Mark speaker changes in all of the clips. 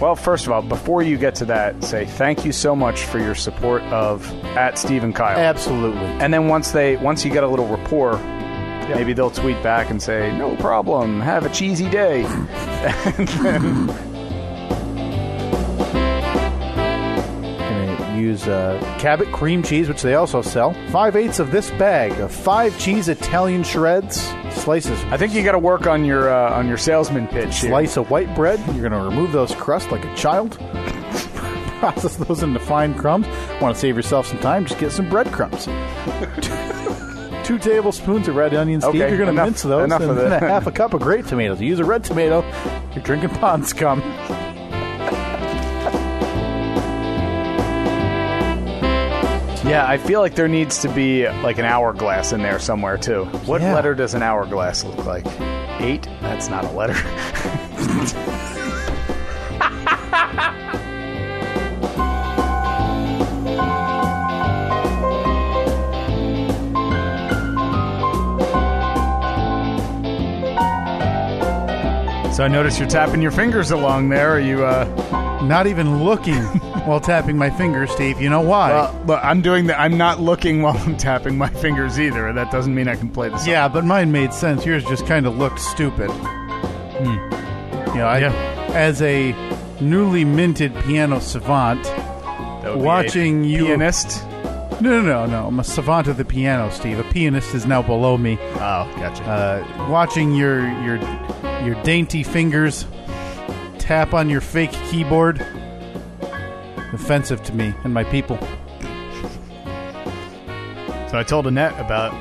Speaker 1: Well, first of all, before you get to that, say thank you so much for your support of at Steve and Kyle.
Speaker 2: Absolutely.
Speaker 1: And then once they once you get a little rapport, maybe they'll tweet back and say, "No problem. Have a cheesy day."
Speaker 2: Gonna use uh, Cabot cream cheese, which they also sell. Five eighths of this bag of five cheese Italian shreds, slices.
Speaker 1: I think you got to work on your uh, on your salesman pitch. here.
Speaker 2: slice of white bread. You're going to remove those crusts like a child. Process those into fine crumbs. Want to save yourself some time? Just get some breadcrumbs. Two tablespoons of red onion, Steve.
Speaker 1: Okay,
Speaker 2: you're going to
Speaker 1: enough-
Speaker 2: mince those,
Speaker 1: enough
Speaker 2: and
Speaker 1: of
Speaker 2: then
Speaker 1: that.
Speaker 2: a half a cup of grape tomatoes. You use a red tomato. You're drinking pond scum.
Speaker 1: Yeah, I feel like there needs to be like an hourglass in there somewhere too. What
Speaker 2: Yeah.
Speaker 1: letter does an hourglass look like? Eight? That's not a letter. So I notice you're tapping your fingers along there. Are you? Uh,
Speaker 2: Not even looking while tapping my finger, Steve. You know why?
Speaker 1: uh, look, I'm doing that. I'm not looking while I'm tapping my fingers either. That doesn't mean I can play the song.
Speaker 2: yeah, but mine made sense. Yours just kind of looked stupid. You know, I,
Speaker 1: Yeah.
Speaker 2: as a newly minted piano savant,
Speaker 1: That would be
Speaker 2: Watching
Speaker 1: a
Speaker 2: you-
Speaker 1: pianist.
Speaker 2: No, no, no, no. I'm a savant of the piano, Steve. A pianist is now below me.
Speaker 1: Oh, gotcha.
Speaker 2: Uh, watching your your your dainty fingers tap on your fake keyboard, offensive to me and my people.
Speaker 1: so I told Annette about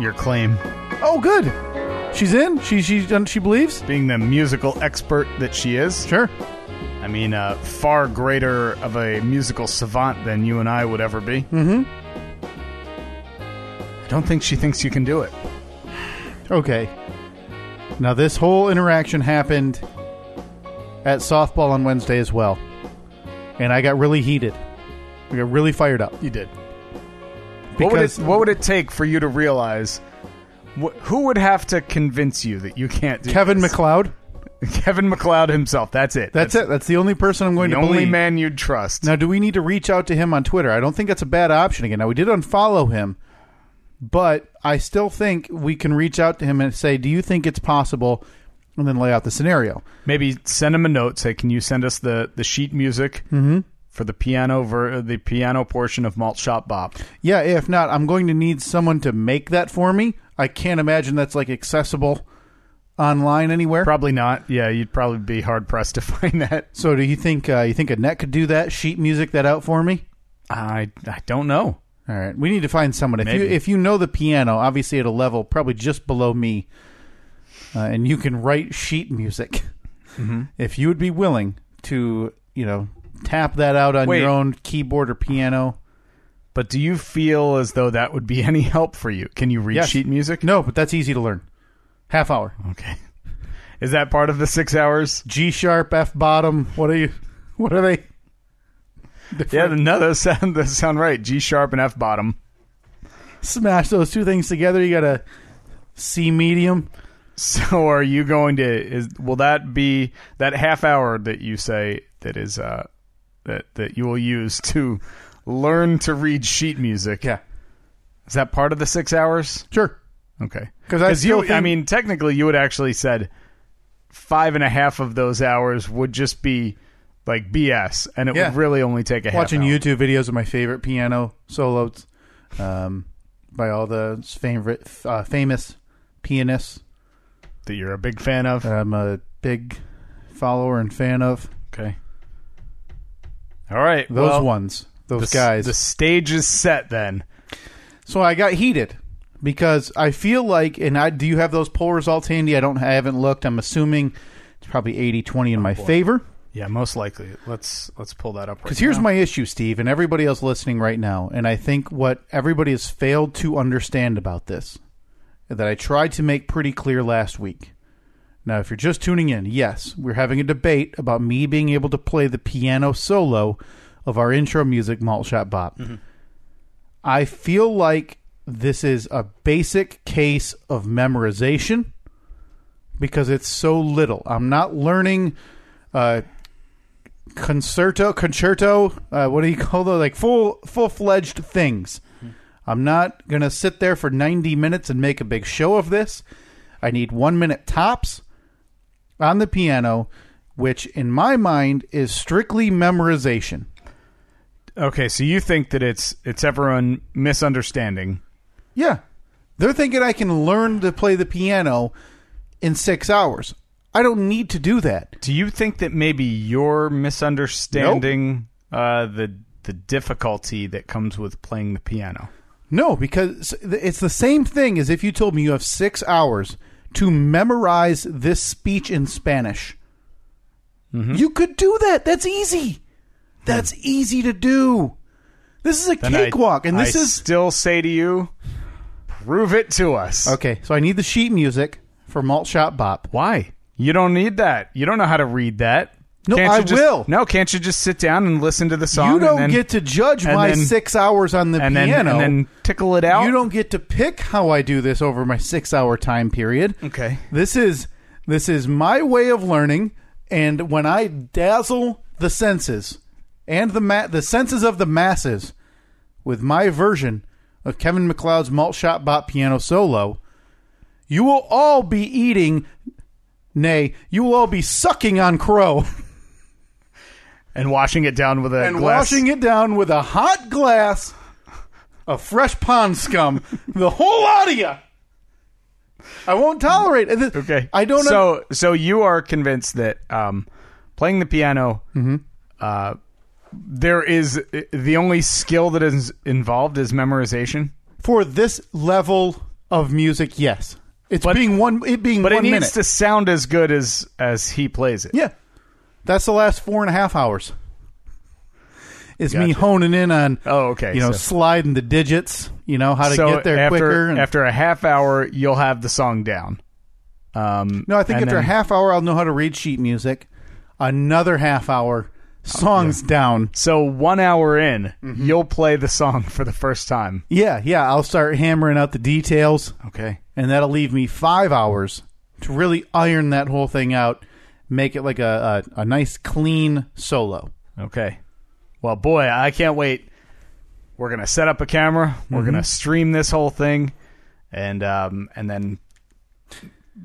Speaker 1: your claim
Speaker 2: Oh, good. She's in. She she she believes.
Speaker 1: being the musical expert that she is.
Speaker 2: Sure.
Speaker 1: I mean, uh, far greater of a musical savant than you and I would ever be. Mm-hmm. I don't think she thinks you can do it.
Speaker 2: Okay. Now this whole interaction happened at softball on Wednesday as well, and I got really heated. I got really fired up
Speaker 1: You did. What would, it,
Speaker 2: because
Speaker 1: what would it take for you to realize? Wh- who would have to convince you that you can't do
Speaker 2: Kevin
Speaker 1: this?
Speaker 2: McLeod.
Speaker 1: Kevin McLeod himself. That's it.
Speaker 2: That's, it. That's the only person I'm going
Speaker 1: The
Speaker 2: to
Speaker 1: only
Speaker 2: believe.
Speaker 1: man you'd trust.
Speaker 2: Now, do we need to reach out to him on Twitter? I don't think that's a bad option again. Now, we did unfollow him, but I still think we can reach out to him and say, "Do you think it's possible?" And then lay out the scenario.
Speaker 1: maybe send him a note say can you send us the the sheet music for the piano ver- the piano portion of malt shop bop
Speaker 2: Yeah, if not, I'm going to need someone to make that for me. I can't imagine that's like accessible online anywhere.
Speaker 1: probably not yeah you'd probably be hard pressed to find that
Speaker 2: so, do you think uh, you think Annette could do that? Sheet music that out for me.
Speaker 1: i i don't know
Speaker 2: All right, we need to find someone. If you
Speaker 1: Maybe.
Speaker 2: if you know the piano, obviously at a level probably just below me, uh, and you can write sheet music.
Speaker 1: Mm-hmm.
Speaker 2: If you would be willing to, you know, tap that out on
Speaker 1: Wait.
Speaker 2: your own keyboard or piano.
Speaker 1: but do you feel as though that would be any help for you can you read
Speaker 2: Yes.
Speaker 1: sheet music
Speaker 2: No, but that's easy to learn. Half hour,
Speaker 1: okay is that part of the six hours
Speaker 2: G sharp, F bottom. What are you? What are they?
Speaker 1: yeah no those sound those sound right g sharp and f bottom
Speaker 2: Smash those two things together. You got a C medium.
Speaker 1: so are you going to is will that be that half hour that you say that is uh that that you will use to learn to read sheet music
Speaker 2: Yeah,
Speaker 1: is that part of the six hours
Speaker 2: sure.
Speaker 1: okay
Speaker 2: 'Cause I
Speaker 1: you
Speaker 2: still think-
Speaker 1: i mean technically you would actually said five and a half of those hours would just be like bs and it
Speaker 2: Yeah.
Speaker 1: would really only take a half
Speaker 2: watching
Speaker 1: hour.
Speaker 2: YouTube videos of my favorite piano solos um, by all the favorite uh, famous pianists.
Speaker 1: that you're a big fan of
Speaker 2: that I'm a big follower and fan of
Speaker 1: okay all right
Speaker 2: those
Speaker 1: well,
Speaker 2: ones,
Speaker 1: the
Speaker 2: those
Speaker 1: s-
Speaker 2: guys.
Speaker 1: the stage is set then
Speaker 2: so I got heated because I feel like, and I do you have those poll results handy? I don't, I haven't looked. I'm assuming it's probably 80-20 in my favor.
Speaker 1: yeah most likely let's let's pull that up right
Speaker 2: Because here's
Speaker 1: now.
Speaker 2: my issue, Steve, and everybody else listening right now, and I think what everybody has failed to understand about this that I tried to make pretty clear last week. Now, if you're just tuning in, yes, we're having a debate about me being able to play the piano solo of our intro music, Malt Shot Bop. I feel like this is a basic case of memorization because it's so little. I'm not learning uh, concerto concerto uh, what do you call those like full full-fledged things i'm not going to sit there for 90 minutes and make a big show of this i need 1 minute tops on the piano which in my mind is strictly memorization
Speaker 1: Okay, so you think that it's it's everyone misunderstanding.
Speaker 2: yeah they're thinking i can learn to play the piano in 6 hours i don't need to do that
Speaker 1: Do you think that maybe you're misunderstanding uh, the the difficulty that comes with playing the piano?
Speaker 2: No, because it's the same thing as if you told me you have six hours to memorize this speech in Spanish.
Speaker 1: Mm-hmm.
Speaker 2: You could do that. That's easy. That's easy to do. This is a
Speaker 1: Hmm. I-
Speaker 2: cakewalk, and this
Speaker 1: I
Speaker 2: is
Speaker 1: still say to you, prove it to us.
Speaker 2: okay. So I need the sheet music for Malt Shop Bop.
Speaker 1: Why? You don't need that. You don't know how to read that.
Speaker 2: No,
Speaker 1: Can't you
Speaker 2: I
Speaker 1: just-
Speaker 2: will.
Speaker 1: No, can't you just sit down and listen to the song?
Speaker 2: You
Speaker 1: and
Speaker 2: don't
Speaker 1: then-
Speaker 2: get to judge
Speaker 1: and
Speaker 2: my
Speaker 1: then-
Speaker 2: six hours on the
Speaker 1: and then
Speaker 2: piano.
Speaker 1: and then tickle it out.
Speaker 2: you don't get to pick how I do this over my six-hour time period.
Speaker 1: Okay.
Speaker 2: This is this is my way of learning, and when I dazzle the senses and the ma- the senses of the masses with my version of Kevin McLeod's malt shot bot piano solo, you will all be eating, nay, you will all be sucking on crow
Speaker 1: And washing it down with a
Speaker 2: and
Speaker 1: glass.
Speaker 2: washing it down with a hot glass of fresh pond scum. the whole lot of you. I won't tolerate it.
Speaker 1: Okay.
Speaker 2: I don't know.
Speaker 1: So so you are convinced that um, playing the piano, uh, there is uh, the only skill that is involved is memorization.
Speaker 2: for this level of music, yes. It's
Speaker 1: But-
Speaker 2: being one it being
Speaker 1: But
Speaker 2: one
Speaker 1: it needs
Speaker 2: minute.
Speaker 1: to sound as good as as he plays it.
Speaker 2: yeah. That's the last four and a half hours. Is me
Speaker 1: Gotcha.
Speaker 2: honing in on
Speaker 1: Oh, okay.
Speaker 2: you know,
Speaker 1: so,
Speaker 2: sliding the digits, you know, how to
Speaker 1: so
Speaker 2: get there
Speaker 1: after
Speaker 2: quicker. and-
Speaker 1: after a half hour, you'll have the song down. Um,
Speaker 2: no, I think
Speaker 1: and
Speaker 2: after a
Speaker 1: then-
Speaker 2: half hour I'll know how to read sheet music. Another half
Speaker 1: Oh,
Speaker 2: hour, songs down.
Speaker 1: So one hour in, you'll play the song for the first time.
Speaker 2: Yeah, yeah, I'll start hammering out the details.
Speaker 1: Okay.
Speaker 2: and that'll leave me five hours to really iron that whole thing out, make it like a, a, a nice clean solo.
Speaker 1: Okay. Well, boy, I can't wait. We're gonna set up a camera. We're
Speaker 2: Mm-hmm.
Speaker 1: gonna stream this whole thing, and um, and then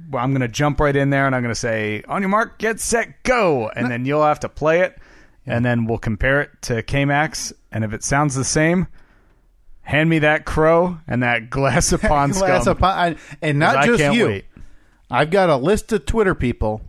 Speaker 1: well, I'm gonna jump right in there, and I'm gonna say, "On your mark, get set, go!" And then you'll have to play it, and then we'll compare it to K-Max, and if it sounds the same, hand me that crow and that glass of pond scum.
Speaker 2: Glass upon- I- and not
Speaker 1: I
Speaker 2: just
Speaker 1: can't
Speaker 2: you.
Speaker 1: wait.
Speaker 2: I've got a list of Twitter people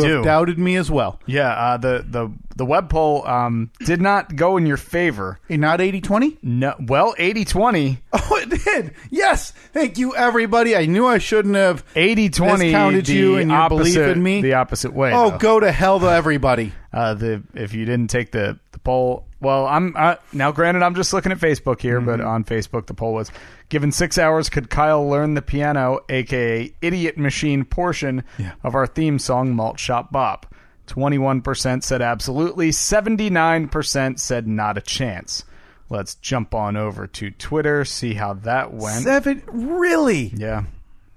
Speaker 1: You
Speaker 2: have
Speaker 1: do.
Speaker 2: doubted me as well.
Speaker 1: Yeah, uh, the the the web poll um, did not go in your favor.
Speaker 2: And not 80 20?
Speaker 1: No, well, 80-20.
Speaker 2: Oh, it did. Yes. Thank you, everybody. I knew I shouldn't have.
Speaker 1: 80 20
Speaker 2: Discounted
Speaker 1: the
Speaker 2: you and your belief
Speaker 1: opposite,
Speaker 2: in me?
Speaker 1: the opposite way
Speaker 2: Oh,
Speaker 1: though.
Speaker 2: go to hell to everybody.
Speaker 1: uh the if you didn't take the the poll well i'm uh, now granted i'm just looking at facebook here but
Speaker 2: Mm-hmm.
Speaker 1: on facebook the poll was given six hours could kyle learn the piano aka idiot machine portion
Speaker 2: Yeah.
Speaker 1: of our theme song malt shop bop 21% said absolutely 79% said not a chance let's jump on over to twitter see how that went
Speaker 2: Seven. Really?
Speaker 1: yeah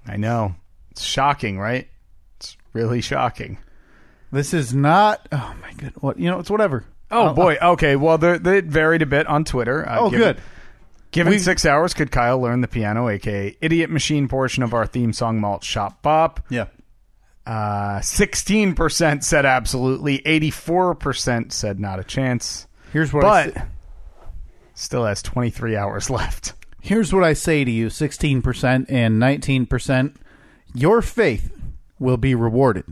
Speaker 1: i know it's shocking right it's really shocking
Speaker 2: This is not. Oh, my God. What? You know, it's whatever.
Speaker 1: Oh boy. Okay. Well, there- they varied a bit on Twitter. Uh,
Speaker 2: uh, Oh,
Speaker 1: given-
Speaker 2: good.
Speaker 1: Given
Speaker 2: We-
Speaker 1: six hours, could Kyle learn the piano, aka idiot machine portion of our theme song malt shop bop? Uh,
Speaker 2: Yeah.
Speaker 1: Sixteen percent said absolutely. Eighty-four percent said not a chance.
Speaker 2: Here's what I
Speaker 1: But
Speaker 2: sa-
Speaker 1: still has twenty-three hours left.
Speaker 2: Here's what I say to you 16% and 19%. Your faith will be rewarded.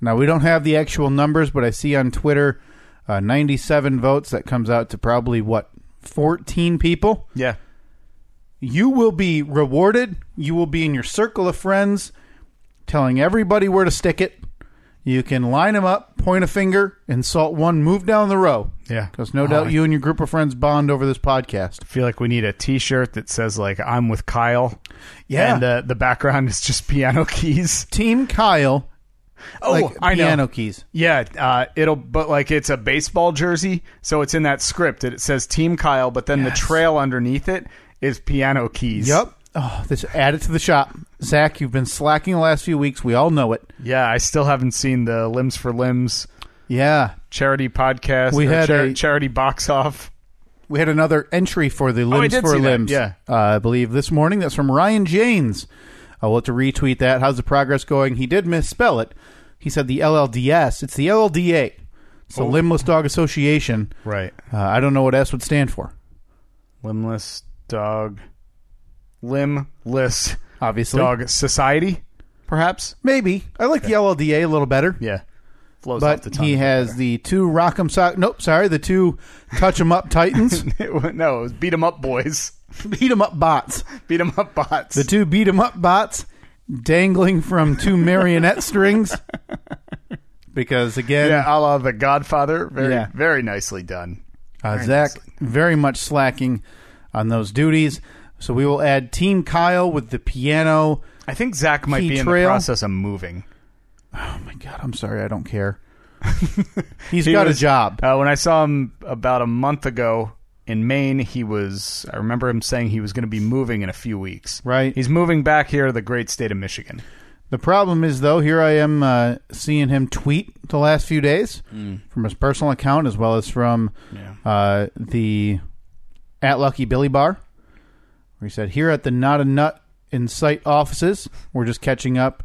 Speaker 2: Now, we don't have the actual numbers, but I see on Twitter uh, 97 votes. That comes out to probably, what, 14 people?
Speaker 1: Yeah.
Speaker 2: You will be rewarded. You will be in your circle of friends telling everybody where to stick it. You can line them up, point a finger, insult one, move down the row.
Speaker 1: Yeah.
Speaker 2: Because no doubt
Speaker 1: I
Speaker 2: you and your group of friends bond over this podcast.
Speaker 1: feel like we need a T-shirt that says like "I'm with Kyle."
Speaker 2: Yeah.
Speaker 1: And uh, the background is just piano keys.
Speaker 2: Team Kyle
Speaker 1: Oh,
Speaker 2: like
Speaker 1: I know.
Speaker 2: piano keys.
Speaker 1: Yeah, uh, it'll but like it's a baseball jersey, so it's in that script that it says Team Kyle, but then
Speaker 2: Yes.
Speaker 1: the trail underneath it is piano keys.
Speaker 2: Yep. Oh, this add it to the shop, Zach. You've been slacking the last few weeks. We all know it.
Speaker 1: Yeah, I still haven't seen the limbs for limbs
Speaker 2: Yeah,
Speaker 1: charity podcast.
Speaker 2: We
Speaker 1: or
Speaker 2: had
Speaker 1: char-
Speaker 2: a-
Speaker 1: charity box off.
Speaker 2: we had another entry for the limbs
Speaker 1: Oh, did
Speaker 2: for
Speaker 1: see that.
Speaker 2: limbs.
Speaker 1: Yeah.
Speaker 2: uh, I believe this morning. That's from Ryan Janes. I will have to retweet that. How's the progress going? He did misspell it. He said the LLDS. It's the LLDA. It's the
Speaker 1: Oh.
Speaker 2: Limbless Dog Association.
Speaker 1: Right.
Speaker 2: Uh, I don't know what S would stand for.
Speaker 1: Limbless dog. Limbless
Speaker 2: Obviously,
Speaker 1: dog society, perhaps.
Speaker 2: maybe I like the LLDA a little better.
Speaker 1: Yeah. Flows off the
Speaker 2: But
Speaker 1: tongue.
Speaker 2: he has the two Rock'em Sock. Nope, sorry, the two Touch 'em Up Titans,
Speaker 1: no, it was beat 'em up boys.
Speaker 2: beat 'em up bots.
Speaker 1: Beat 'em up bots.
Speaker 2: The two beat 'em up bots dangling from two marionette strings. Because again,
Speaker 1: yeah, a la the Godfather. Very,
Speaker 2: Yeah.
Speaker 1: very nicely done.
Speaker 2: uh, Zach very much slacking on those duties. So we will add Team Kyle with the piano.
Speaker 1: I think Zach might
Speaker 2: Key
Speaker 1: be in
Speaker 2: trail.
Speaker 1: the process of moving.
Speaker 2: Oh my god, I'm sorry, I don't care. He's
Speaker 1: He
Speaker 2: got
Speaker 1: was-
Speaker 2: a job.
Speaker 1: Uh, when I saw him about a month ago in Maine, he was. I remember him saying he was going to be moving in a few weeks.
Speaker 2: Right.
Speaker 1: He's moving back here to the great state of Michigan.
Speaker 2: The problem is, though, here I am uh, seeing him tweet the last few days from his personal account as well as from
Speaker 1: Yeah.
Speaker 2: uh, the at Lucky Billy Bar, where he said, "Here at the Not a Nut in Sight offices, we're just catching up."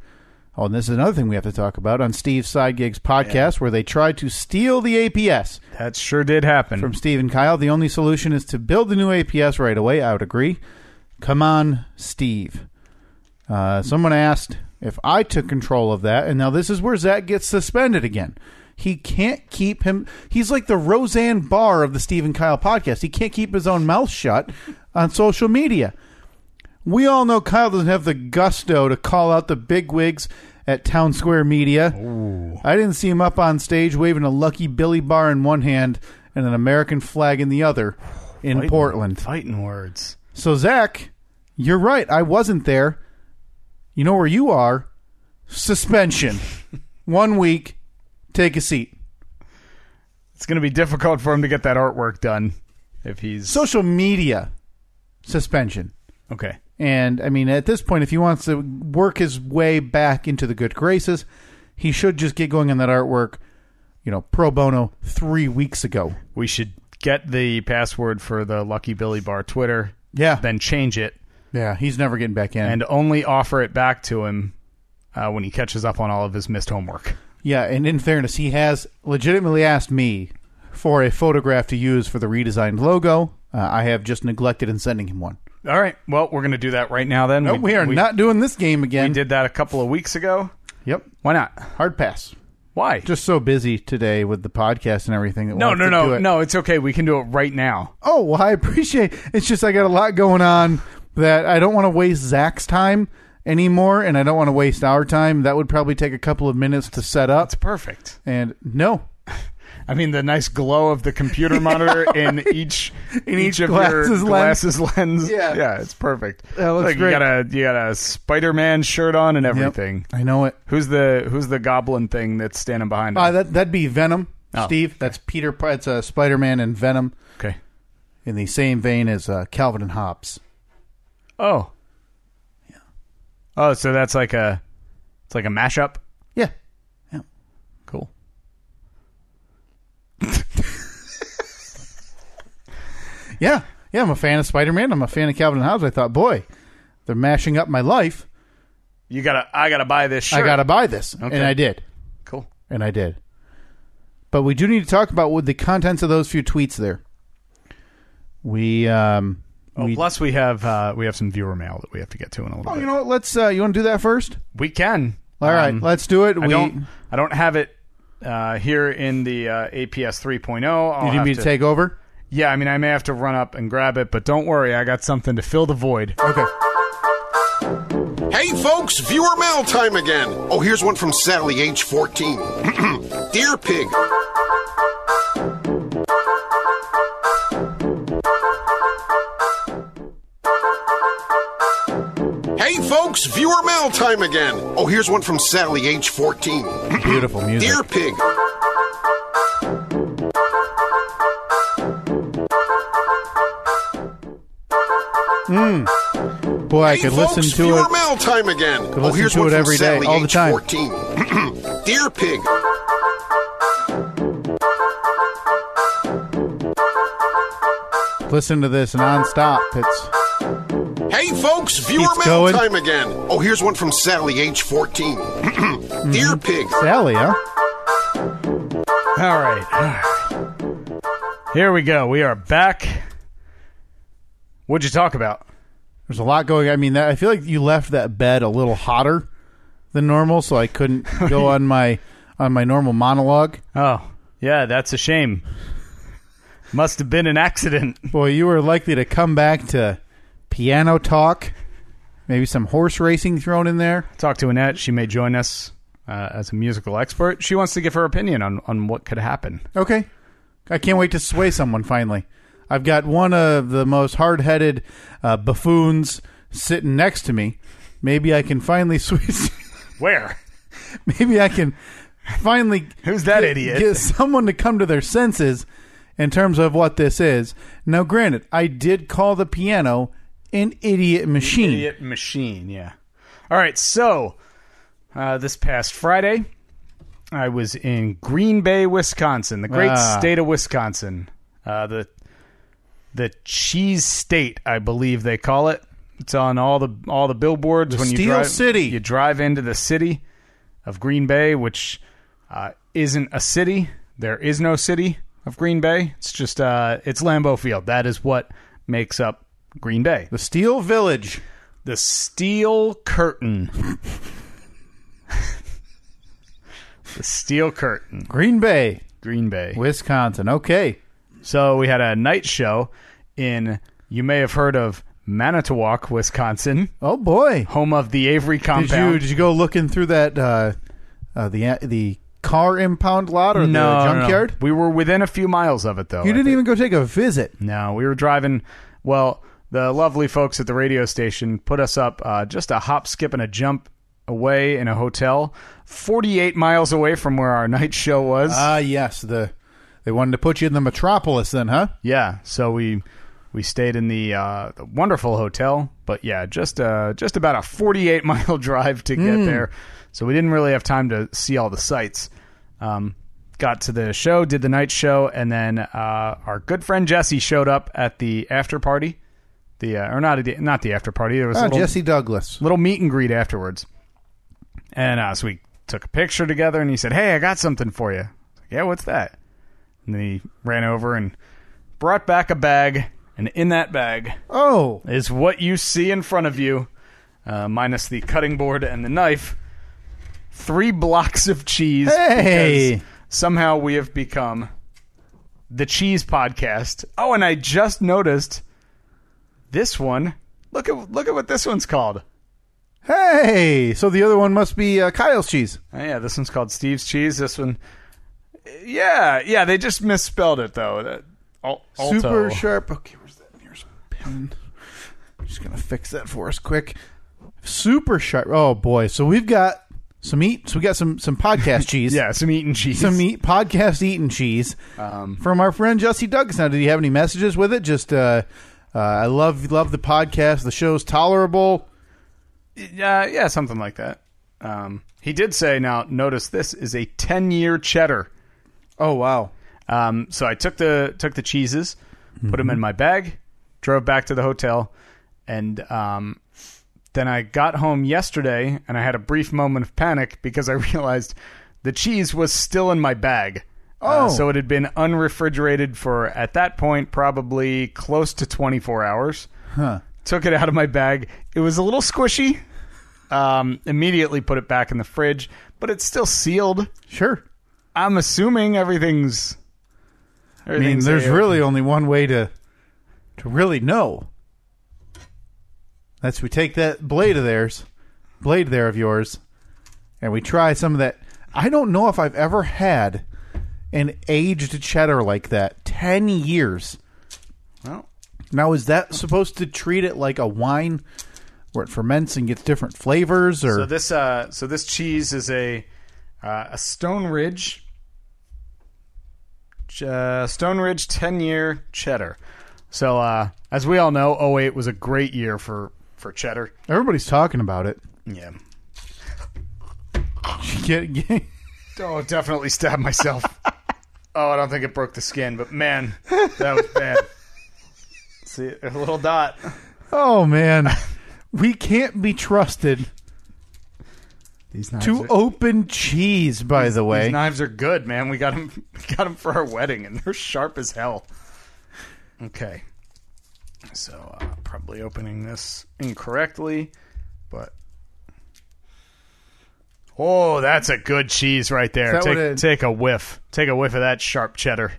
Speaker 2: Oh, and this is another thing we have to talk about on Steve's Side Gigs podcast, where they tried to steal the APS
Speaker 1: That sure did happen.
Speaker 2: from Steve and Kyle. The only solution is to build the new APS right away. I would agree. Come on, Steve. Uh, someone asked if I took control of that, and now this is where Zach gets suspended again. He can't keep him. He's like the Roseanne Barr of the Steve and Kyle podcast. He can't keep his own mouth shut on social media. We all know Kyle doesn't have the gusto to call out the bigwigs at Town Square Media. I didn't see him up on stage waving a Lucky Billy bar in one hand and an American flag in the other in
Speaker 1: Fighting-
Speaker 2: Portland.
Speaker 1: Fighting words.
Speaker 2: So, Zach, you're right. I wasn't there. You know where you are? Suspension. one week, take a seat.
Speaker 1: It's going to be difficult for him to get that artwork done if he's
Speaker 2: Social media, suspension.
Speaker 1: okay.
Speaker 2: And I mean, at this point, if he wants to work his way back into the good graces, he should just get going on that artwork, you know, pro bono three weeks ago.
Speaker 1: We should get the password for the Lucky Billy Bar Twitter,
Speaker 2: Yeah.
Speaker 1: then change it,
Speaker 2: yeah, he's never getting back in.
Speaker 1: and only offer it back to him uh, when he catches up on all of his missed homework.
Speaker 2: yeah, and in fairness, he has legitimately asked me for a photograph to use for the redesigned logo. Uh, I have just neglected in sending him one.
Speaker 1: All right. Well, we're going to do that right now. Then
Speaker 2: No, we, are not doing this game
Speaker 1: We
Speaker 2: again.
Speaker 1: did that a couple of weeks ago.
Speaker 2: Yep,
Speaker 1: Why not?
Speaker 2: hard pass.
Speaker 1: Why?
Speaker 2: Just so busy today with the podcast and everything. That we'll
Speaker 1: no,
Speaker 2: have
Speaker 1: no,
Speaker 2: to do
Speaker 1: no,
Speaker 2: it.
Speaker 1: no. It's okay. We can do it right now.
Speaker 2: Oh, well, I appreciate. It's just I got a lot going on that I don't want to waste Zach's time anymore, and I don't want to waste our time. That would probably take a couple of minutes to set up.
Speaker 1: It's perfect.
Speaker 2: And no,
Speaker 1: I mean, the nice glow of the computer monitor in each
Speaker 2: In each
Speaker 1: of your
Speaker 2: glasses lens.
Speaker 1: glasses lens.
Speaker 2: Yeah.
Speaker 1: yeah, it's perfect.
Speaker 2: That looks
Speaker 1: like
Speaker 2: great.
Speaker 1: You got a you got a Spider Man shirt on and
Speaker 2: Yep.
Speaker 1: everything.
Speaker 2: I know it.
Speaker 1: Who's the Who's the goblin thing that's standing behind him?
Speaker 2: Uh, that that'd be Venom,
Speaker 1: Oh.
Speaker 2: Steve. That's Peter. P- It's uh, Spider Man and Venom
Speaker 1: okay.
Speaker 2: in the same vein as uh, Calvin and Hobbes.
Speaker 1: Oh. Yeah. Oh, so that's like a it's like a mashup.
Speaker 2: Yeah,
Speaker 1: Cool.
Speaker 2: yeah, yeah. I'm a fan of Spider Man. I'm a fan of Calvin and Hobbes. I thought, boy, they're mashing up my life.
Speaker 1: You gotta. I gotta buy this shirt.
Speaker 2: I gotta buy this, and
Speaker 1: Okay.
Speaker 2: I did.
Speaker 1: Cool.
Speaker 2: and I did. But we do need to talk about what the contents of those few tweets there. We, um,
Speaker 1: Oh,
Speaker 2: we-
Speaker 1: plus we have uh, we have some viewer mail that we have to get to in a little
Speaker 2: oh,
Speaker 1: bit.
Speaker 2: you know what? Let's. Uh, you want to do that first?
Speaker 1: we can.
Speaker 2: All right,
Speaker 1: Um,
Speaker 2: let's do it.
Speaker 1: I
Speaker 2: we
Speaker 1: don't. I don't have it uh, here in the uh, APS 3.0. oh. I'll
Speaker 2: you need
Speaker 1: have
Speaker 2: me to take over.
Speaker 1: Yeah, I mean, I may have to run up and grab it, but don't worry, I got something to fill the void.
Speaker 2: Okay.
Speaker 3: Hey folks, viewer mail time again. Oh, here's one from Sally, age 14. Dear Pig. Hey folks, viewer mail time again. Oh, here's one from Sally, age 14.
Speaker 2: Beautiful music.
Speaker 3: Dear Pig.
Speaker 2: Boy, I
Speaker 3: hey
Speaker 2: could
Speaker 3: folks,
Speaker 2: listen to
Speaker 3: viewer
Speaker 2: it.
Speaker 3: mail time again. oh,
Speaker 2: listen
Speaker 3: here's
Speaker 2: to
Speaker 3: one
Speaker 2: it
Speaker 3: from
Speaker 2: every day,
Speaker 3: Sally,
Speaker 2: all the
Speaker 3: age
Speaker 2: time.
Speaker 3: 14. Dear Pig.
Speaker 2: Listen to this nonstop. It's
Speaker 3: Hey folks, viewer
Speaker 2: Keeps
Speaker 3: mail
Speaker 2: going.
Speaker 3: time again. Oh, here's one from Sally, age 14. Dear Pig,
Speaker 2: Sally, huh?
Speaker 1: All right. All right. Here we go. We are back. What'd you talk about?
Speaker 2: There's a lot going. I mean, that, I feel like you left that bed a little hotter than normal, so I couldn't go on my on my normal monologue.
Speaker 1: Oh, yeah, that's a shame. Must have been an accident.
Speaker 2: Boy, you were likely to come back to piano talk, maybe some horse racing thrown in there.
Speaker 1: Talk to Annette. She may join us uh, as a musical expert. She wants to give her opinion on, on what could happen.
Speaker 2: Okay. I can't wait to sway someone finally. I've got one of the most hard headed uh, buffoons sitting next to me. Maybe I can finally sway.
Speaker 1: Where?
Speaker 2: Maybe I can finally.
Speaker 1: Who's that
Speaker 2: get-
Speaker 1: idiot?
Speaker 2: Get someone to come to their senses in terms of what this is. Now, granted, I did call the piano an idiot machine.
Speaker 1: Idiot machine, yeah. All right, so uh, this past Friday, I was in Green Bay, Wisconsin, the great
Speaker 2: Ah.
Speaker 1: state of Wisconsin, uh, the the cheese state, I believe they call it. It's on all the all the billboards when you
Speaker 2: Steel
Speaker 1: drive
Speaker 2: City.
Speaker 1: You drive into the city of Green Bay, which uh, isn't a city. There is no city of Green Bay. It's just uh, it's Lambeau Field. That is what makes up Green Bay
Speaker 2: The Steel Village.
Speaker 1: the steel curtain. the steel curtain,
Speaker 2: Green Bay,
Speaker 1: Green Bay.
Speaker 2: Wisconsin. Okay.
Speaker 1: So we had a night show in you may have heard of Manitowoc, Wisconsin,
Speaker 2: Oh, boy.
Speaker 1: home of the Avery
Speaker 2: Did you,
Speaker 1: compound.
Speaker 2: did you go looking through that uh, uh, the the car impound lot or the junkyard?
Speaker 1: We were within a few miles of it though.
Speaker 2: You
Speaker 1: I
Speaker 2: didn't even go take a visit.
Speaker 1: No, we were driving. Well, the lovely folks at the radio station put us up uh, just a hop, skip, and a jump away in a hotel, 48 miles away from where our night show was.
Speaker 2: Ah, yes. The they wanted to put you in the metropolis, then, huh?
Speaker 1: yeah, so we we stayed in the, uh, the wonderful hotel, but yeah, just uh, just about a 48 mile drive to get there. So we didn't really have time to see all the sights. Um, got to the show, did the night show, and then uh, our good friend Jesse showed up at the after party. The uh, or not the, not the after party. There was a
Speaker 2: Ah,
Speaker 1: little,
Speaker 2: Jesse Douglas.
Speaker 1: little meet and greet afterwards. And uh, so we took a picture together, and he said, "Hey, I got something for you." I was like, yeah, what's that? And then he ran over and brought back a bag, and in that bag
Speaker 2: Oh,
Speaker 1: is what you see in front of you, uh, minus the cutting board and the knife. Three blocks of cheese.
Speaker 2: Hey!
Speaker 1: because Somehow we have become the cheese podcast. Oh, and I just noticed this one. Look at look at what this one's called.
Speaker 2: hey! So the other one must be uh, Kyle's cheese.
Speaker 1: Oh, yeah, this one's called Steve's Cheese. This one, yeah, yeah, they just misspelled it though. That, al- alto.
Speaker 2: Super sharp. Okay, where's that? Here's a pen. I'm just gonna fix that for us quick. Super sharp. Oh boy. So we've got some meat. So we got some some podcast cheese.
Speaker 1: Yeah, some eating cheese.
Speaker 2: Some meat podcast eating cheese from our friend Jesse Douglas. Now, did you have any messages with it? Just uh, uh, I love love the podcast. The show's tolerable. e-
Speaker 1: yeah, yeah, something like that. Um, he did say, now notice this is a ten-year cheddar.
Speaker 2: Oh wow.
Speaker 1: Um, so I took the took the cheeses, put them in
Speaker 2: Mm-hmm.
Speaker 1: my bag, drove back to the hotel, and um, then I got home yesterday and I had a brief moment of panic because I realized the cheese was still in my bag. Uh,
Speaker 2: Oh.
Speaker 1: so it had been unrefrigerated for at that point probably close to 24 hours.
Speaker 2: Huh.
Speaker 1: Took it out of my bag. It was a little squishy. Um, immediately put it back in the fridge, but it's still sealed.
Speaker 2: Sure.
Speaker 1: I'm assuming everything's.
Speaker 2: I mean,
Speaker 1: everything's
Speaker 2: there's
Speaker 1: a-
Speaker 2: really only one way to to really know. That's we take that blade of theirs, blade there of yours, and we try some of that. I don't know if I've ever had an aged cheddar like that. Ten years.
Speaker 1: Well,
Speaker 2: Now, is that supposed to treat it like a wine, where it ferments and gets different flavors, or
Speaker 1: so this uh, so this cheese is a uh, a Stone Ridge, ch- uh, Stone Ridge ten year cheddar. So uh, as we all know, 08 was a great year for for cheddar.
Speaker 2: everybody's talking about it?
Speaker 1: Yeah.
Speaker 2: Get- get-
Speaker 1: Oh, definitely stabbed myself. oh, I don't think it broke the skin, but man, that was bad. See a little dot.
Speaker 2: Oh man, we can't be trusted
Speaker 1: These knives.
Speaker 2: to
Speaker 1: are,
Speaker 2: open cheese. By the way,
Speaker 1: These knives are good, man. We got them. Got 'em for our wedding, and they're sharp as hell. Okay. So uh, probably opening this incorrectly, but. Oh, that's a good cheese right there.
Speaker 2: Is that what
Speaker 1: Take,
Speaker 2: it-
Speaker 1: take a whiff. Take a whiff of that sharp cheddar.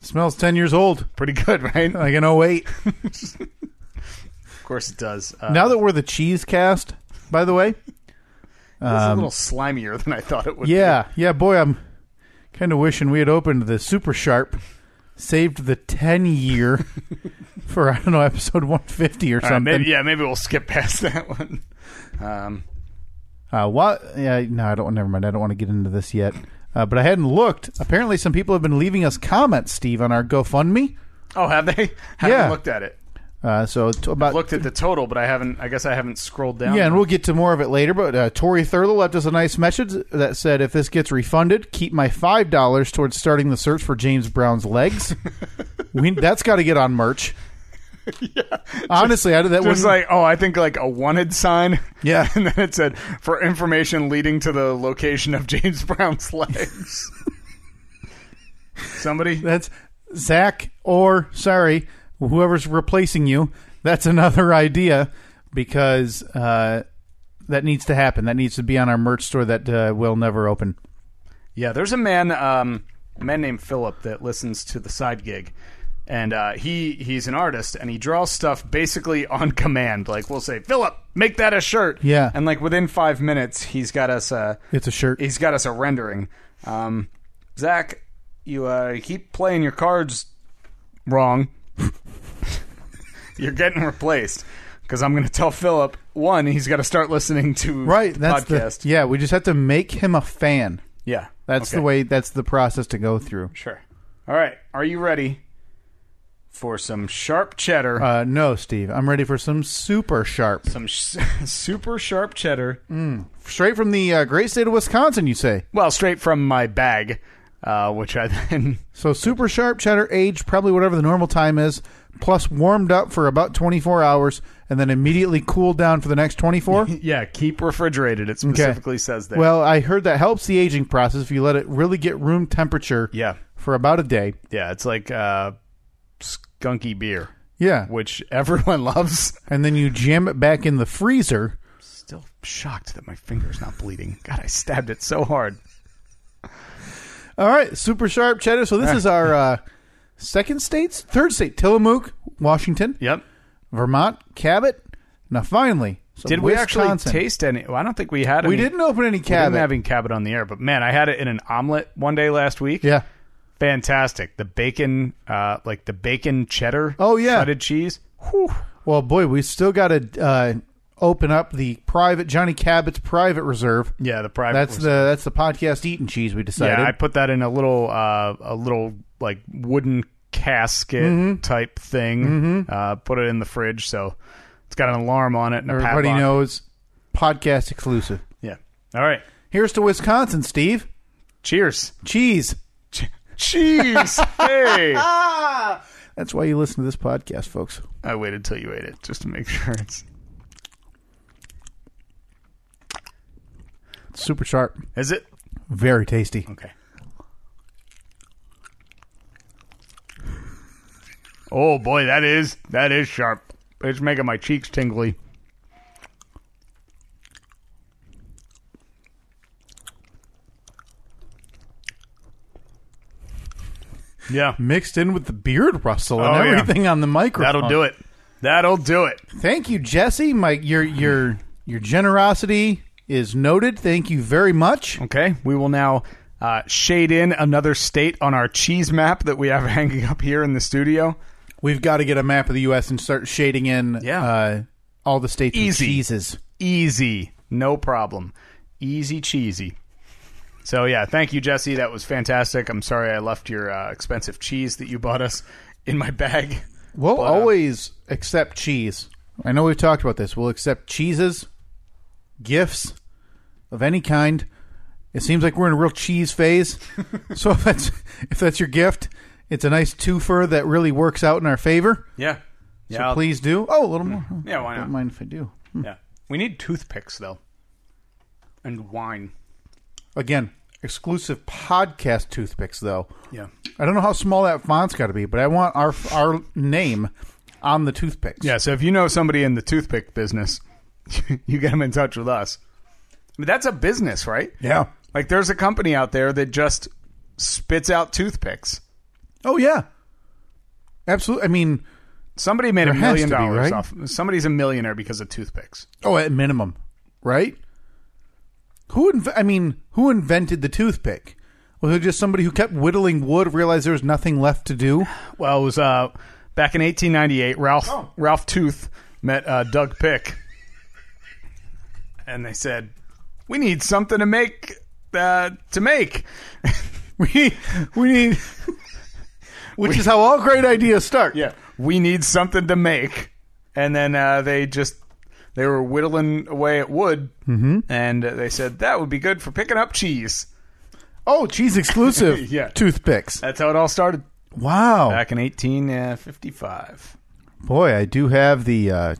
Speaker 2: smells ten years old,
Speaker 1: Pretty good, right?
Speaker 2: like an 08.
Speaker 1: Of course it does. Uh,
Speaker 2: now that we're the cheese cast, by the way,
Speaker 1: This is a little slimier than I thought it would
Speaker 2: um, yeah, yeah, boy, I'm kind of wishing we had opened the super sharp, saved the ten year for I don't know episode one fifty or
Speaker 1: be. All right,
Speaker 2: something.
Speaker 1: Uh, maybe, yeah, maybe we'll skip past that one. Um,
Speaker 2: Uh, what? Yeah, no, I don't. Never mind. I don't want to get into this yet. Uh, but I hadn't looked. Apparently, some people have been leaving us comments, Steve, on our GoFundMe.
Speaker 1: oh, have they? Haven't
Speaker 2: Yeah.
Speaker 1: looked at it.
Speaker 2: Uh, so t- about
Speaker 1: Looked at the total, but I haven't. I guess I haven't scrolled down.
Speaker 2: yeah, and we'll get to more of it later. But uh, Tori Thurlow left us a nice message that said, "If this gets refunded, keep my five dollars towards starting the search for James Brown's legs. we, that's got to get on merch." Honestly, I did that
Speaker 1: it was
Speaker 2: was
Speaker 1: like, oh, I think like a wanted sign.
Speaker 2: Yeah.
Speaker 1: and then it said for information leading to the location of James Brown's legs. Somebody,
Speaker 2: That's Zach or sorry, whoever's replacing you. That's another idea because uh, that needs to happen. That needs to be on our merch store that uh, will never open.
Speaker 1: yeah. There's a man, um, a man named Philip that listens to the side gig. And uh, he he's an artist, and he draws stuff basically on command. Like we'll say, Philip, make that a shirt.
Speaker 2: Yeah.
Speaker 1: and like within five minutes, he's got us uh,
Speaker 2: It's a shirt.
Speaker 1: he's got us a rendering. Um, Zach, you uh, keep playing your cards wrong. You're getting replaced because I'm going to tell Philip one, he's got to start listening to
Speaker 2: right.
Speaker 1: the
Speaker 2: That's
Speaker 1: podcast.
Speaker 2: the yeah. We just have to make him a fan.
Speaker 1: yeah,
Speaker 2: That's the
Speaker 1: Okay.
Speaker 2: way. That's the process to go through.
Speaker 1: Sure. All right, are you ready for some sharp cheddar?
Speaker 2: Uh, no, Steve. I'm ready for some super sharp,
Speaker 1: some sh- super sharp cheddar.
Speaker 2: straight from the uh, great state of Wisconsin. You say
Speaker 1: Well, straight from my bag, uh, which I then
Speaker 2: so. Super sharp cheddar, aged probably whatever the normal time is, plus warmed up for about 24 hours, and then immediately cooled down for the next 24.
Speaker 1: yeah keep refrigerated. It specifically says that.
Speaker 2: Well, I heard that helps the aging process if you let it really get room temperature
Speaker 1: yeah.
Speaker 2: for about a day.
Speaker 1: Yeah, it's like uh, skunky beer,
Speaker 2: Yeah.
Speaker 1: which everyone loves.
Speaker 2: And then you jam it back in the freezer.
Speaker 1: Still shocked that my finger's not bleeding. God, I stabbed it so hard.
Speaker 2: All right, super sharp cheddar. So this
Speaker 1: Ah.
Speaker 2: is our uh, second states, third state, Tillamook, Washington,
Speaker 1: Yep.
Speaker 2: Vermont, Cabot. Now finally, so
Speaker 1: Did we actually
Speaker 2: Wisconsin.
Speaker 1: taste any? Well, I don't think we had.
Speaker 2: We
Speaker 1: any-
Speaker 2: didn't open any
Speaker 1: We didn't
Speaker 2: Cabot.
Speaker 1: having Cabot on the air, but man, I had it in an omelet one day last week.
Speaker 2: yeah.
Speaker 1: fantastic. The bacon, uh, like the bacon cheddar.
Speaker 2: Oh, yeah.
Speaker 1: shredded cheese. Whew.
Speaker 2: Well, boy, we still got to uh, open up the private Johnny Cabot's private reserve.
Speaker 1: Yeah, the private.
Speaker 2: That's the that's the podcast eating cheese we decided.
Speaker 1: Yeah, I put that in a little uh, a little like wooden casket type thing. Uh, put it in the fridge, so it's got an alarm on it. And a
Speaker 2: Everybody
Speaker 1: padlock.
Speaker 2: knows podcast exclusive.
Speaker 1: Yeah. All right.
Speaker 2: Here's to Wisconsin, Steve.
Speaker 1: Cheers.
Speaker 2: Cheese.
Speaker 1: Cheese. hey.
Speaker 2: That's why you listen to this podcast, folks.
Speaker 1: I waited till you ate it just to make sure it's.
Speaker 2: It's super sharp,
Speaker 1: Is it
Speaker 2: very tasty.
Speaker 1: okay? Oh boy, that is that is sharp. It's making my cheeks tingly. Yeah,
Speaker 2: Mixed in with the beard rustle and
Speaker 1: Oh, yeah.
Speaker 2: everything on the microphone.
Speaker 1: that'll do it. That'll do it.
Speaker 2: Thank you, Jesse. My your your your generosity is noted. Thank you very much.
Speaker 1: Okay, we will now uh, shade in another state on our cheese map that we have hanging up here in the studio.
Speaker 2: We've got to get a map of the U.S. and start shading in
Speaker 1: Yeah.
Speaker 2: uh, all the states with
Speaker 1: Easy.
Speaker 2: cheeses.
Speaker 1: Easy, no problem. Easy cheesy. So yeah, thank you, Jesse. That was fantastic. I'm sorry I left your uh, expensive cheese that you bought us in my bag.
Speaker 2: We'll
Speaker 1: uh,
Speaker 2: always accept cheese. I know we've talked about this. We'll accept cheeses, gifts of any kind. It seems like we're in a real cheese phase. so if that's if that's your gift, It's a nice twofer that really works out in our favor.
Speaker 1: Yeah.
Speaker 2: So
Speaker 1: Yeah. I'll-
Speaker 2: please do. Oh, a little more.
Speaker 1: Yeah, why
Speaker 2: Don't
Speaker 1: not?
Speaker 2: mind if I do.
Speaker 1: Yeah. We need toothpicks though. And wine.
Speaker 2: Again, exclusive podcast toothpicks though.
Speaker 1: Yeah.
Speaker 2: I don't know how small that font's got to be, but I want our our name on the toothpicks.
Speaker 1: Yeah, so if you know somebody in the toothpick business, you get them in touch with us. But that's a business, right?
Speaker 2: Yeah.
Speaker 1: Like there's a company out there that just spits out toothpicks.
Speaker 2: Oh yeah. Absolutely. I mean,
Speaker 1: Somebody made a
Speaker 2: There has
Speaker 1: million
Speaker 2: to be,
Speaker 1: dollars
Speaker 2: right?
Speaker 1: off. Somebody's a millionaire because of toothpicks.
Speaker 2: oh, at minimum, right? Who inv- I mean, who invented the toothpick? Was it just somebody who kept whittling wood, realized there was nothing left to do?
Speaker 1: Well, it was uh, back in 1898. Ralph Ralph Tooth met uh, Doug Pick, and they said, "We need something to make uh, to make."
Speaker 2: We we need, which is how all great ideas start.
Speaker 1: we need something to make, and then uh, they just they were whittling away at wood, and they said that would be good for picking up cheese.
Speaker 2: Oh, cheese exclusive.
Speaker 1: Yeah. Uh,
Speaker 2: Toothpicks.
Speaker 1: That's how it all started
Speaker 2: Wow.
Speaker 1: back in uh, 1855.
Speaker 2: Boy, I do have the uh,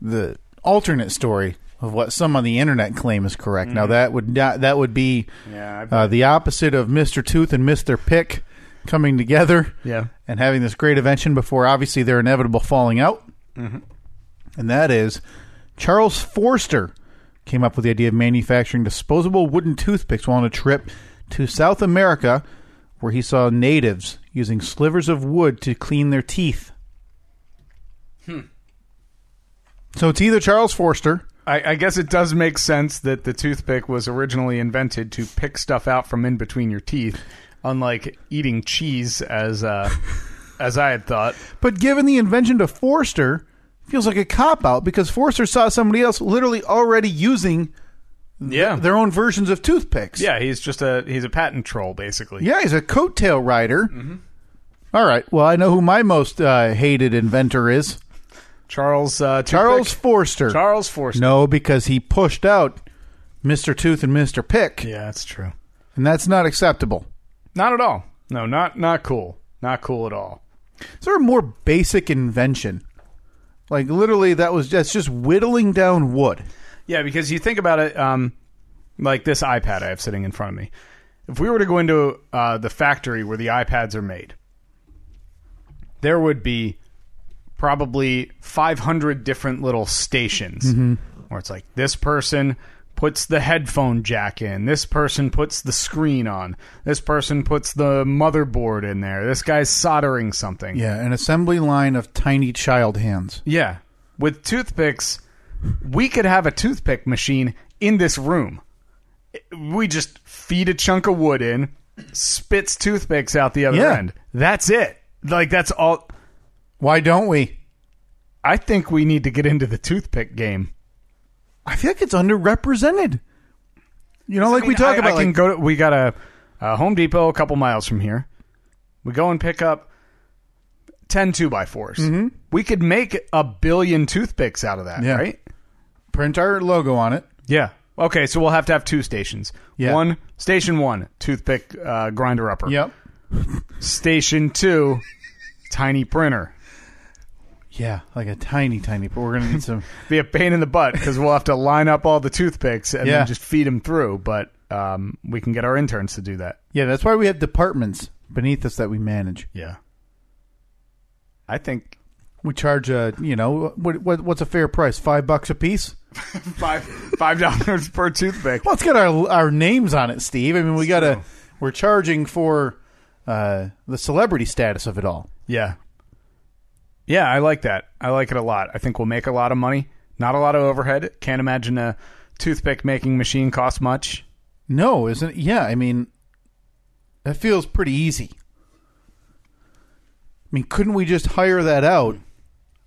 Speaker 2: the alternate story of what some on the internet claim is correct. Now that would not, that would be
Speaker 1: Yeah, I-
Speaker 2: uh, the opposite of Mister Tooth and Mister Pick coming together
Speaker 1: yeah.
Speaker 2: and having this great invention before obviously their inevitable falling out. And that is Charles Forster came up with the idea of manufacturing disposable wooden toothpicks while on a trip to South America where he saw natives using slivers of wood to clean their teeth. So it's either Charles Forster.
Speaker 1: I, I guess it does make sense that the toothpick was originally invented to pick stuff out from in between your teeth, unlike eating cheese as uh, as I had thought.
Speaker 2: But given the invention to Forster, feels like a cop out because Forster saw somebody else literally already using
Speaker 1: Yeah,
Speaker 2: their own versions of toothpicks.
Speaker 1: yeah. He's just a he's a patent troll, basically.
Speaker 2: Yeah, he's a coattail rider.
Speaker 1: Mm-hmm.
Speaker 2: All right. Well, I know who my most uh, hated inventor is
Speaker 1: Charles uh, Toothpick?
Speaker 2: Charles Forster.
Speaker 1: Charles Forster.
Speaker 2: no, because he pushed out Mr. Tooth and Mr. Pick,
Speaker 1: Yeah, that's true.
Speaker 2: and that's not acceptable.
Speaker 1: Not at all. No, not not cool. Not cool at all.
Speaker 2: Is there a more basic invention? Like literally, that was that's just whittling down wood.
Speaker 1: Yeah, because you think about it, um, like this iPad I have sitting in front of me. If we were to go into uh, the factory where the iPads are made, there would be probably 500 different little stations where it's like this person puts the headphone jack in, this person puts the screen on, this person puts the motherboard in there, this guy's soldering something.
Speaker 2: Yeah, an assembly line of tiny child hands.
Speaker 1: Yeah. With toothpicks, we could have a toothpick machine in this room. We just feed a chunk of wood in, spits toothpicks out the other
Speaker 2: Yeah.
Speaker 1: end. That's it. Like that's all
Speaker 2: Why don't we?
Speaker 1: I think we need to get into the toothpick game.
Speaker 2: I feel like it's underrepresented. You know, like we
Speaker 1: I-
Speaker 2: talk about
Speaker 1: I can
Speaker 2: like-
Speaker 1: go to, we got a, a Home Depot a couple miles from here. We go and pick up 10 2 by 4s We could make a billion toothpicks out of that,
Speaker 2: Yeah.
Speaker 1: right?
Speaker 2: print our logo on it.
Speaker 1: Yeah. Okay, so we'll have to have two stations.
Speaker 2: Yeah.
Speaker 1: One station one, toothpick uh, grinder upper.
Speaker 2: Yep.
Speaker 1: Station two, tiny printer.
Speaker 2: Yeah, like a tiny, tiny. But we're gonna need some.
Speaker 1: Be a pain in the butt because we'll have to line up all the toothpicks and
Speaker 2: Yeah.
Speaker 1: then just feed them through. But um, we can get our interns to do that.
Speaker 2: yeah, that's why we have departments beneath us that we manage.
Speaker 1: Yeah. I think
Speaker 2: We charge a, you know, what, what what's a fair price? Five bucks a piece.
Speaker 1: five five dollars per toothpick.
Speaker 2: Well, it's got our our names on it, Steve. I mean, we gotta. We're charging for uh, the celebrity status of it all.
Speaker 1: Yeah. Yeah, I like that. I like it a lot. I think we'll make a lot of money. Not a lot of overhead. Can't imagine a toothpick making machine cost much.
Speaker 2: No, isn't? Yeah, I mean, that feels pretty easy. I mean, couldn't we just hire that out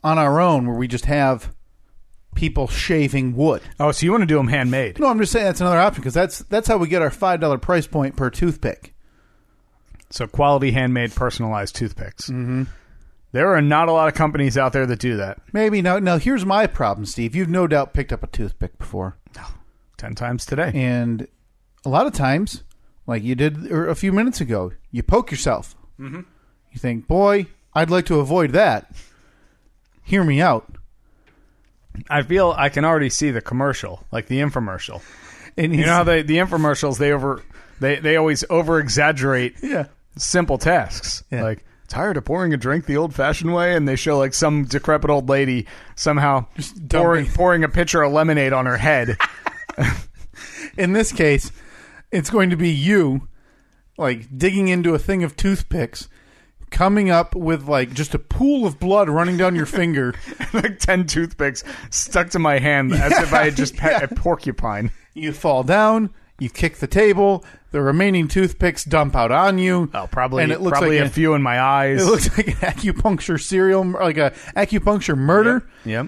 Speaker 2: on our own, where we just have people shaving wood?
Speaker 1: Oh, so you want to do them handmade?
Speaker 2: No, I'm just saying that's another option because that's that's how we get our five dollar price point per toothpick.
Speaker 1: So quality handmade personalized toothpicks. Mm-hmm. There are not a lot of companies out there that do that.
Speaker 2: Maybe now. Now here's my problem, Steve. You've no doubt picked up a toothpick before,
Speaker 1: Ten times today.
Speaker 2: and a lot of times, like you did er, a few minutes ago, you poke yourself. Mm-hmm. You think, boy, I'd like to avoid that. Hear me out.
Speaker 1: I feel I can already see the commercial, like the infomercial.
Speaker 2: And
Speaker 1: You
Speaker 2: he's-
Speaker 1: know how they, the infomercials they over they, they always over exaggerate
Speaker 2: yeah.
Speaker 1: simple tasks.
Speaker 2: Yeah.
Speaker 1: Like tired of pouring a drink the old fashioned way and they show like some decrepit old lady somehow pouring
Speaker 2: dumping.
Speaker 1: pouring a pitcher of lemonade on her head.
Speaker 2: in this case, it's going to be you, like digging into a thing of toothpicks, coming up with like just a pool of blood running down your finger.
Speaker 1: like 10 toothpicks stuck to my hand as if I had just pet a porcupine.
Speaker 2: You fall down, you kick the table, the remaining toothpicks dump out on you.
Speaker 1: Oh, probably
Speaker 2: and it looks
Speaker 1: probably
Speaker 2: like
Speaker 1: a few in my eyes.
Speaker 2: It looks like an acupuncture serial, like a acupuncture murder.
Speaker 1: Yep.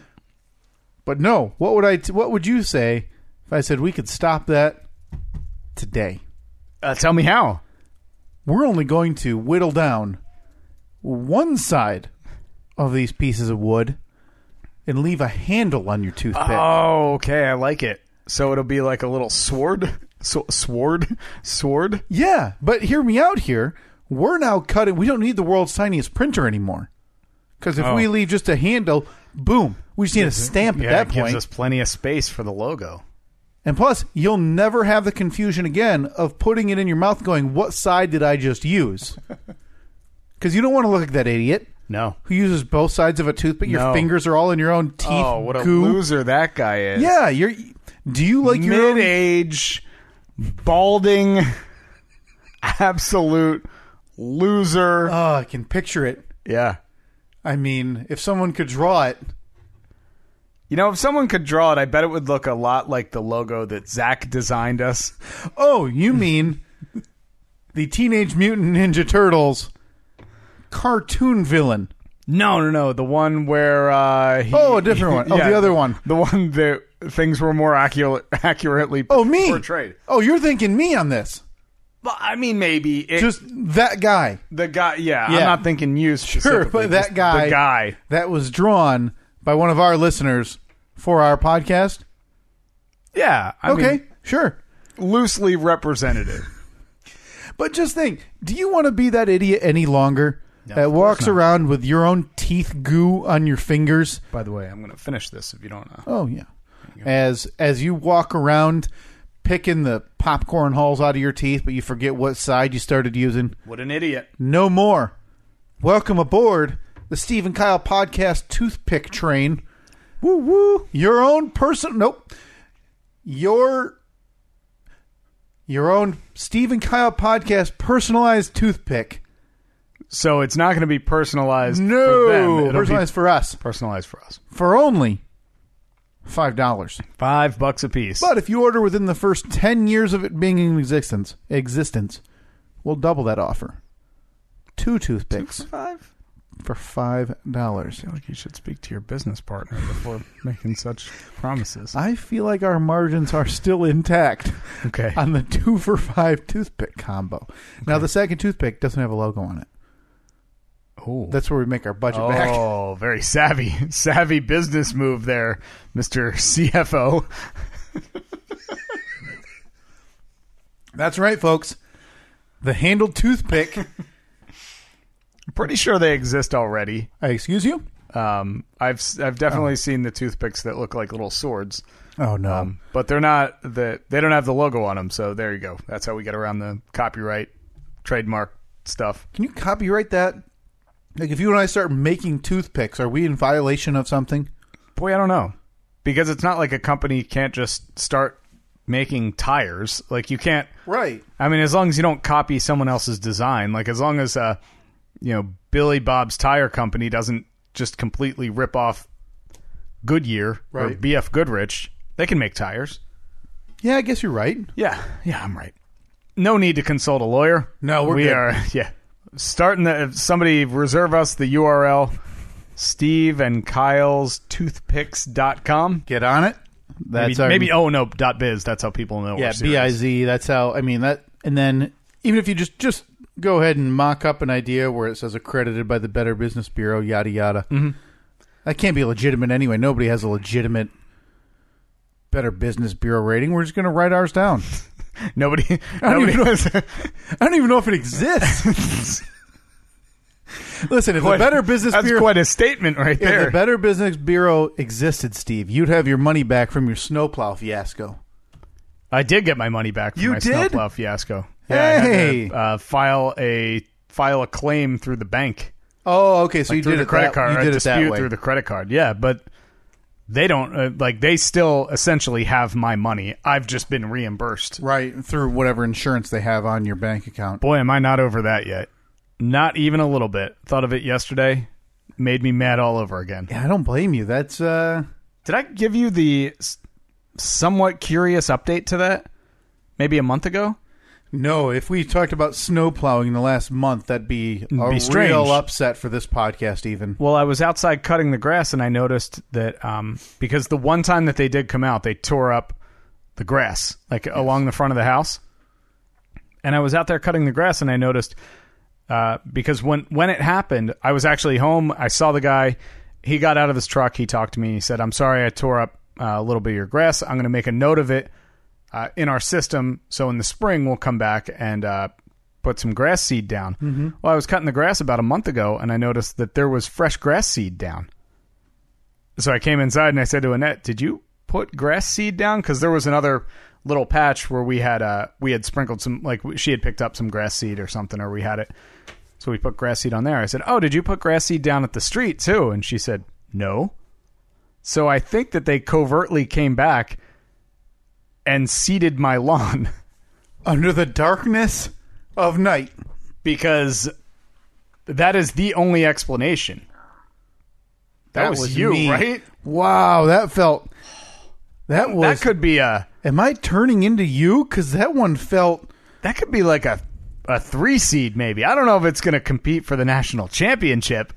Speaker 2: But no, what would I? T- what would you say if I said we could stop that today?
Speaker 1: Uh, tell me how.
Speaker 2: we're only going to whittle down one side of these pieces of wood and leave a handle on your toothpick.
Speaker 1: Oh, okay. I like it. So it'll be like a little sword. Sw- sword? Sword?
Speaker 2: yeah, but hear me out here. We're now cutting. We don't need the world's tiniest printer anymore. Because if we leave just a handle, boom, we just need a stamp
Speaker 1: Yeah,
Speaker 2: at
Speaker 1: it
Speaker 2: that
Speaker 1: Oh. gives
Speaker 2: point.
Speaker 1: us plenty of space for the logo.
Speaker 2: and plus, you'll never have the confusion again of putting it in your mouth going, what side did I just use? Because you don't want to look like that idiot
Speaker 1: No.
Speaker 2: who uses both sides of a toothpick. Your
Speaker 1: No.
Speaker 2: fingers are all in your own teeth.
Speaker 1: Oh, what a
Speaker 2: goo.
Speaker 1: loser that guy is.
Speaker 2: Yeah, you're. Do you like your
Speaker 1: Mid
Speaker 2: own,
Speaker 1: age, balding, absolute loser.
Speaker 2: Oh, I can picture it.
Speaker 1: yeah.
Speaker 2: I mean, if someone could draw it,
Speaker 1: You know, if someone could draw it, I bet it would look a lot like the logo that Zach designed us.
Speaker 2: oh, you mean the Teenage Mutant Ninja Turtles cartoon villain?
Speaker 1: No, no, no. The one where uh, he,
Speaker 2: Oh, a different one. Oh, the other one.
Speaker 1: The one that things were more accurate, accurately.
Speaker 2: Oh, me.
Speaker 1: portrayed.
Speaker 2: Oh, you're thinking me on this?
Speaker 1: But I mean, maybe it,
Speaker 2: Just that guy
Speaker 1: the guy. Yeah, I'm
Speaker 2: Yeah.
Speaker 1: not thinking you specifically.
Speaker 2: but that
Speaker 1: just
Speaker 2: guy-
Speaker 1: the guy.
Speaker 2: that was drawn by one of our listeners for our podcast.
Speaker 1: Yeah. I
Speaker 2: Okay,
Speaker 1: mean,
Speaker 2: sure.
Speaker 1: loosely representative.
Speaker 2: But just think, do you want to be that idiot any longer? that walks around with your own teeth goo on your fingers.
Speaker 1: By the way, I'm going to finish this if you don't know.
Speaker 2: Oh yeah. As as you walk around picking the popcorn holes out of your teeth, but you forget what side you started using.
Speaker 1: What an idiot.
Speaker 2: No more. Welcome aboard the Steve and Kyle podcast toothpick train. Woo woo. Your own person nope. Your your own Steve and Kyle podcast personalized toothpick.
Speaker 1: So it's not going to be personalized.
Speaker 2: No,
Speaker 1: for them. It'll be
Speaker 2: personalized for us
Speaker 1: personalized for us.
Speaker 2: for only five dollars.
Speaker 1: Five bucks a piece.
Speaker 2: But if you order within the first 10 years of it being in existence, existence, we'll double that offer. Two toothpicks
Speaker 1: five.
Speaker 2: for $5.
Speaker 1: Like you should speak to your business partner before making such promises.
Speaker 2: I feel like our margins are still intact
Speaker 1: Okay.
Speaker 2: on the two for five toothpick combo. Now, the second toothpick doesn't have a logo on it.
Speaker 1: Oh,
Speaker 2: That's where we make our budget back.
Speaker 1: oh, very savvy, savvy business move there, Mister CFO.
Speaker 2: That's right, folks. The handled toothpick.
Speaker 1: Pretty sure they exist already.
Speaker 2: I excuse you?
Speaker 1: Um, I've s- I've definitely seen the toothpicks that look like little swords,
Speaker 2: Oh, no.
Speaker 1: um, but they're not the they don't have the logo on them. So there you go. That's how we get around the copyright, trademark stuff.
Speaker 2: Can you copyright that? Like, if you and I start making toothpicks, are we in violation of something?
Speaker 1: Boy, I don't know. Because it's not like a company can't just start making tires. Like you can't
Speaker 2: Right.
Speaker 1: I mean as long as you don't copy someone else's design, like as long as uh you know, Billy Bob's tire company doesn't just completely rip off Goodyear or
Speaker 2: Right.
Speaker 1: BF Goodrich, they can make tires.
Speaker 2: Yeah, I guess you're right.
Speaker 1: Yeah, yeah, I'm right. No need to consult a lawyer.
Speaker 2: No, we're
Speaker 1: we
Speaker 2: good.
Speaker 1: are yeah. Starting the if somebody reserve us the URL Steve and Kyle's toothpicks.com.
Speaker 2: Get on it. That's
Speaker 1: Maybe,
Speaker 2: our
Speaker 1: maybe oh no dot biz. That's how people know.
Speaker 2: yeah
Speaker 1: we're
Speaker 2: B I
Speaker 1: serious.
Speaker 2: Z. That's how I mean that. And then even if you just just go ahead and mock up an idea where it says accredited by the Better Business Bureau, yada yada.
Speaker 1: Mm-hmm.
Speaker 2: That can't be legitimate anyway. Nobody has a legitimate Better Business Bureau rating. We're just going to write ours down.
Speaker 1: Nobody.
Speaker 2: don't
Speaker 1: nobody
Speaker 2: even I don't even know if it exists. Listen, if the
Speaker 1: Quite-
Speaker 2: Better Business
Speaker 1: That's
Speaker 2: Bureau
Speaker 1: quite a statement right
Speaker 2: if
Speaker 1: there.
Speaker 2: the Better Business Bureau existed, Steve, you'd have your money back from your snowplow fiasco.
Speaker 1: I did get my money back from
Speaker 2: You
Speaker 1: my
Speaker 2: did?
Speaker 1: snowplow fiasco. Yeah, I had to,
Speaker 2: Hey.
Speaker 1: uh, file a file a claim through the bank
Speaker 2: Oh, okay. So you
Speaker 1: through
Speaker 2: did
Speaker 1: the
Speaker 2: it
Speaker 1: credit
Speaker 2: that,
Speaker 1: card.
Speaker 2: You
Speaker 1: a
Speaker 2: did it
Speaker 1: dispute
Speaker 2: that way.
Speaker 1: through the credit card. Yeah, but they don't uh, like they still essentially have my money. I've just been reimbursed.
Speaker 2: right through whatever insurance they have on your bank account.
Speaker 1: Boy, am I not over that yet. Not even a little bit. Thought of it yesterday. Made me mad all over again.
Speaker 2: Yeah, I don't blame you. That's uh,
Speaker 1: Did I give you the s- somewhat curious update to that? Maybe a month ago?
Speaker 2: no. If we talked about snow plowing in the last month, that'd be a
Speaker 1: be strange.
Speaker 2: real upset for this podcast. Even
Speaker 1: Well, I was outside cutting the grass and I noticed that um, because the one time that they did come out, they tore up the grass like along the front of the house. And I was out there cutting the grass and I noticed uh, because when when it happened, I was actually home. I saw the guy. He got out of his truck. He talked to me. He said, "I'm sorry, I tore up uh, a little bit of your grass. I'm going to make a note of it uh, in our system. So in the spring, we'll come back and uh, put some grass seed down." Well, I was cutting the grass about a month ago, and I noticed that there was fresh grass seed down. So I came inside and I said to Annette, "Did you put grass seed down? Because there was another." little patch where we had uh we had sprinkled some like she had picked up some grass seed or something or we had it so we put grass seed on there. I said, "Oh, did you put grass seed down at the street too?" And she said, "No." So I think that they covertly came back and seeded my lawn
Speaker 2: under the darkness of night.
Speaker 1: because that is the only explanation. That, was, you,
Speaker 2: me.
Speaker 1: right?
Speaker 2: Wow, that felt. That was.
Speaker 1: that could be a
Speaker 2: am I turning into you? Because that one felt.
Speaker 1: that could be like a a 3 seed maybe. I don't know if it's going to compete for the national championship,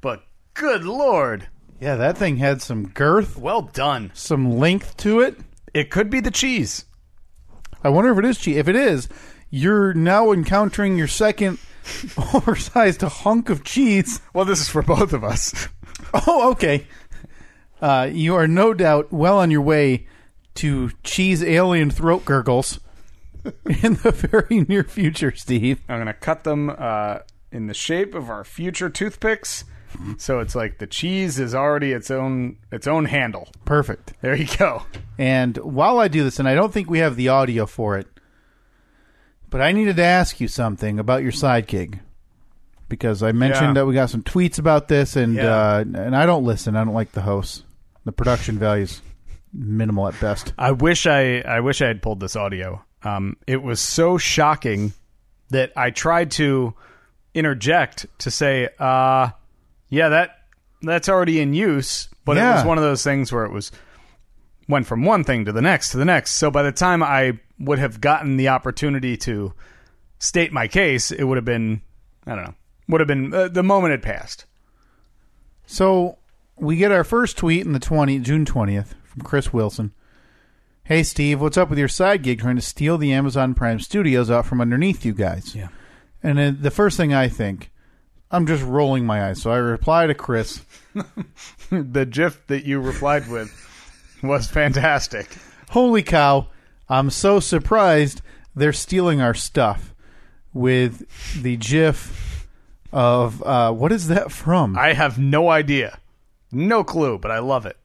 Speaker 1: but good lord.
Speaker 2: Yeah, that thing had some girth,
Speaker 1: Well done.
Speaker 2: some length to it.
Speaker 1: It could be the cheese.
Speaker 2: I wonder if it is cheese. If it is, you're now encountering your second oversized hunk of cheese.
Speaker 1: Well, this is for both of us.
Speaker 2: Oh, okay. Uh, you are no doubt well on your way to cheese alien throat gurgles in the very near future, Steve.
Speaker 1: I'm gonna cut them uh, in the shape of our future toothpicks. So it's like the cheese is already its own its own handle.
Speaker 2: Perfect.
Speaker 1: There you go.
Speaker 2: And while I do this, and I don't think we have the audio for it, but I needed to ask you something about your side gig because I mentioned
Speaker 1: Yeah.
Speaker 2: that we got some tweets about this, and
Speaker 1: Yeah.
Speaker 2: uh, and I don't listen. I don't like the hosts. The production values minimal at best.
Speaker 1: I wish I I wish I had pulled this audio. Um, it was so shocking that I tried to interject to say, uh, "Yeah, that that's already in use." But it
Speaker 2: Yeah.
Speaker 1: was one of those things where it was went from one thing to the next to the next. So by the time I would have gotten the opportunity to state my case, it would have been I don't know would have been uh, the moment had passed.
Speaker 2: So we get our first tweet in the twenty June twentieth from Chris Wilson. Hey Steve, what's up with your side gig trying to steal the Amazon Prime Studios out from underneath you guys?
Speaker 1: Yeah.
Speaker 2: And then the first thing I think, I'm just rolling my eyes. So I reply to Chris.
Speaker 1: the GIF that you replied with was fantastic.
Speaker 2: holy cow, I'm so surprised they're stealing our stuff with the GIF of uh, what is that from?
Speaker 1: I have no idea. No clue, but I love it.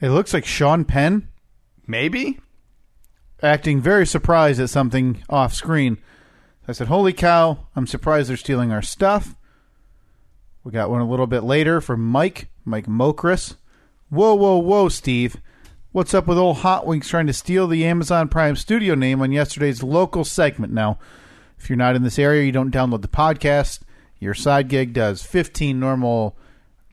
Speaker 2: it looks like Sean Penn
Speaker 1: Maybe?
Speaker 2: acting very surprised at something off screen. I said, Holy cow, I'm surprised they're stealing our stuff. We got one a little bit later from Mike, Mike Mokris. Whoa, whoa, whoa, Steve. What's up with old Hot Wings trying to steal the Amazon Prime studio name on yesterday's local segment? Now, if you're not in this area, you don't download the podcast. Your side gig does 15 normal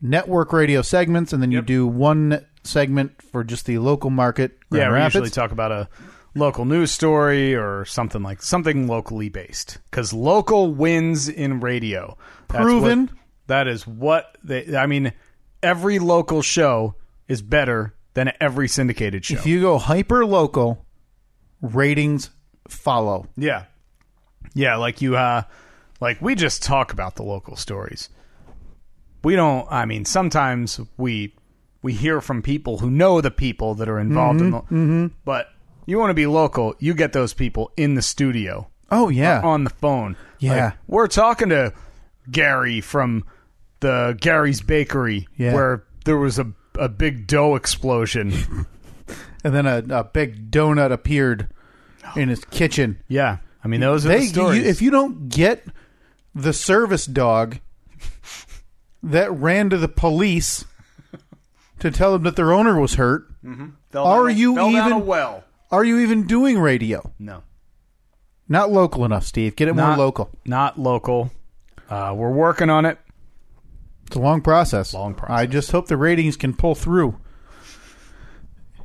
Speaker 2: network radio segments, and then you do one segment for just the local market.
Speaker 1: yeah,
Speaker 2: Grand
Speaker 1: we
Speaker 2: Rapids.
Speaker 1: usually talk about a local news story or something like something locally based cuz local wins in radio. That's
Speaker 2: Proven.
Speaker 1: what- that is what they I mean every local show is better than every syndicated show.
Speaker 2: If you go hyper local, ratings follow.
Speaker 1: Yeah. Yeah, like you uh like we just talk about the local stories. We don't I mean sometimes we we hear from people who know the people that are involved
Speaker 2: Mm-hmm,
Speaker 1: in the but you want to be local, you get those people in the studio
Speaker 2: Oh yeah,
Speaker 1: on the phone.
Speaker 2: Yeah.
Speaker 1: Like, we're talking to Gary from the Gary's Bakery
Speaker 2: Yeah.
Speaker 1: where there was a a big dough explosion.
Speaker 2: and then a, a big donut appeared in his kitchen.
Speaker 1: yeah, I mean those are
Speaker 2: They,
Speaker 1: the
Speaker 2: you,
Speaker 1: stories.
Speaker 2: if you don't get the service dog that ran to the police to tell them that their owner was hurt,
Speaker 1: Fell
Speaker 2: are
Speaker 1: down-
Speaker 2: you
Speaker 1: fell down
Speaker 2: even-
Speaker 1: a well?
Speaker 2: are you even doing radio?
Speaker 1: No,
Speaker 2: Not local enough, Steve. Get it more
Speaker 1: Not-
Speaker 2: local.
Speaker 1: not local. Uh, we're working on it.
Speaker 2: It's a long process.
Speaker 1: Long process.
Speaker 2: I just hope the ratings can pull through.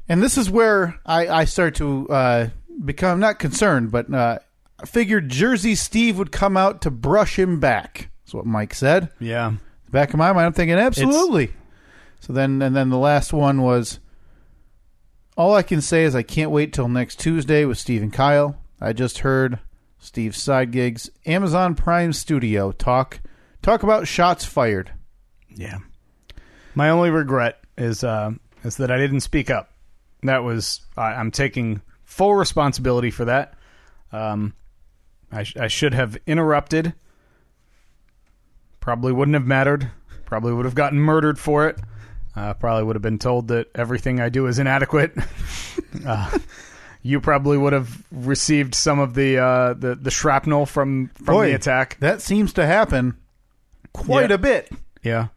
Speaker 2: And this is where I, I start to uh, become not concerned, but uh, I figured Jersey Steve would come out to brush him back. That's what Mike said.
Speaker 1: Yeah,
Speaker 2: Back of my mind, I'm thinking absolutely. so then, and then the last one was. All I can say is I can't wait till next Tuesday with Steve and Kyle. I just heard Steve's side gigs, Amazon Prime Studio talk talk about shots fired.
Speaker 1: yeah. My only regret is uh, is that I didn't speak up. That was I, I'm taking full responsibility for that. Um, I, sh- I should have interrupted. Probably wouldn't have mattered. Probably would have gotten murdered for it. Uh, probably would have been told that everything I do is inadequate. uh, you probably would have received some of the uh, the, the shrapnel from from
Speaker 2: Boy,
Speaker 1: the attack.
Speaker 2: That seems to happen quite
Speaker 1: Yeah.
Speaker 2: a bit.
Speaker 1: Yeah,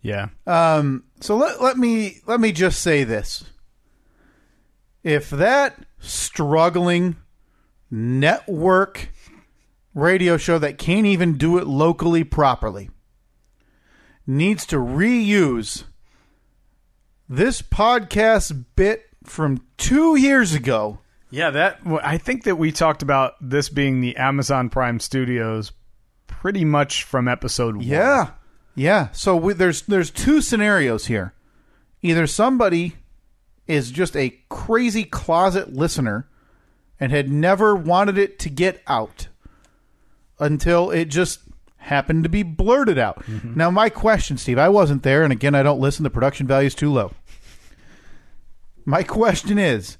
Speaker 1: yeah.
Speaker 2: Um, so let let me let me just say this: if that struggling network radio show that can't even do it locally properly needs to reuse this podcast bit from two years ago,
Speaker 1: Yeah, that well, I think that we talked about this being the Amazon Prime Studios pretty much from episode one.
Speaker 2: Yeah, yeah. So we, there's there's two scenarios here. Either somebody is just a crazy closet listener and had never wanted it to get out until it just happened to be blurted out. Now, my question, Steve, I wasn't there, and again, I don't listen. The production value is too low. My question is,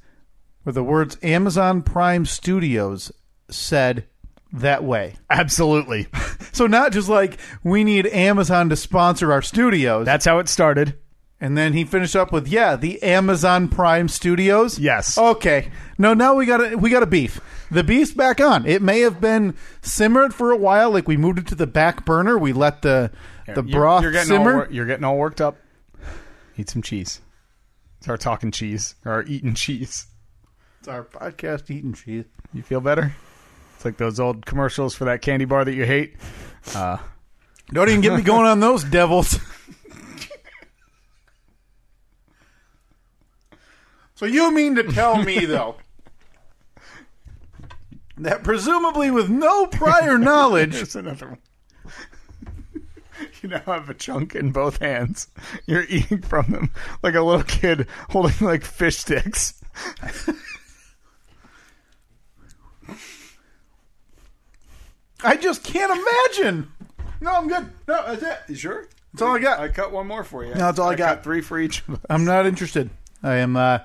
Speaker 2: were the words Amazon Prime Studios said that way?
Speaker 1: Absolutely.
Speaker 2: So not just like we need Amazon to sponsor our studios.
Speaker 1: That's how it started.
Speaker 2: and then he finished up with yeah, the Amazon Prime Studios.
Speaker 1: Yes.
Speaker 2: Okay. No, now we got a we got a beef. The beef's back on. It may have been simmered for a while, like we moved it to the back burner. We let the the
Speaker 1: You-
Speaker 2: broth
Speaker 1: you're getting
Speaker 2: simmer.
Speaker 1: All, wor- you're getting all worked up. Eat some cheese. Start talking cheese or eating cheese.
Speaker 2: It's our podcast eating cheese.
Speaker 1: You feel better? It's like those old commercials for that candy bar that you hate.
Speaker 2: Don't even get me going on those devils. so you mean to tell me though that presumably with no prior knowledge
Speaker 1: There's another one. you now have a chunk in both hands. You're eating from them like a little kid holding like fish sticks.
Speaker 2: I just can't imagine. No, I'm good. No, that's it.
Speaker 1: You sure?
Speaker 2: That's all I got.
Speaker 1: I cut one more for you.
Speaker 2: No, that's all I got.
Speaker 1: Three for each. of us.
Speaker 2: I'm not interested. I am uh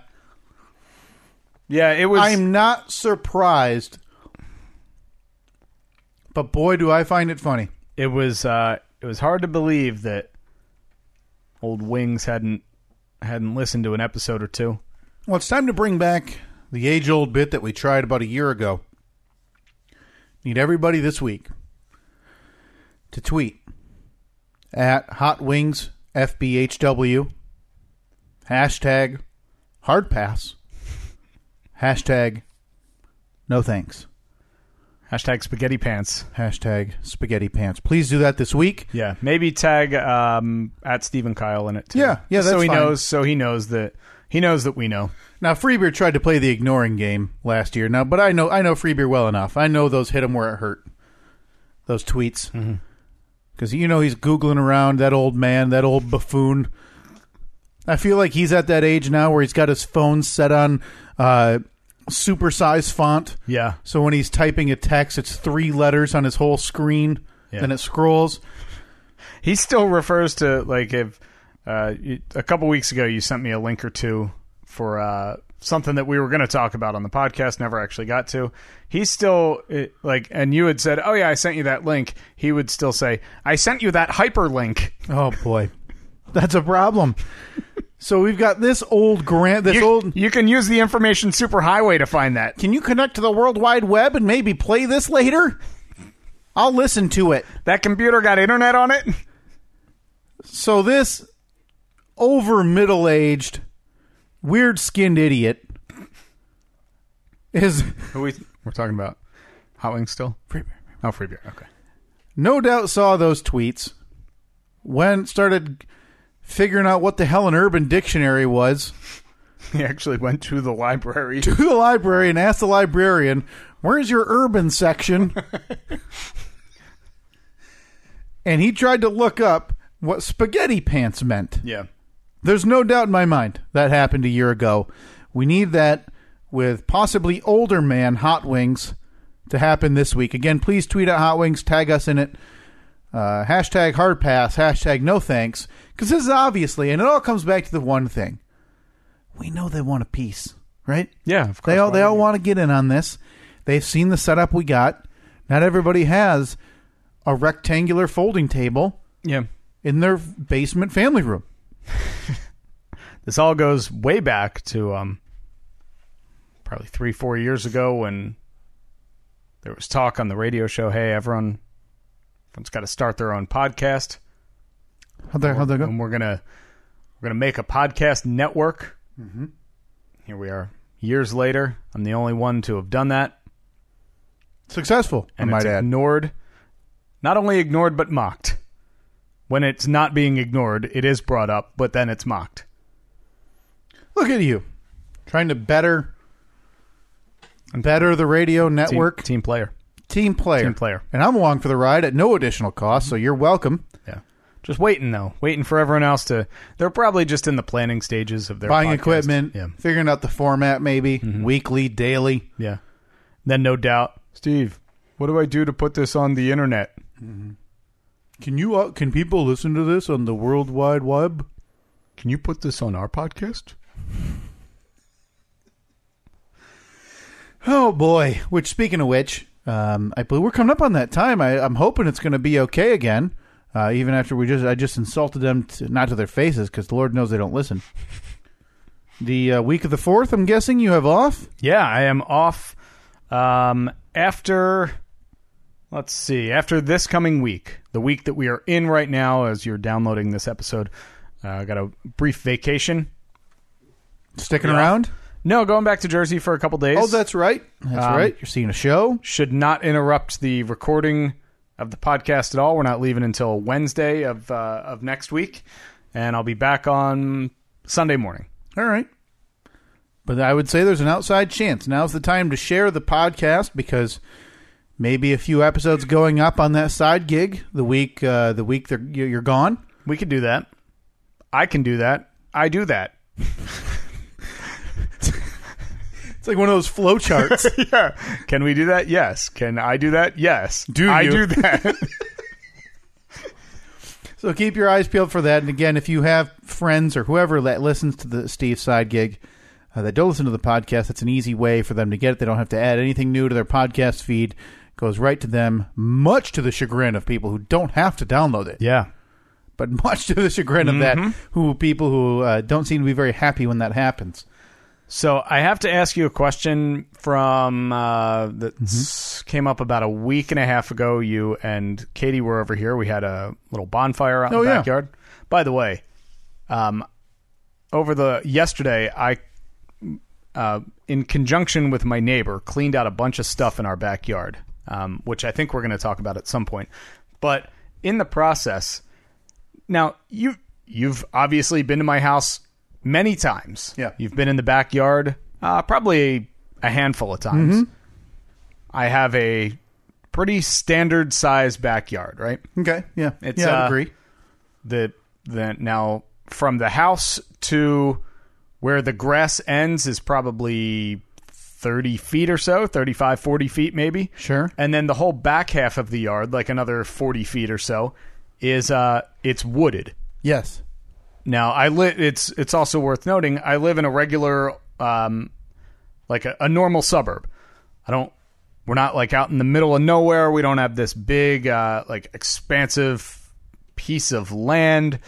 Speaker 1: Yeah, it was.
Speaker 2: I'm not surprised. But boy do I find it funny.
Speaker 1: It was. Uh, it was hard to believe that old Wings hadn't hadn't listened to an episode or two.
Speaker 2: Well, it's time to bring back the age old bit that we tried about a year ago. Need everybody this week to tweet at Hot Wings FBHW, hashtag hard pass, hashtag no thanks,
Speaker 1: Hashtag spaghetti pants.
Speaker 2: hashtag spaghetti pants. Please do that this week.
Speaker 1: Yeah, maybe tag um, at Stephen Kyle in it too.
Speaker 2: Yeah, yeah,
Speaker 1: Just so
Speaker 2: that's
Speaker 1: he
Speaker 2: fine.
Speaker 1: knows. So he knows that he knows that we know.
Speaker 2: Now, Freebeer tried to play the ignoring game last year. Now, but I know I know Freebeer well enough. I know those hit him where it hurt. Those tweets, because you know he's googling around that old man, that old buffoon. I feel like he's at that age now where he's got his phone set on uh, supersize font.
Speaker 1: Yeah,
Speaker 2: So when he's typing a text, it's three letters on his whole screen.
Speaker 1: Yeah.
Speaker 2: Then it scrolls.
Speaker 1: he still refers to like if uh, you- a couple weeks ago you sent me a link or two for uh, something that we were going to talk about on the podcast, never actually got to. He's still eh, like, and you had said, "Oh yeah, I sent you that link." He would still say, "I sent you that hyperlink."
Speaker 2: Oh boy, that's a problem. So we've got this old grant. This
Speaker 1: You,
Speaker 2: old.
Speaker 1: you can use the information superhighway to find that.
Speaker 2: Can you connect to the World Wide Web and maybe play this later? I'll listen to it.
Speaker 1: That computer got internet on it.
Speaker 2: So this over middle aged, weird skinned idiot is
Speaker 1: Who we we're talking about? Hot wings still? Free beer. Oh, free beer. Okay.
Speaker 2: no doubt saw those tweets when started figuring out what the hell an urban dictionary was.
Speaker 1: He actually went to the library.
Speaker 2: to the library and ask the librarian, "Where's your urban section?" and he tried to look up what spaghetti pants meant.
Speaker 1: Yeah.
Speaker 2: There's no doubt in my mind that happened a year ago. We need that with possibly older man hot wings to happen this week. Again, please tweet at hot wings, tag us in it. Uh, hashtag hard pass, hashtag no thanks, because this is obviously, and it all comes back to the one thing: we know they want a piece, right?
Speaker 1: Yeah. Of course.
Speaker 2: They all they all want to get in on this. They've seen the setup we got. Not everybody has a rectangular folding table
Speaker 1: Yeah.
Speaker 2: in their basement family room.
Speaker 1: this all goes way back to um, probably three, four years ago when there was talk on the radio show. Hey, everyone, everyone's got to start their own podcast,
Speaker 2: How'd that, how'd that go?
Speaker 1: and we're gonna we're gonna make a podcast network. Mm-hmm. Here we are, years later. I'm the only one to have done that,
Speaker 2: Successful, I
Speaker 1: and
Speaker 2: might
Speaker 1: it's
Speaker 2: add.
Speaker 1: ignored. Not only ignored, but mocked. When it's not being ignored, it is brought up, but then it's mocked.
Speaker 2: Look at you, trying to better, better the radio
Speaker 1: Team-
Speaker 2: network, team,
Speaker 1: team player.
Speaker 2: player,
Speaker 1: team player.
Speaker 2: and I'm along for the ride at no additional cost. So you're welcome.
Speaker 1: Yeah. Just waiting though, waiting for everyone else to. They're probably just in the planning stages of their
Speaker 2: Buying
Speaker 1: podcast.
Speaker 2: equipment,
Speaker 1: Yeah, Mm-hmm.
Speaker 2: figuring out the format, maybe weekly, daily.
Speaker 1: yeah. Then no doubt, Steve. What do I do to put this on the internet?
Speaker 2: Can you? Uh, can people listen to this on the World Wide Web?
Speaker 1: Can you put this on our podcast?
Speaker 2: Oh boy! Which, speaking of which, um, I believe we're coming up on that time. I, I'm hoping it's going to be okay again, uh, even after we just I just insulted them to, not to their faces because Lord knows they don't listen. The uh, week of the fourth, I'm guessing you have off.
Speaker 1: Yeah, I am off. Um, after, let's see, after this coming week, the week that we are in right now, as you're downloading this episode, uh, I got a brief vacation.
Speaker 2: Sticking around.
Speaker 1: No, going back to Jersey for a couple days.
Speaker 2: Oh, that's right. That's right. Um, You're seeing a show.
Speaker 1: should not interrupt the recording of the podcast at all. We're not leaving until Wednesday of uh, of next week, and I'll be back on Sunday morning.
Speaker 2: All right. But I would say there's an outside chance. Now's the time to share the podcast because maybe a few episodes going up on that side gig the week uh, the week they're- you're you're gone.
Speaker 1: We could do that. I can do that. I do that.
Speaker 2: It's like one of those flow charts.
Speaker 1: yeah. Can we do that? Yes. Can I do that? Yes.
Speaker 2: Do
Speaker 1: I
Speaker 2: you?
Speaker 1: do that?
Speaker 2: So keep your eyes peeled for that. And again, if you have friends or whoever that listens to the Steve side gig uh, that don't listen to the podcast, that's an easy way for them to get it. They don't have to add anything new to their podcast feed. Goes right to them, much to the chagrin of people who don't have to download it.
Speaker 1: yeah.
Speaker 2: But much to the chagrin of that, who people who uh, don't seem to be very happy when that happens.
Speaker 1: So I have to ask you a question from uh, that
Speaker 2: Mm-hmm.
Speaker 1: s- came up about a week and a half ago. You and Katie were over here. We had a little bonfire out
Speaker 2: Oh,
Speaker 1: in the
Speaker 2: yeah.
Speaker 1: backyard. By the way, um, over the yesterday, I, uh, in conjunction with my neighbor, cleaned out a bunch of stuff in our backyard, um, which I think we're going to talk about at some point. But in the process, now you you've obviously been to my house many times.
Speaker 2: Yeah.
Speaker 1: you've been in the backyard uh, probably a handful of times. I have a pretty standard size backyard, right?
Speaker 2: Okay, yeah,
Speaker 1: It's,
Speaker 2: yeah, I
Speaker 1: uh,
Speaker 2: agree.
Speaker 1: the the now from the house to where the grass ends is probably 30 feet or so 35 40 feet maybe
Speaker 2: Sure.
Speaker 1: and then the whole back half of the yard like another 40 feet or so is uh it's wooded
Speaker 2: Yes,
Speaker 1: now I li- it's it's also worth noting I live in a regular um, like a, a normal suburb. I don't. We're not like out in the middle of nowhere. We don't have this big, uh, like expansive piece of land.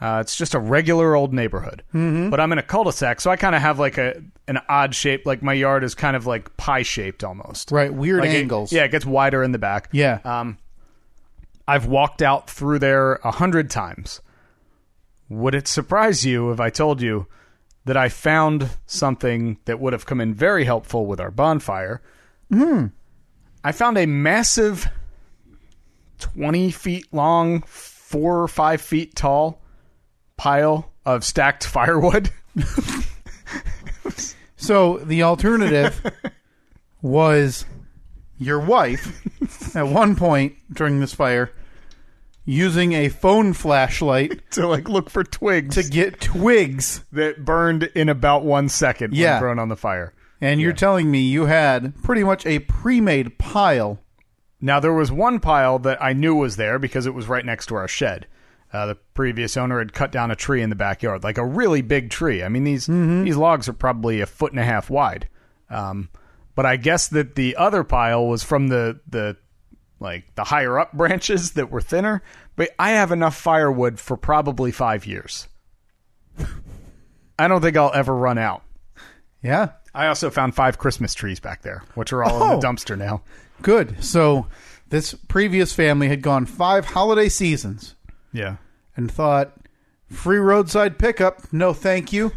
Speaker 1: Uh, it's just a regular old neighborhood. But I'm in a cul-de-sac, so I kind of have like a an odd shape. Like my yard is kind of like pie shaped almost.
Speaker 2: Right, weird
Speaker 1: Like it-
Speaker 2: angles.
Speaker 1: yeah, it gets wider in the back.
Speaker 2: yeah.
Speaker 1: Um, I've walked out through there a hundred times. Would it surprise you if I told you that I found something that would have come in very helpful with our bonfire?
Speaker 2: Hmm.
Speaker 1: I found a massive, twenty feet long, four or five feet tall pile of stacked firewood.
Speaker 2: So the alternative was your wife at one point during this fire using a phone flashlight
Speaker 1: to like look for twigs
Speaker 2: to get twigs.
Speaker 1: that burned in about one second
Speaker 2: Yeah.
Speaker 1: when thrown on the fire.
Speaker 2: And you're telling me you had pretty much a pre-made pile.
Speaker 1: Now there was one pile that I knew was there because it was right next to our shed. Uh, the previous owner had cut down a tree in the backyard, like a really big tree. I mean these these logs are probably a foot and a half wide. Um, but I guess that the other pile was from the the like the higher up branches that were thinner. But I have enough firewood for probably five years. I don't think I'll ever run out.
Speaker 2: Yeah.
Speaker 1: I also found five Christmas trees back there, which are all in
Speaker 2: Oh.
Speaker 1: the dumpster now.
Speaker 2: Good. So this previous family had gone 5 holiday seasons
Speaker 1: Yeah.
Speaker 2: and thought free roadside pickup, no thank you.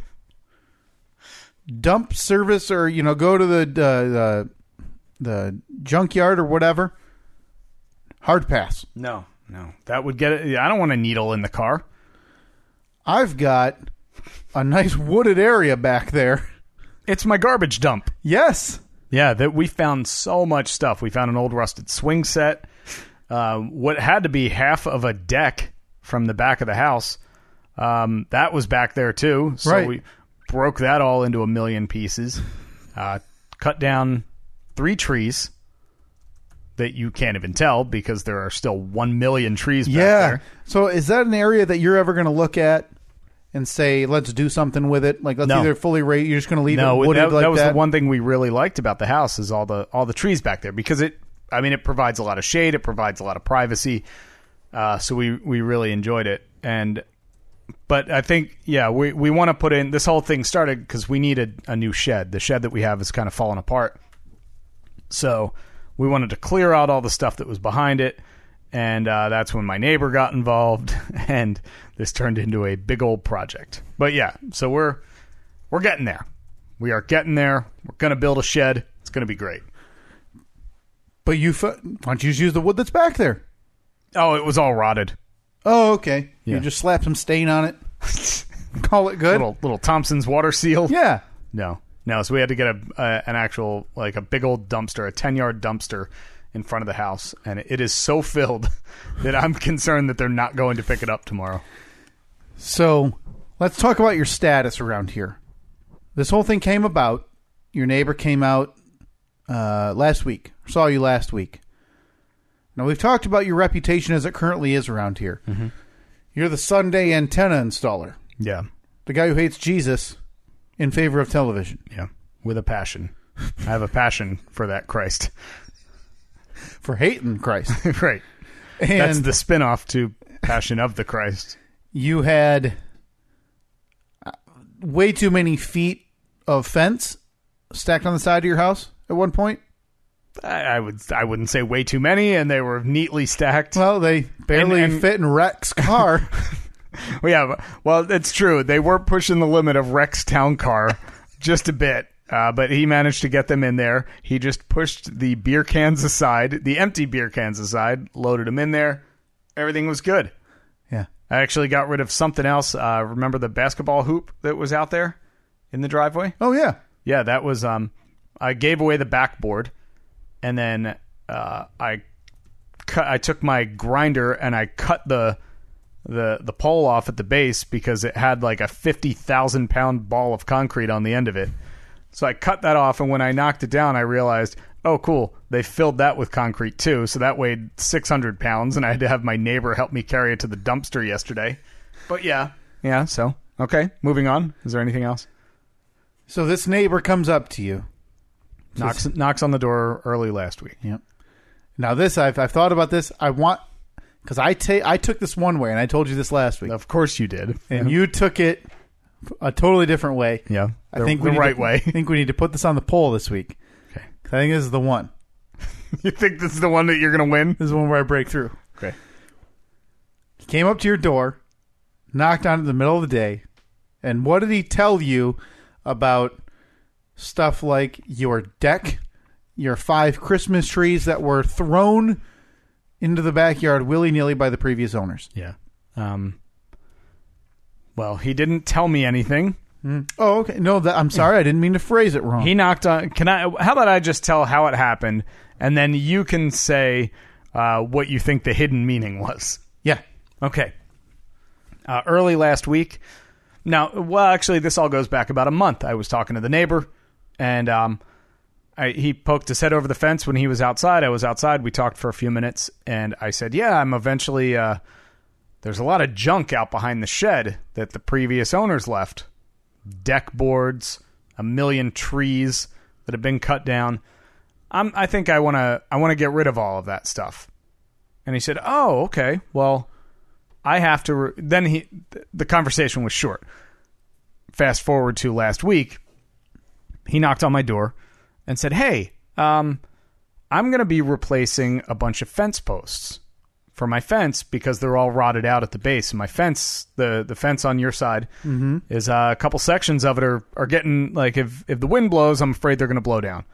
Speaker 2: Dump service or you know go to the uh, the the, the junkyard or whatever. Hard pass.
Speaker 1: No, no, that would get it. I don't want a needle in the car.
Speaker 2: I've got a nice wooded area back there.
Speaker 1: It's my garbage dump.
Speaker 2: Yes.
Speaker 1: Yeah, that we found so much stuff. We found an old rusted swing set, uh, what had to be half of a deck from the back of the house. Um, that was back there too. So
Speaker 2: Right.
Speaker 1: we broke that all into a million pieces. Uh, cut down three trees that you can't even tell because there are still one million trees. Back
Speaker 2: Yeah.
Speaker 1: there.
Speaker 2: So is that an area that you're ever going to look at and say let's do something with it? Like let's
Speaker 1: No.
Speaker 2: either fully rate you're just going to leave
Speaker 1: No,
Speaker 2: it wooded
Speaker 1: that,
Speaker 2: like
Speaker 1: that was the one thing we really liked about the house is all the all the trees back there because it. I mean, it provides a lot of shade. It provides a lot of privacy. Uh, so we we really enjoyed it. And but I think yeah, we we want to put in this whole thing started because we needed a new shed. The shed that we have is kind of falling apart. So we wanted to clear out all the stuff that was behind it. And uh, that's when my neighbor got involved, and this turned into a big old project. But yeah, so we're we're getting there. We are getting there. We're going to build a shed. It's going to be great.
Speaker 2: But you f- why don't you just use the wood that's back there?
Speaker 1: Oh, it was all rotted.
Speaker 2: Oh, okay.
Speaker 1: Yeah.
Speaker 2: You just slap some stain on it. Call it good.
Speaker 1: Little little Thompson's water seal.
Speaker 2: Yeah.
Speaker 1: No, no. So we had to get a uh, an actual like a big old dumpster, a ten yard dumpster in front of the house, and it is so filled that I'm concerned that they're not going to pick it up tomorrow.
Speaker 2: So let's talk about your status around here. This whole thing came about. Your neighbor came out uh, last week, saw you last week. Now, we've talked about your reputation as it currently is around here.
Speaker 1: Mm-hmm.
Speaker 2: You're the Sunday antenna installer,
Speaker 1: Yeah,
Speaker 2: the guy who hates Jesus in favor of television.
Speaker 1: yeah. With a passion, I have a passion for that Christ.
Speaker 2: For hating Christ.
Speaker 1: right.
Speaker 2: And
Speaker 1: That's the spin off to Passion of the Christ.
Speaker 2: you had uh, way too many feet of fence stacked on the side of your house at one point.
Speaker 1: I, I would I wouldn't say way too many, and they were neatly stacked.
Speaker 2: Well, they barely
Speaker 1: And- and-
Speaker 2: fit in Rex's car.
Speaker 1: Well, yeah, but- well, it's true. They were pushing the limit of Rex Town Car just a bit, uh, but he managed to get them in there. He just pushed the beer cans aside, the empty beer cans aside, loaded them in there. Everything was good.
Speaker 2: yeah.
Speaker 1: I actually got rid of something else. Uh, remember the basketball hoop that was out there in the driveway?
Speaker 2: Oh yeah.
Speaker 1: Yeah, that was. Um, I gave away the backboard, and then uh, I cut. I took my grinder and I cut the the the pole off at the base because it had like a fifty thousand pound ball of concrete on the end of it. So I cut that off, and when I knocked it down, I realized, oh, cool, they filled that with concrete too. So that weighed six hundred pounds, and I had to have my neighbor help me carry it to the dumpster yesterday. But yeah, yeah. So okay, moving on. Is there anything else?
Speaker 2: So this neighbor comes up to you.
Speaker 1: Knocks knocks on the door early last week.
Speaker 2: Yep. Now this I've I've thought about this. I want because I take I took this one way, and I told you this last week,
Speaker 1: Of course you did.
Speaker 2: and you took it a totally different way.
Speaker 1: yeah,
Speaker 2: I
Speaker 1: the-
Speaker 2: think
Speaker 1: the
Speaker 2: we need
Speaker 1: right
Speaker 2: to,
Speaker 1: way.
Speaker 2: I think we need to put this on the poll this week.
Speaker 1: Okay.
Speaker 2: 'Cause I think this is the one.
Speaker 1: you think this is the one that you're gonna win?
Speaker 2: This is the one where I break through.
Speaker 1: Okay.
Speaker 2: He came up to your door, knocked on it in the middle of the day, and what did he tell you about stuff like your deck, your five Christmas trees that were thrown into the backyard willy nilly by the previous owners?
Speaker 1: Yeah. Um. Well, he didn't tell me anything.
Speaker 2: Oh, okay. No, that, I'm sorry. I didn't mean to phrase it wrong.
Speaker 1: He knocked on. Can I? How about I just tell how it happened, and then you can say uh, what you think the hidden meaning was.
Speaker 2: yeah.
Speaker 1: Okay. Uh, early last week. Now, well, actually, this all goes back about a month. I was talking to the neighbor, and um, I, he poked his head over the fence when he was outside. I was outside. We talked for a few minutes, and I said, "Yeah, I'm eventually." Uh, there's a lot of junk out behind the shed that the previous owners left. Deck boards, a million trees that have been cut down. I'm, I think I want to. I want to get rid of all of that stuff. And he said, "Oh, okay. Well." I have to. Re- then he, th- the conversation was short. Fast forward to last week, he knocked on my door and said, "Hey, um, I'm going to be replacing a bunch of fence posts for my fence because they're all rotted out at the base. And my fence, the the fence on your side, is uh, a couple sections of it are are getting like if if the wind blows, I'm afraid they're going to blow down."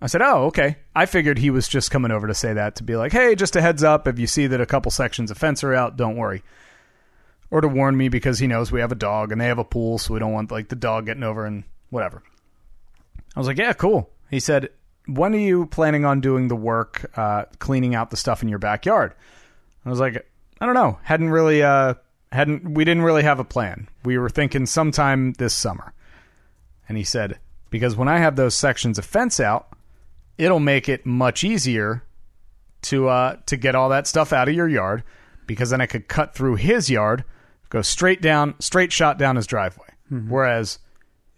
Speaker 1: I said, "Oh, okay." I figured he was just coming over to say that to be like, "Hey, just a heads up. If you see that a couple sections of fence are out, don't worry." Or to warn me because he knows we have a dog and they have a pool, so we don't want like the dog getting over and whatever. I was like, "Yeah, cool." He said, "When are you planning on doing the work, uh, cleaning out the stuff in your backyard?" I was like, "I don't know. Hadn't really, uh, hadn't we didn't really have a plan. We were thinking sometime this summer." And he said, "Because when I have those sections of fence out." it'll make it much easier to uh, to get all that stuff out of your yard because then I could cut through his yard, go straight down, straight shot down his driveway. Whereas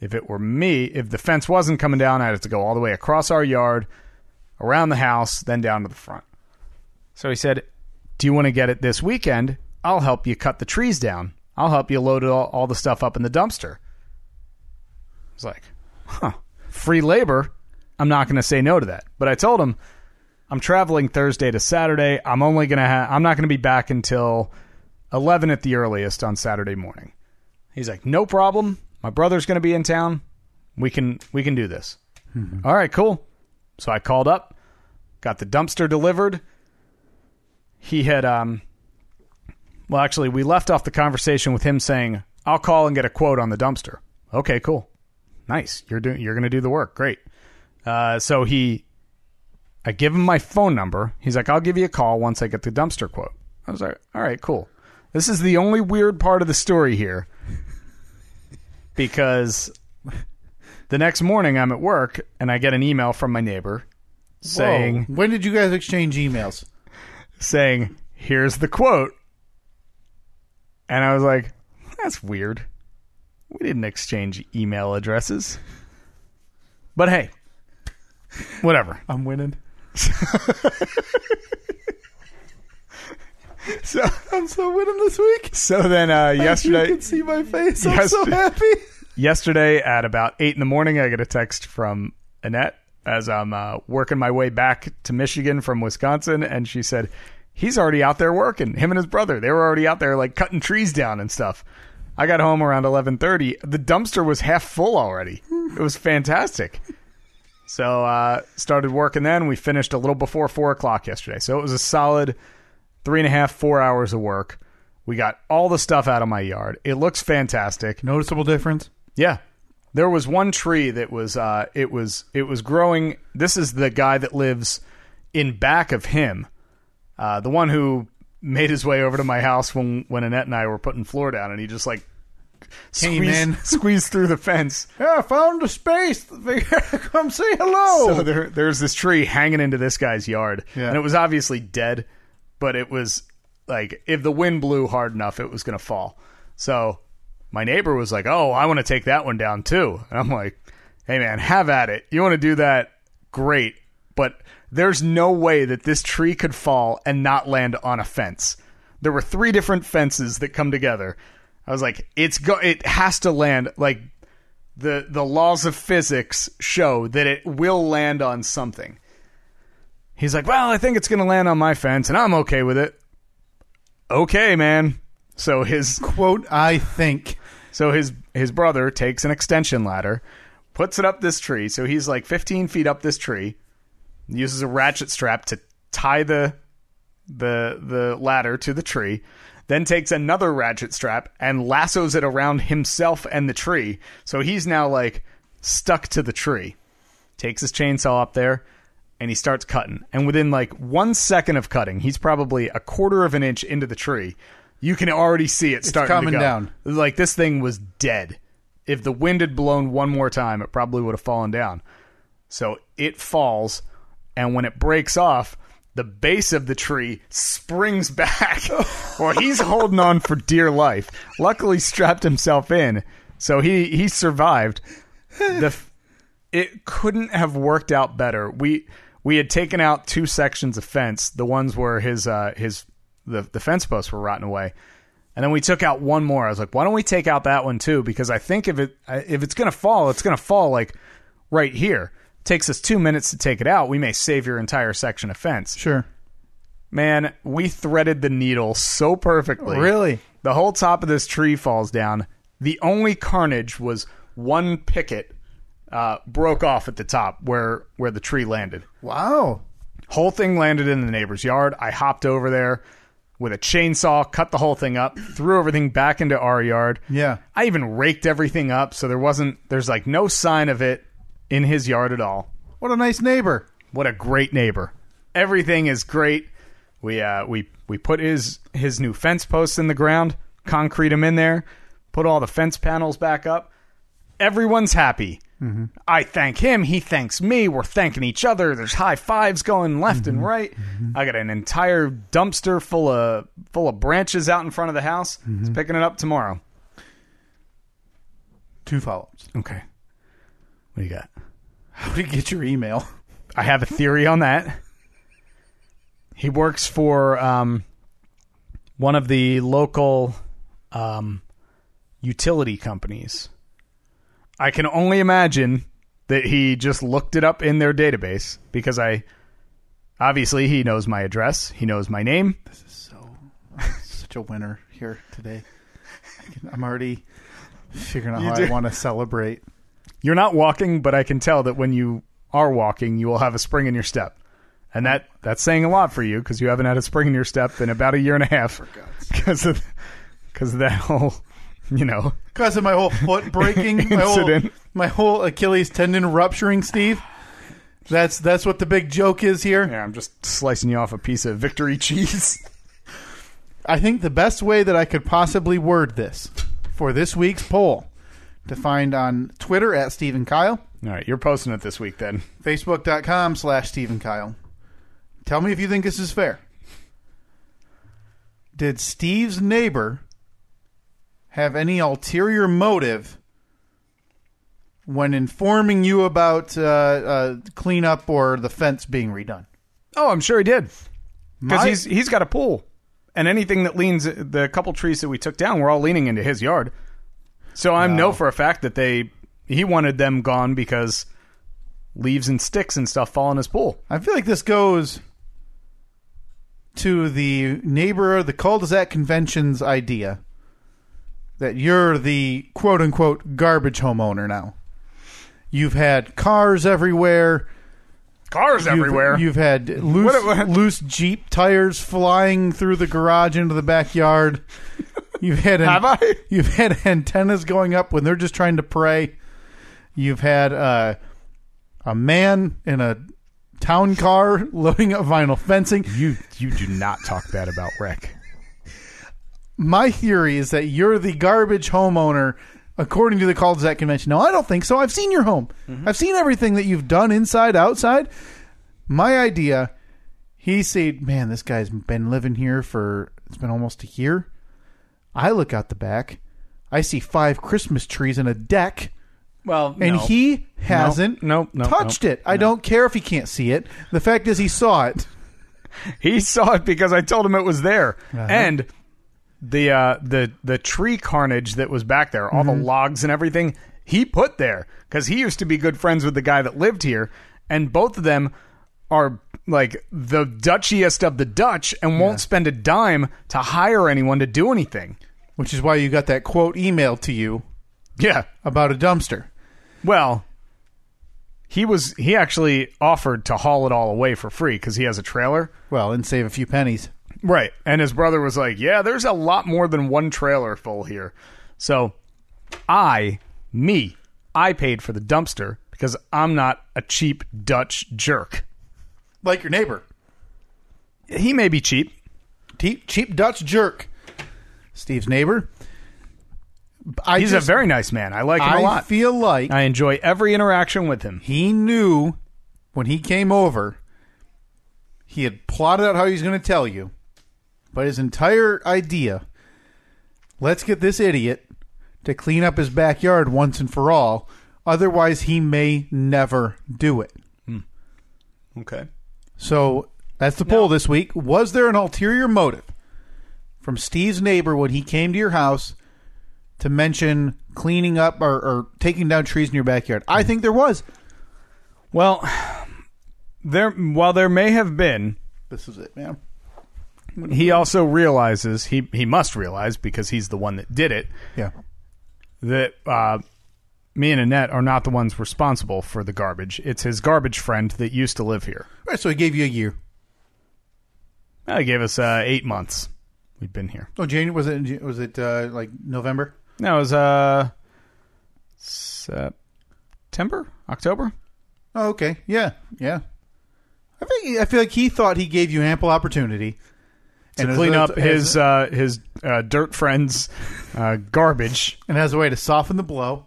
Speaker 1: if it were me, if the fence wasn't coming down, I'd have to go all the way across our yard, around the house, then down to the front. So he said, "Do you want to get it this weekend? I'll help you cut the trees down. I'll help you load it all, all the stuff up in the dumpster." I was like, "Huh, free labor." I'm not going to say no to that. But I told him I'm traveling Thursday to Saturday. I'm only going to ha- I'm not going to be back until 11 at the earliest on Saturday morning. He's like, "No problem. My brother's going to be in town. We can we can do this." All right, cool. So I called up, got the dumpster delivered. He had um well, actually, we left off the conversation with him saying, "I'll call and get a quote on the dumpster." Okay, cool. Nice. You're doing you're going to do the work. Great. Uh, so he, I give him my phone number. He's like, I'll give you a call once I get the dumpster quote. I was like, all right, cool. This is the only weird part of the story here because the next morning I'm at work and I get an email from my neighbor saying,
Speaker 2: Whoa. When did you guys exchange emails?
Speaker 1: saying, "Here's the quote," and I was like, "That's weird. We didn't exchange email addresses." But hey, whatever.
Speaker 2: I'm winning.
Speaker 1: So,
Speaker 2: I'm so winning this week.
Speaker 1: so then uh,
Speaker 2: You
Speaker 1: yesterday,
Speaker 2: can see my face. I'm
Speaker 1: Yes-
Speaker 2: so happy.
Speaker 1: yesterday at about eight in the morning, I get a text from Annette as I'm uh, working my way back to Michigan from Wisconsin, and she said. He's already out there working. Him and his brother, they were already out there like cutting trees down and stuff. I got home around 11:30. The dumpster was half full already. It was fantastic. So uh, started working then. We finished a little before four o'clock yesterday. So it was a solid three and a half, four hours of work. We got all the stuff out of my yard. It looks fantastic.
Speaker 2: Noticeable difference.
Speaker 1: Yeah. There was one tree that was uh it was it was growing. This is the guy that lives in back of him. Uh the one who made his way over to my house when when Annette and I were putting floor down and he just like
Speaker 2: Came
Speaker 1: squeezed,
Speaker 2: in.
Speaker 1: squeezed through the fence.
Speaker 2: Yeah, I found a space. Come say hello.
Speaker 1: So there, there's this tree hanging into this guy's yard,
Speaker 2: Yeah.
Speaker 1: and it was obviously dead, but it was like if the wind blew hard enough, it was going to fall. So my neighbor was like, "Oh, I want to take that one down too." And I'm like, "Hey man, have at it. You want to do that? Great. But there's no way that this tree could fall and not land on a fence. There were three different fences that come together. I was like, "It's go it has to land like the the laws of physics show that it will land on something." He's like, "Well, I think it's going to land on my fence and I'm okay with it." Okay, man. So his
Speaker 2: Quote, I think.
Speaker 1: so his his brother takes an extension ladder, puts it up this tree. So he's like 15 feet up this tree, uses a ratchet strap to tie the the the ladder to the tree, then takes another ratchet strap and lassos it around himself and the tree. So he's now like stuck to the tree. Takes his chainsaw up there and he starts cutting. And within like 1 second of cutting, he's probably a quarter of an inch into the tree. You can already see it starting
Speaker 2: coming
Speaker 1: to go.
Speaker 2: down.
Speaker 1: Like this thing was dead. If the wind had blown one more time, it probably would have fallen down. So it falls, and when it breaks off, the base of the tree springs back. well, he's holding on for dear life. Luckily, strapped himself in, so he he survived. The f- it couldn't have worked out better. We we had taken out two sections of fence, the ones where his uh his the the fence posts were rotting away. And then we took out one more. I was like, why don't we take out that one too? Because I think if it if it's gonna fall, it's gonna fall like right here. Takes us two minutes to take it out. We may save your entire section of fence.
Speaker 2: Sure.
Speaker 1: Man, we threaded the needle so perfectly.
Speaker 2: Really?
Speaker 1: The whole top of this tree falls down. The only carnage was one picket uh, broke off at the top where where the tree landed.
Speaker 2: Wow.
Speaker 1: Whole thing landed in the neighbor's yard. I hopped over there with a chainsaw, cut the whole thing up, threw everything back into our yard.
Speaker 2: Yeah.
Speaker 1: I even raked everything up so there wasn't there's like no sign of it in his yard at all.
Speaker 2: What a nice neighbor.
Speaker 1: What a great neighbor. Everything is great. We uh we we put his his new fence posts in the ground, concrete him in there, put all the fence panels back up. Everyone's happy. I thank him. He thanks me. We're thanking each other. There's high fives going left and right. I got an entire dumpster full of full of branches out in front of the house. He's picking it up tomorrow.
Speaker 2: Two follow ups.
Speaker 1: Okay. What do you got?
Speaker 2: How did you get your email?
Speaker 1: I have a theory on that. He works for um, one of the local um, utility companies. I can only imagine that he just looked it up in their database because I obviously he knows my address, he knows my name.
Speaker 2: So, such a winner here today. I can- I'm already figuring out
Speaker 1: You
Speaker 2: how I
Speaker 1: do.
Speaker 2: want to celebrate.
Speaker 1: You're not walking, but I can tell that when you are walking, you will have a spring in your step. And that that's saying a lot for you because you haven't had a spring in your step in about a year and a half because of because of that whole you know
Speaker 2: Because of my whole foot breaking, my whole,
Speaker 1: Incident.
Speaker 2: my whole Achilles tendon rupturing, Steve. That's that's what the big joke is here.
Speaker 1: yeah I'm just slicing you off a piece of victory cheese.
Speaker 2: I think the best way that I could possibly word this for this week's poll to find on Twitter at Stephen Kyle,
Speaker 1: All right, you're posting it this week then.
Speaker 2: Facebook.com slash Stephen Kyle. Tell me if you think this is fair. Did Steve's neighbor have any ulterior motive when informing you about uh, uh, cleanup or the fence being redone?
Speaker 1: Oh, I'm sure he did because
Speaker 2: My-
Speaker 1: he's he's got a pool and anything that leans the couple trees that we took down were all leaning into his yard. So I know for a fact that they he wanted them gone because leaves and sticks and stuff fall in his pool.
Speaker 2: I feel like this goes to the neighbor, the cul-de-sac convention's idea that you're the quote unquote garbage homeowner now. You've had cars everywhere.
Speaker 1: Cars
Speaker 2: You've-
Speaker 1: everywhere.
Speaker 2: You've, had loose,
Speaker 1: What- what-
Speaker 2: loose Jeep tires flying through the garage into the backyard. You've had an-
Speaker 1: Have I?
Speaker 2: You've had antennas going up when they're just trying to pray. You've had uh, a man in a town car loading up vinyl fencing.
Speaker 1: You you do not talk bad about Rick.
Speaker 2: My theory is that you're the garbage homeowner, according to the cul-de-sac convention. No, I don't think so. I've seen your home. I've seen everything that you've done inside, outside. My idea, he said, "Man, this guy's been living here for it's been almost a year." I look out the back. I see five Christmas trees in a deck,
Speaker 1: Well,
Speaker 2: and
Speaker 1: no.
Speaker 2: he hasn't
Speaker 1: Nope, nope,
Speaker 2: touched
Speaker 1: nope,
Speaker 2: it. I don't care if he can't see it. The fact is, he saw it.
Speaker 1: He saw it because I told him it was there. And the uh, the the tree carnage that was back there, all the logs and everything, he put there because he used to be good friends with the guy that lived here, and both of them are like the Dutchiest of the Dutch and won't spend a dime to hire anyone to do anything.
Speaker 2: Which is why you got that quote emailed to you
Speaker 1: Yeah.
Speaker 2: about a dumpster.
Speaker 1: Well, he was he actually offered to haul it all away for free because he has a trailer.
Speaker 2: Well, and save a few pennies.
Speaker 1: Right. And his brother was like, Yeah, there's a lot more than one trailer full here. So I, me, I paid for the dumpster because I'm not a cheap Dutch jerk.
Speaker 2: Like your neighbor.
Speaker 1: He may be cheap.
Speaker 2: Cheap, cheap Dutch jerk. Steve's neighbor. I
Speaker 1: He's
Speaker 2: just-
Speaker 1: a very nice man. I like him a
Speaker 2: I
Speaker 1: lot.
Speaker 2: feel like
Speaker 1: I enjoy every interaction with him.
Speaker 2: he knew when he came over, he had plotted out how he was going to tell you. But his entire idea let's get this idiot to clean up his backyard once and for all. Otherwise, he may never do it.
Speaker 1: Okay.
Speaker 2: So that's the poll this week. Was there an ulterior motive from Steve's neighbor when he came to your house to mention cleaning up or, or taking down trees in your backyard? I think there was.
Speaker 1: Well, there while there may have been,
Speaker 2: This is it, man.
Speaker 1: he also realizes he he must realize because he's the one that did it
Speaker 2: Yeah.
Speaker 1: that uh, me and Annette are not the ones responsible for the garbage. It's his garbage friend that used to live here.
Speaker 2: All right, so he gave you a year.
Speaker 1: That gave us uh, eight months. We've been here.
Speaker 2: Oh, January was it? in Jan- Was it uh, like November?
Speaker 1: No, it was uh, September, October.
Speaker 2: Oh, okay. Yeah, yeah. I think I feel like he thought he gave you ample opportunity
Speaker 1: To
Speaker 2: And as
Speaker 1: clean
Speaker 2: a-
Speaker 1: up
Speaker 2: as
Speaker 1: his
Speaker 2: a-
Speaker 1: uh, his uh, dirt friend's uh, garbage.
Speaker 2: and as a way to soften the blow,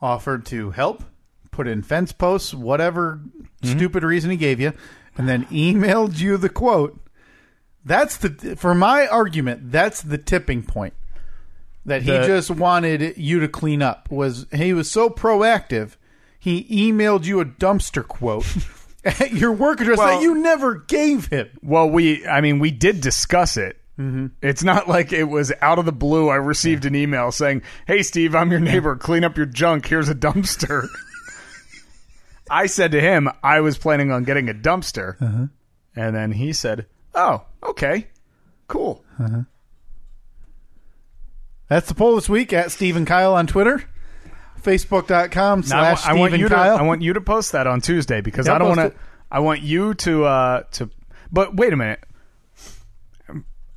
Speaker 2: offered to help, put in fence posts, whatever
Speaker 1: Mm-hmm.
Speaker 2: stupid reason he gave you, and then emailed you the quote. That's the for my argument. That's the tipping point. That he
Speaker 1: The-
Speaker 2: just wanted you to clean up was he was so proactive. He emailed you a dumpster quote at your work address
Speaker 1: Well-
Speaker 2: that you never gave him.
Speaker 1: Well, we I mean we did discuss it.
Speaker 2: Mm-hmm.
Speaker 1: It's not like it was out of the blue. I received an email saying, "Hey, Steve, I'm your neighbor. Clean up your junk. Here's a dumpster." I said to him, "I was planning on getting a dumpster,"
Speaker 2: Uh-huh.
Speaker 1: and then he said, "Oh, okay, cool."
Speaker 2: That's the poll this week at Steve and Kyle on Twitter, Facebook.com
Speaker 1: Now, I wa-
Speaker 2: slash
Speaker 1: I
Speaker 2: Steve
Speaker 1: want
Speaker 2: and
Speaker 1: you to
Speaker 2: Kyle.
Speaker 1: I want you to post that on Tuesday because
Speaker 2: Yeah,
Speaker 1: I don't
Speaker 2: post
Speaker 1: want
Speaker 2: it.
Speaker 1: to. I want you to uh, to. But wait a minute.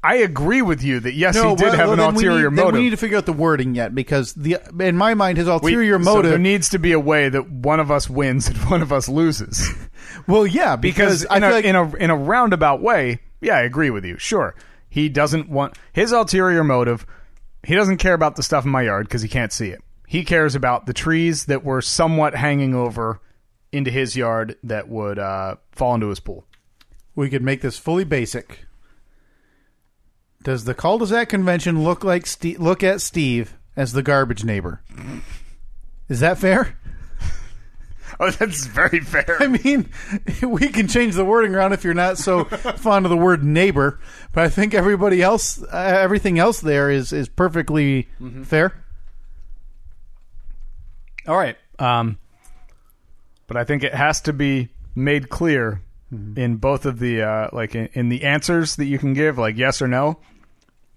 Speaker 1: I agree with you that yes, he did
Speaker 2: well-
Speaker 1: have
Speaker 2: well,
Speaker 1: an
Speaker 2: then we need-
Speaker 1: ulterior
Speaker 2: then
Speaker 1: motive.
Speaker 2: we need to figure out the wording yet because the in my mind his
Speaker 1: We-
Speaker 2: ulterior
Speaker 1: so
Speaker 2: motive.
Speaker 1: there needs to be a way that one of us wins and one of us loses.
Speaker 2: well, yeah, because,
Speaker 1: Because
Speaker 2: I
Speaker 1: in a,
Speaker 2: feel like
Speaker 1: in a in a roundabout way, yeah, I agree with you. Sure, he doesn't want his ulterior motive. He doesn't care about the stuff in my yard because he can't see it. He cares about the trees that were somewhat hanging over into his yard that would uh, fall into his pool.
Speaker 2: we could make this fully basic. Does the cul-de-sac convention look like Ste look at Steve as the garbage neighbor? Is that fair?
Speaker 1: Oh, that's very fair.
Speaker 2: I mean, we can change the wording around if you're not so fond of the word neighbor, but I think everybody else, uh, everything else there is is perfectly fair.
Speaker 1: Mm-hmm. All right. Um, but I think it has to be made clear
Speaker 2: Mm-hmm.
Speaker 1: in both of the uh, like in, in the answers that you can give, like yes or no.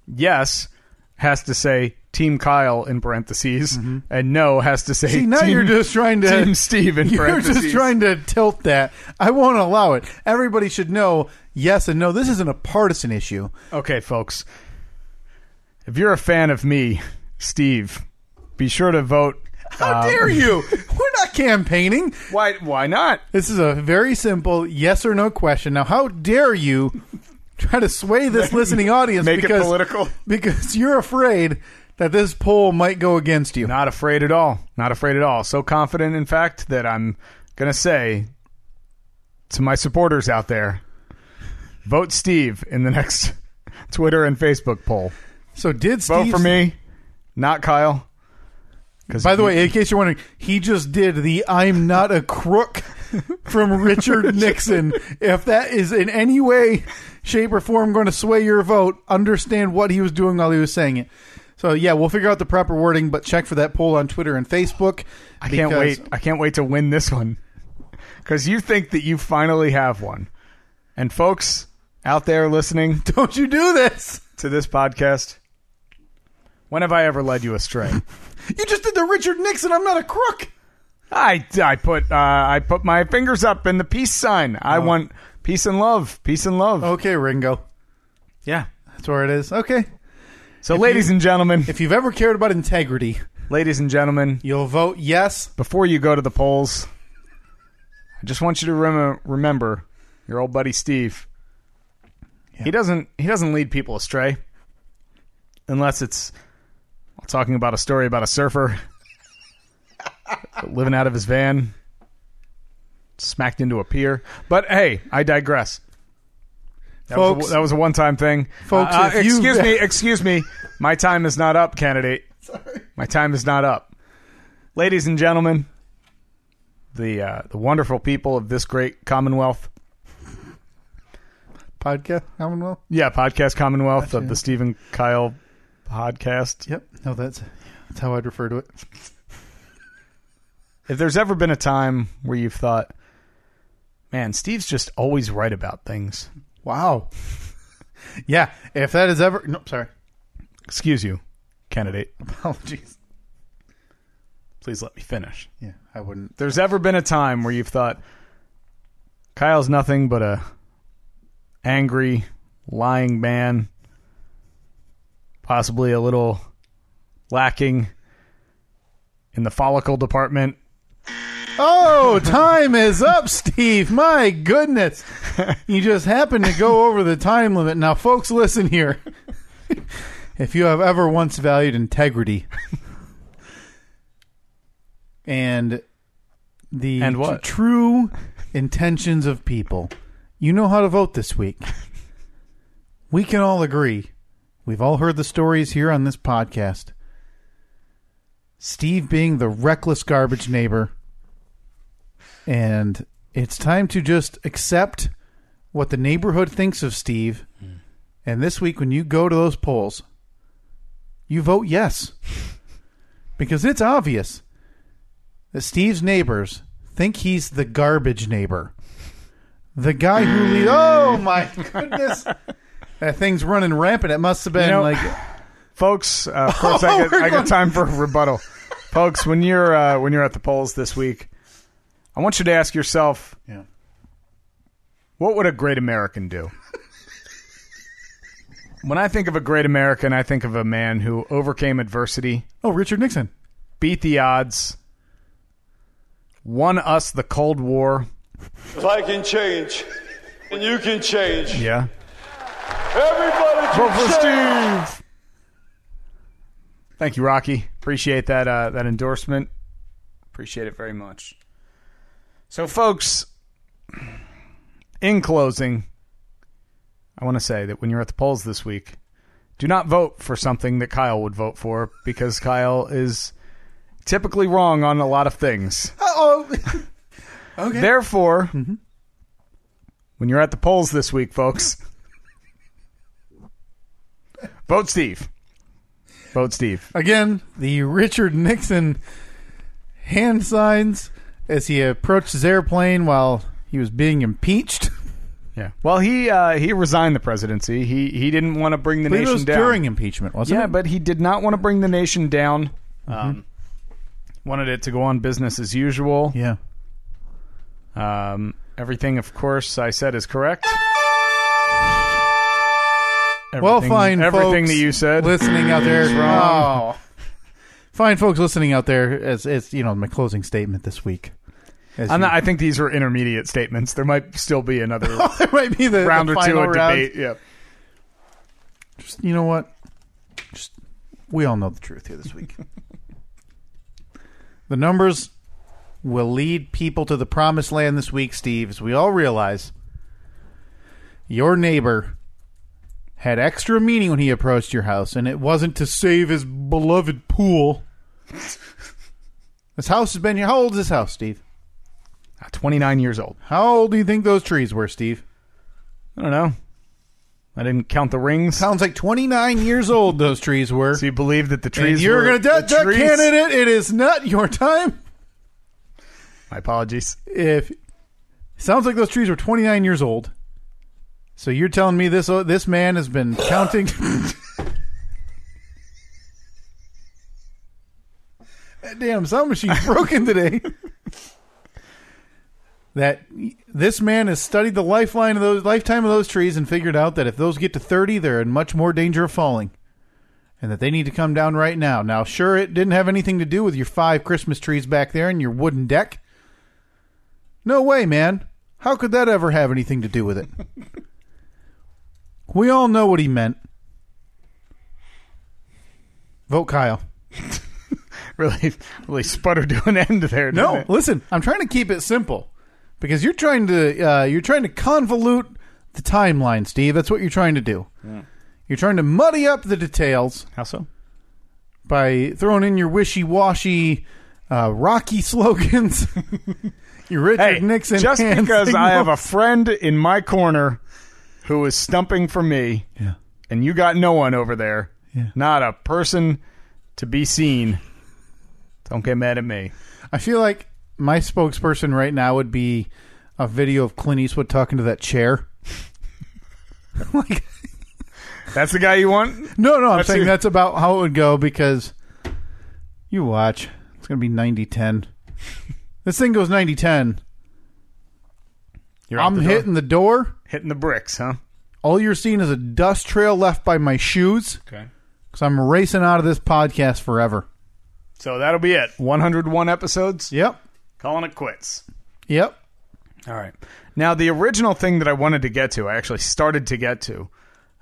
Speaker 1: Yes has to say Team Kyle in parentheses, and no has to say
Speaker 2: Mm-hmm. See, now
Speaker 1: team,
Speaker 2: you're just trying to
Speaker 1: Team Steve in
Speaker 2: You're
Speaker 1: parentheses.
Speaker 2: just trying to tilt that. I won't allow it. Everybody should know yes and no. This isn't a partisan issue.
Speaker 1: Okay, folks. If you're a fan of me, Steve, be sure to vote. uh,
Speaker 2: How dare you? Um, We're not campaigning.
Speaker 1: Why? Why not?
Speaker 2: This is a very simple yes or no question. Now, how dare you try to sway this listening audience
Speaker 1: Make
Speaker 2: because,
Speaker 1: it political.
Speaker 2: because you're afraid that this poll might go against you.
Speaker 1: Not afraid at all. Not afraid at all. So confident, in fact, that I'm going to say to my supporters out there vote Steve in the next Twitter and Facebook poll.
Speaker 2: So did
Speaker 1: Vote
Speaker 2: Steve
Speaker 1: for me. not Kyle. Because
Speaker 2: By the way, in case you're wondering, he just did the "I'm not a crook" from Richard Nixon. If that is in any way, shape, or form going to sway your vote, understand what he was doing while he was saying it. So yeah, we'll figure out the proper wording, but check for that poll on Twitter and Facebook.
Speaker 1: I can't wait. I can't wait to win this one. Because you think that you finally have one, and folks out there listening
Speaker 2: Don't you do this?
Speaker 1: to this podcast, when have I ever led you astray?
Speaker 2: You just did the Richard Nixon. I'm not a crook.
Speaker 1: I, I put uh, I put my fingers up in the peace sign. I want peace and love, peace and love.
Speaker 2: Okay, Ringo.
Speaker 1: yeah.
Speaker 2: That's where it is. Okay.
Speaker 1: So, ladies and gentlemen,
Speaker 2: If you've ever cared about integrity,
Speaker 1: ladies and gentlemen,
Speaker 2: you'll vote yes.
Speaker 1: before you go to the polls, I just want you to rem- remember your old buddy Steve. He doesn't he doesn't lead people astray, unless it's well, talking about a story about a surfer living out of his van, smacked into a pier. But hey, I digress. That
Speaker 2: Folks-
Speaker 1: was a, that was a one-time thing.
Speaker 2: Folks,
Speaker 1: Uh, uh,
Speaker 2: if you-
Speaker 1: excuse me, excuse me. My time is not up, candidate. My time is not up. Ladies and gentlemen, the uh, the wonderful people of this great Commonwealth,
Speaker 2: Podcast Commonwealth.
Speaker 1: yeah, podcast Commonwealth of the Stephen Kyle podcast.
Speaker 2: Yep. No, that's that's how I'd refer to it.
Speaker 1: If there's ever been a time where you've thought, "Man, Steve's just always right about things,"
Speaker 2: Wow. yeah. If that is ever no, sorry. Oh,
Speaker 1: excuse you, candidate.
Speaker 2: Apologies.
Speaker 1: Please let me finish.
Speaker 2: Yeah, I wouldn't.
Speaker 1: there's ever been a time where you've thought Kyle's nothing but a angry, lying man, possibly a little lacking in the follicle department.
Speaker 2: Oh, time is up, Steve. My goodness. You just happened to go over the time limit. Now, folks, listen here. if you have ever once valued integrity and the
Speaker 1: And what?
Speaker 2: tr- true intentions of people, you know how to vote this week. We can all agree. We've all heard the stories here on this podcast. Steve being the reckless garbage neighbor. And it's time to just accept what the neighborhood thinks of Steve.
Speaker 1: Hmm.
Speaker 2: And this week, when you go to those polls, you vote yes. Because it's obvious that Steve's neighbors think he's the garbage neighbor. The guy who lead. Oh, my goodness. That thing's running rampant. It must have been
Speaker 1: You know-
Speaker 2: like.
Speaker 1: Folks, uh, of course, I, got,
Speaker 2: Oh, we're
Speaker 1: I got
Speaker 2: going-
Speaker 1: time for a rebuttal. Folks, when you're uh, when you're at the polls this week, I want you to ask yourself,
Speaker 2: Yeah.
Speaker 1: What would a great American do? when I think of a great American, I think of a man who overcame adversity,
Speaker 2: Oh, Richard Nixon.
Speaker 1: beat the odds, won us the Cold War.
Speaker 4: If I can change, and you can change,
Speaker 1: Yeah.
Speaker 4: everybody can change.
Speaker 1: Steve. Thank you, Rocky. Appreciate that uh, that endorsement. Appreciate it very much. So, folks, in closing, I want to say that when you're at the polls this week, do not vote for something that Kyle would vote for because Kyle is typically wrong on a lot of things.
Speaker 2: Oh, Okay.
Speaker 1: Therefore,
Speaker 2: Mm-hmm.
Speaker 1: when you're at the polls this week, folks, vote Steve. Vote Steve.
Speaker 2: again, the Richard Nixon hand signs as he approached his airplane while he was being impeached.
Speaker 1: Yeah. Well, he uh, he resigned the presidency. He he didn't want to bring the
Speaker 2: But it
Speaker 1: nation
Speaker 2: was
Speaker 1: down.
Speaker 2: during impeachment, wasn't
Speaker 1: yeah,
Speaker 2: it?
Speaker 1: but he did not want to bring the nation down.
Speaker 2: Mm-hmm.
Speaker 1: Um, wanted it to go on business as usual.
Speaker 2: yeah.
Speaker 1: Um, everything, of course, I said is correct.
Speaker 2: Well,
Speaker 1: Everything-
Speaker 2: fine,
Speaker 1: Everything
Speaker 2: folks
Speaker 1: that you said.
Speaker 2: listening out there.
Speaker 1: wrong.
Speaker 2: Oh. Fine, folks listening out there. As it's you know my closing statement this week. As
Speaker 1: I'm
Speaker 2: you-
Speaker 1: not, I think these were intermediate statements. There might still be another
Speaker 2: there might be the
Speaker 1: round
Speaker 2: the
Speaker 1: or two
Speaker 2: final
Speaker 1: of
Speaker 2: round.
Speaker 1: debate. Yeah.
Speaker 2: Just, you know what? Just we all know the truth here this week. the numbers will lead people to the promised land this week, Steve, as we all realize your neighbor had extra meaning when he approached your house, and it wasn't to save his beloved pool. this house has been here. How old is this house, Steve?
Speaker 1: Uh, 29 years old.
Speaker 2: How old do you think those trees were, Steve?
Speaker 1: I don't know. I didn't count the rings.
Speaker 2: Sounds like 29 years old those trees were.
Speaker 1: so you believe that the trees
Speaker 2: And you're
Speaker 1: were
Speaker 2: gonna
Speaker 1: the
Speaker 2: duck, duck
Speaker 1: trees?
Speaker 2: candidate. It is not your time.
Speaker 1: My apologies.
Speaker 2: If sounds like those trees were 29 years old, so you're telling me this uh, this man has been counting. That Damn, sound machine's broken today. that this man has studied the lifeline of those lifetime of those trees and figured out that if those get to 30, they're in much more danger of falling. and that they need to come down right now. Now, sure, it didn't have anything to do with your five Christmas trees back there and your wooden deck. No way, man. How could that ever have anything to do with it? we all know what he meant. Vote Kyle.
Speaker 1: Really, really sputter to an end there. didn't
Speaker 2: No,
Speaker 1: it?
Speaker 2: listen, I'm trying to keep it simple because you're trying to uh, you're trying to convolute the timeline, Steve. That's what you're trying to do. You're trying to muddy up the details
Speaker 1: How so?
Speaker 2: by throwing in your wishy-washy uh, Rocky slogans. your Richard
Speaker 1: Hey,
Speaker 2: Nixon.
Speaker 1: just
Speaker 2: hand
Speaker 1: because
Speaker 2: signal.
Speaker 1: I have a friend in my corner who is stumping for me,
Speaker 2: yeah.
Speaker 1: and you got no one over there,
Speaker 2: Yeah.
Speaker 1: not a person to be seen. Don't get mad at me.
Speaker 2: I feel like my spokesperson right now would be a video of Clint Eastwood talking to that chair. like,
Speaker 1: That's the guy you want.
Speaker 2: no, no, I'm
Speaker 1: That's
Speaker 2: saying
Speaker 1: it.
Speaker 2: that's about how it would go because you watch. It's going to be 90-10. this thing goes 90-10.
Speaker 1: You're out
Speaker 2: I'm
Speaker 1: the door.
Speaker 2: hitting the door.
Speaker 1: hitting the bricks, huh?
Speaker 2: All you're seeing is a dust trail left by my shoes.
Speaker 1: Okay.
Speaker 2: because I'm racing out of this podcast forever.
Speaker 1: So that'll be it. 101 episodes.
Speaker 2: Yep.
Speaker 1: Calling it quits.
Speaker 2: Yep.
Speaker 1: All right. Now, the original thing that I wanted to get to, I actually started to get to,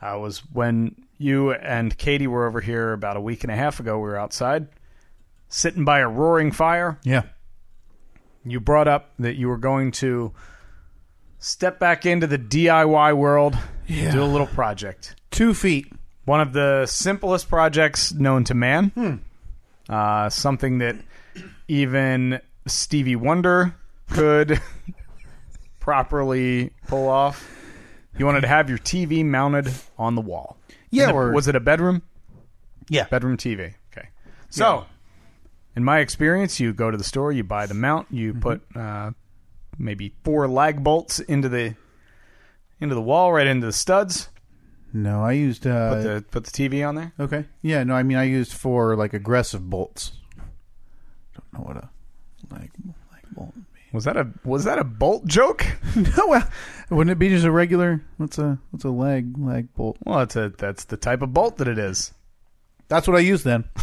Speaker 1: uh, was when you and Katie were over here about a week and a half ago. We were outside sitting by a roaring fire.
Speaker 2: Yeah.
Speaker 1: You brought up that you were going to step back into the DIY world,
Speaker 2: Yeah.
Speaker 1: do a little project.
Speaker 2: Two feet.
Speaker 1: One of the simplest projects known to man.
Speaker 2: Hmm.
Speaker 1: Uh, something that even Stevie Wonder could properly pull off. You wanted to have your TV mounted on the wall.
Speaker 2: Yeah.
Speaker 1: In the-
Speaker 2: or,
Speaker 1: was it a bedroom?
Speaker 2: Yeah.
Speaker 1: Bedroom TV. Okay. So, in my experience, you go to the store, you buy the mount, you
Speaker 2: Mm-hmm.
Speaker 1: put uh, maybe four lag bolts into the into the wall, right into the studs.
Speaker 2: no? I used. Uh,
Speaker 1: Put the put the TV on there.
Speaker 2: okay. Yeah. No. I mean, I used for like aggressive bolts. Don't know what a like like bolt. would be.
Speaker 1: Was that a was that a bolt joke?
Speaker 2: no. Well, wouldn't it be just a regular? What's a what's a leg leg bolt?
Speaker 1: Well, that's a that's the type of bolt that it is.
Speaker 2: That's what I used then.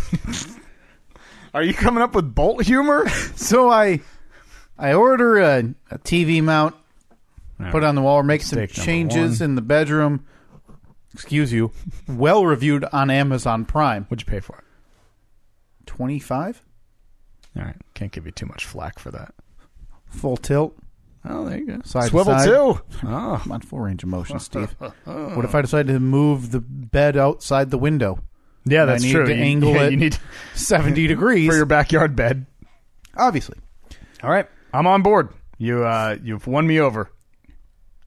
Speaker 1: Are you coming up with bolt humor?
Speaker 2: so I I order a, a TV mount, put it on the wall, make some
Speaker 1: Mistake number
Speaker 2: changes in the bedroom. Excuse you. Well reviewed on Amazon Prime.
Speaker 1: What'd you pay for it?
Speaker 2: Twenty five.
Speaker 1: All right, can't give you too much flack for that.
Speaker 2: Full tilt.
Speaker 1: Oh, there you go.
Speaker 2: Side to
Speaker 1: Swivel
Speaker 2: side.
Speaker 1: too. Oh,
Speaker 2: I'm on full range of motion, Steve. what if I decided to move the bed outside the window?
Speaker 1: yeah,
Speaker 2: I
Speaker 1: that's
Speaker 2: need
Speaker 1: true.
Speaker 2: to
Speaker 1: you,
Speaker 2: angle
Speaker 1: yeah,
Speaker 2: it
Speaker 1: you need
Speaker 2: 70 degrees.
Speaker 1: for your backyard bed.
Speaker 2: Obviously.
Speaker 1: All right, I'm on board. You uh, you've won me over,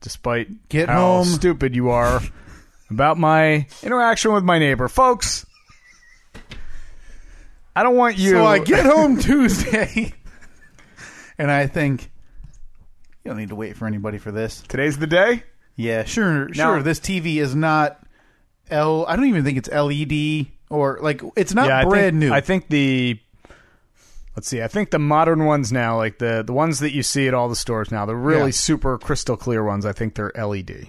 Speaker 1: despite
Speaker 2: Get
Speaker 1: how
Speaker 2: home.
Speaker 1: stupid you are about my interaction with my neighbor, folks. I don't want you.
Speaker 2: So I get home Tuesday and I think, you don't need to wait for anybody for this.
Speaker 1: Today's the day.
Speaker 2: Yeah, sure,
Speaker 1: Now-
Speaker 2: sure. This TV is not L. I don't even think it's LED or like it's not
Speaker 1: I think,
Speaker 2: brand new.
Speaker 1: I think the let's see. I think the modern ones now, like the the ones that you see at all the stores now, the really
Speaker 2: Yeah.
Speaker 1: super crystal clear ones. I think they're E LED.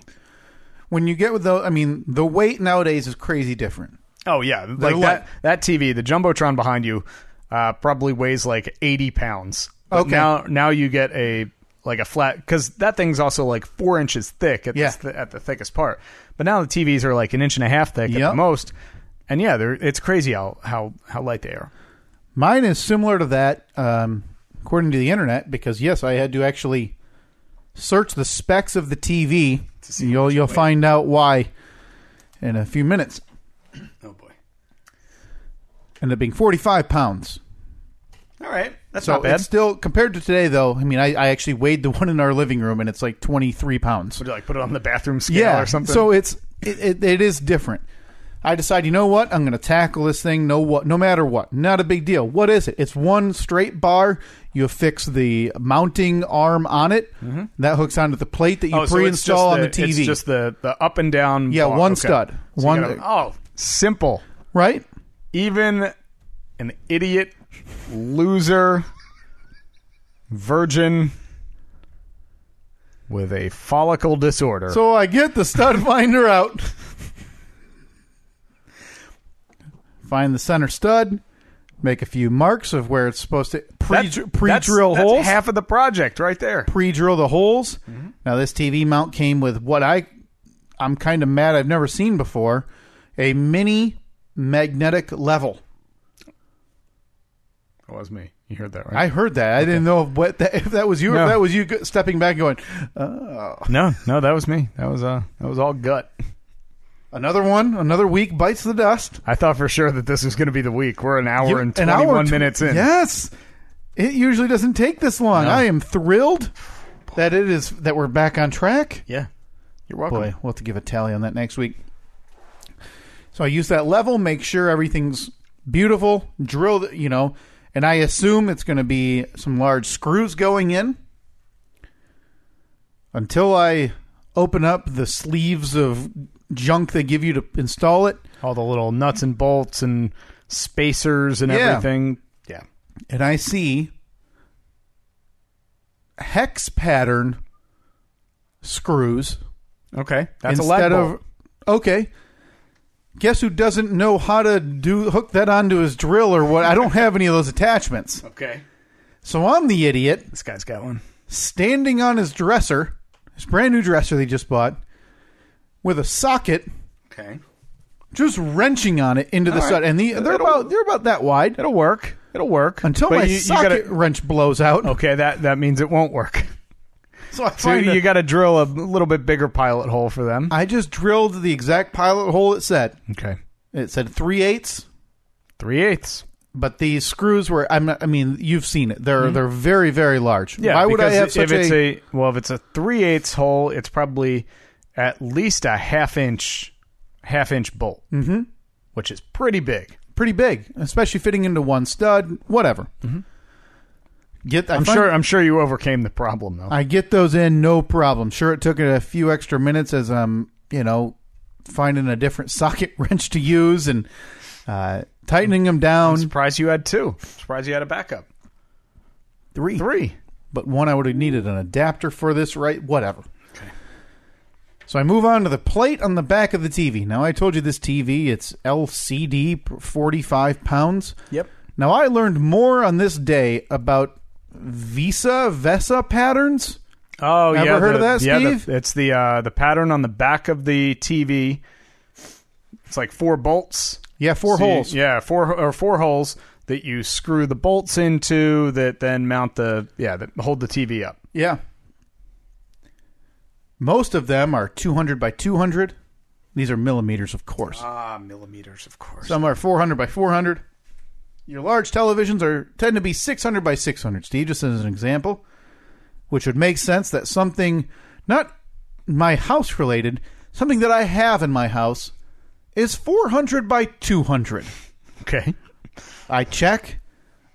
Speaker 2: when you get with those, I mean, the weight nowadays is crazy different.
Speaker 1: Oh yeah, like
Speaker 2: light.
Speaker 1: that that TV, the jumbotron behind you, uh, probably weighs like eighty pounds. But
Speaker 2: Okay.
Speaker 1: Now now you get a like a flat because that thing's also like four inches thick at
Speaker 2: Yeah.
Speaker 1: the, th- at the thickest part. But now the TVs are like an inch and a half thick at
Speaker 2: Yep.
Speaker 1: the most. And yeah, they're it's crazy how how how light they are.
Speaker 2: Mine is similar to that, um, according to the internet, because yes, I had to actually search the specs of the TV. You'll you'll find out why in a few minutes.
Speaker 1: Oh boy.
Speaker 2: Ended up being 45 pounds.
Speaker 1: All right, that's
Speaker 2: So
Speaker 1: not bad.
Speaker 2: it's still, compared to today, though, I mean, I, I actually weighed the one in our living room and it's like 23 pounds.
Speaker 1: Would you like put it on the bathroom scale or something?
Speaker 2: So it's it, it, it is different. I decide, you know what? I'm going to tackle this thing. No what, no matter what. Not a big deal. What is it? It's one straight bar. You affix the mounting arm on it. That hooks onto the plate that you
Speaker 1: Mm-hmm. oh, so it's just
Speaker 2: pre-install on the
Speaker 1: It's
Speaker 2: TV.
Speaker 1: just the, the up and down.
Speaker 2: Yeah,
Speaker 1: bar.
Speaker 2: one
Speaker 1: Okay.
Speaker 2: stud.
Speaker 1: So you
Speaker 2: One- e-
Speaker 1: gotta- oh, simple.
Speaker 2: right?
Speaker 1: Even an idiot, loser, virgin with a follicle disorder.
Speaker 2: So I get the stud finder out. Find the center stud. Make a few marks of where it's supposed to pre
Speaker 1: That- that's-
Speaker 2: drill
Speaker 1: that's
Speaker 2: holes.
Speaker 1: half Mm-hmm. of the project right there.
Speaker 2: pre-drill the holes. Now this TV mount came with what I I'm kind of mad I've never seen before, a mini magnetic level.
Speaker 1: That was me. You heard that right?
Speaker 2: I heard that. I didn't know what that, if that was you or
Speaker 1: No.
Speaker 2: if that was you go- stepping back and going
Speaker 1: no, no, that was me. That was uh, that was all gut.
Speaker 2: another one, another week bites the dust.
Speaker 1: I thought for sure that this was going to be the week. We're an hour
Speaker 2: You-
Speaker 1: and
Speaker 2: an
Speaker 1: twenty-one
Speaker 2: hour tw-
Speaker 1: minutes in.
Speaker 2: Yes. It usually doesn't take this long. I am thrilled that it is that we're back on track.
Speaker 1: yeah. You're welcome.
Speaker 2: Boy, we'll have to give a tally on that next week. So I use that level, make sure everything's beautiful, drill, the, you know, and I assume it's going to be some large screws going in until I open up the sleeves of junk they give you to install it.
Speaker 1: all the little nuts and bolts and spacers and
Speaker 2: Yeah.
Speaker 1: everything. Yeah.
Speaker 2: and I see hex pattern screws
Speaker 1: Okay. That's a light
Speaker 2: instead of
Speaker 1: bulb.
Speaker 2: okay. Guess who doesn't know how to do hook that onto his drill or what? I don't have any of those attachments,
Speaker 1: Okay.
Speaker 2: so I'm the idiot
Speaker 1: This guy's got one.
Speaker 2: standing on his dresser, his brand new dresser they just bought, with a socket,
Speaker 1: Okay.
Speaker 2: just wrenching on it into the
Speaker 1: right.
Speaker 2: stud, and the, they're
Speaker 1: It'll-
Speaker 2: about they're about that wide
Speaker 1: It'll work. It'll work.
Speaker 2: until
Speaker 1: But
Speaker 2: my
Speaker 1: you, you
Speaker 2: socket
Speaker 1: gotta-
Speaker 2: wrench blows out.
Speaker 1: okay, that that means it won't work.
Speaker 2: So I
Speaker 1: So
Speaker 2: find a-
Speaker 1: you got to drill a little bit bigger pilot hole for them.
Speaker 2: I just drilled the exact pilot hole it said.
Speaker 1: Okay.
Speaker 2: It said three eighths,
Speaker 1: Three eighths.
Speaker 2: but these screws were. I'm not, I mean, you've seen it. They're they're very very large.
Speaker 1: Mm-hmm. Yeah.
Speaker 2: Why would I
Speaker 1: because
Speaker 2: have
Speaker 1: if
Speaker 2: such
Speaker 1: it's
Speaker 2: a,
Speaker 1: a, well? If it's a three eighths hole, it's probably at least a half inch, half inch bolt, mm-hmm. which is pretty big.
Speaker 2: pretty big, especially fitting into one stud? Whatever. Get I
Speaker 1: Mm-hmm. I'm
Speaker 2: find-
Speaker 1: sure. I'm sure you overcame the problem though.
Speaker 2: I get those in no problem. Sure, it took it a few extra minutes as I'm you know finding a different socket wrench to use and uh, tightening them down.
Speaker 1: Surprised you had two. Surprised you had a backup.
Speaker 2: Three.
Speaker 1: Three.
Speaker 2: but one I would have needed an adapter for this, right? Whatever. So I move on to the plate on the back of the TV. Now I told you this TV, it's LCD, p- 45 pounds.
Speaker 1: Yep.
Speaker 2: Now I learned more on this day about Visa Vesa patterns.
Speaker 1: Oh
Speaker 2: Ever
Speaker 1: yeah.
Speaker 2: heard
Speaker 1: the-
Speaker 2: of that,
Speaker 1: yeah, the-
Speaker 2: Steve?
Speaker 1: it's the uh, the pattern on the back of the TV. It's like four bolts.
Speaker 2: Yeah, four
Speaker 1: So you-
Speaker 2: holes.
Speaker 1: yeah, four or four holes that you screw the bolts into that then mount the yeah that hold the TV up.
Speaker 2: Yeah. Most of them are 200 by 200. These are millimeters, of course.
Speaker 1: Ah, millimeters, of course.
Speaker 2: Some are 400 by 400. Your large televisions are tend to be 600 by 600, Steve, just as an example, which would make sense that something not my house related, something that I have in my house is 400 by 200.
Speaker 1: okay.
Speaker 2: I check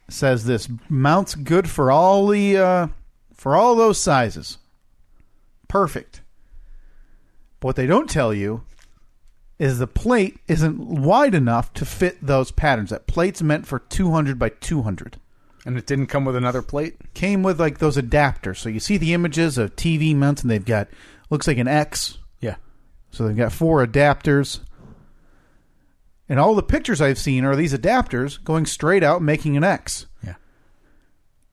Speaker 2: says this mounts good for all the uh, for all those sizes. Perfect. But what they don't tell you is the plate isn't wide enough to fit those patterns. That plate's meant for 200 by 200.
Speaker 1: And it didn't come with another plate.
Speaker 2: Came with like those adapters. So you see the images of TV mounts and they've got looks like an X
Speaker 1: Yeah.
Speaker 2: so they've got four adapters. And all the pictures I've seen are these adapters going straight out making an X.
Speaker 1: Yeah.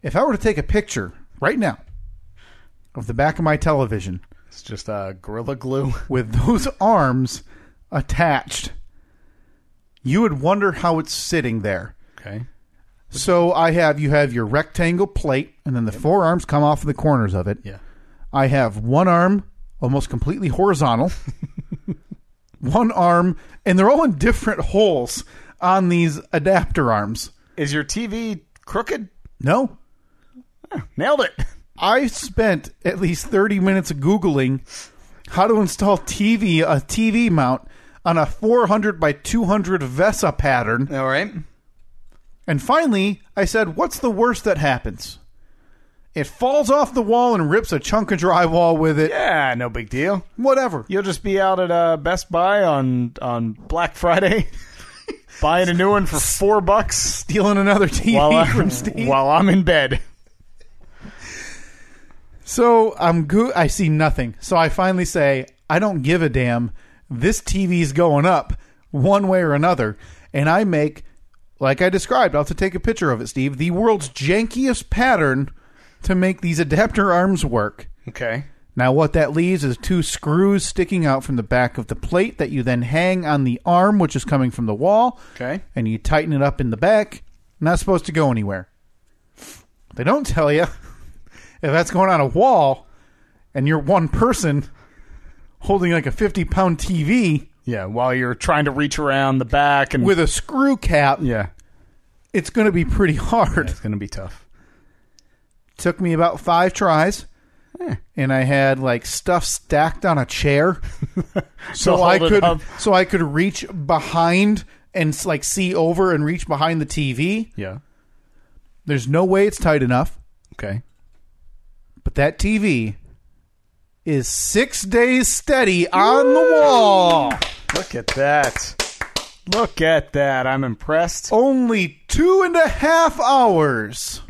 Speaker 2: If I were to take a picture right now of the back of my television
Speaker 1: It's just uh, gorilla glue.
Speaker 2: with those arms attached, you would wonder how it's sitting there.
Speaker 1: Okay.
Speaker 2: So I have you have your rectangle plate and then the four arms come off the corners of it.
Speaker 1: Yeah.
Speaker 2: I have one arm almost completely horizontal one arm, and they're all in different holes on these adapter arms.
Speaker 1: Is your TV crooked?
Speaker 2: No,
Speaker 1: Nailed it.
Speaker 2: I spent at least 30 minutes googling how to install TV a TV mount on a 400 by 200 Vesa pattern,
Speaker 1: All right.
Speaker 2: and finally I said, "What's the worst that happens?" It falls off the wall and rips a chunk of drywall with it.
Speaker 1: Yeah, no big deal.
Speaker 2: Whatever.
Speaker 1: You'll just be out at uh, Best Buy on on Black Friday, buying a new one for four bucks
Speaker 2: Stealing another TV
Speaker 1: while I'm,
Speaker 2: from Steve.
Speaker 1: while I'm in bed.
Speaker 2: So I'm go- I see nothing. So I finally say, I don't give a damn. This TV's going up one way or another. And I make, like I described, I'll have to take a picture of it, Steve, the world's jankiest pattern to make these adapter arms work.
Speaker 1: Okay.
Speaker 2: Now, what that leaves is two screws sticking out from the back of the plate that you then hang on the arm, which is coming from the wall.
Speaker 1: Okay.
Speaker 2: And you tighten it up in the back. Not supposed to go anywhere. They don't tell you if that's going on a wall and you're one person holding like a 50 pound TV
Speaker 1: Yeah, while you're trying to reach around the back and
Speaker 2: with a screw cap,
Speaker 1: yeah,
Speaker 2: it's going to be pretty hard.
Speaker 1: it's gonna be tough.
Speaker 2: Took me about five tries. And I had like stuff stacked on a chair. so
Speaker 1: To
Speaker 2: I
Speaker 1: hold it
Speaker 2: could
Speaker 1: up.
Speaker 2: so I could reach behind and s- like see over and reach behind the TV.
Speaker 1: Yeah.
Speaker 2: There's no way it's tight enough,
Speaker 1: Okay.
Speaker 2: but that TV is 6 days steady on the wall.
Speaker 1: Look at that. Look at that. I'm
Speaker 2: Oh.
Speaker 1: impressed.
Speaker 2: Only two and a half hours.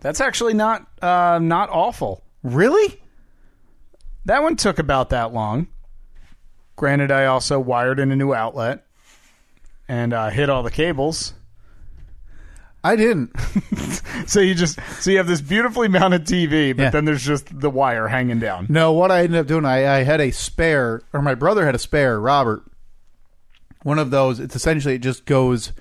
Speaker 1: That's actually not uh, not awful.
Speaker 2: Really?
Speaker 1: That one took about that long. Granted, I also wired in a new outlet and uh, hit all the cables.
Speaker 2: I didn't.
Speaker 1: So you just so you have this beautifully mounted TV, but
Speaker 2: Yeah.
Speaker 1: then there's just the wire hanging down.
Speaker 2: No, what I ended up doing, I, I had a spare, or my brother had a spare, Robert. One of those. It's essentially it just goes.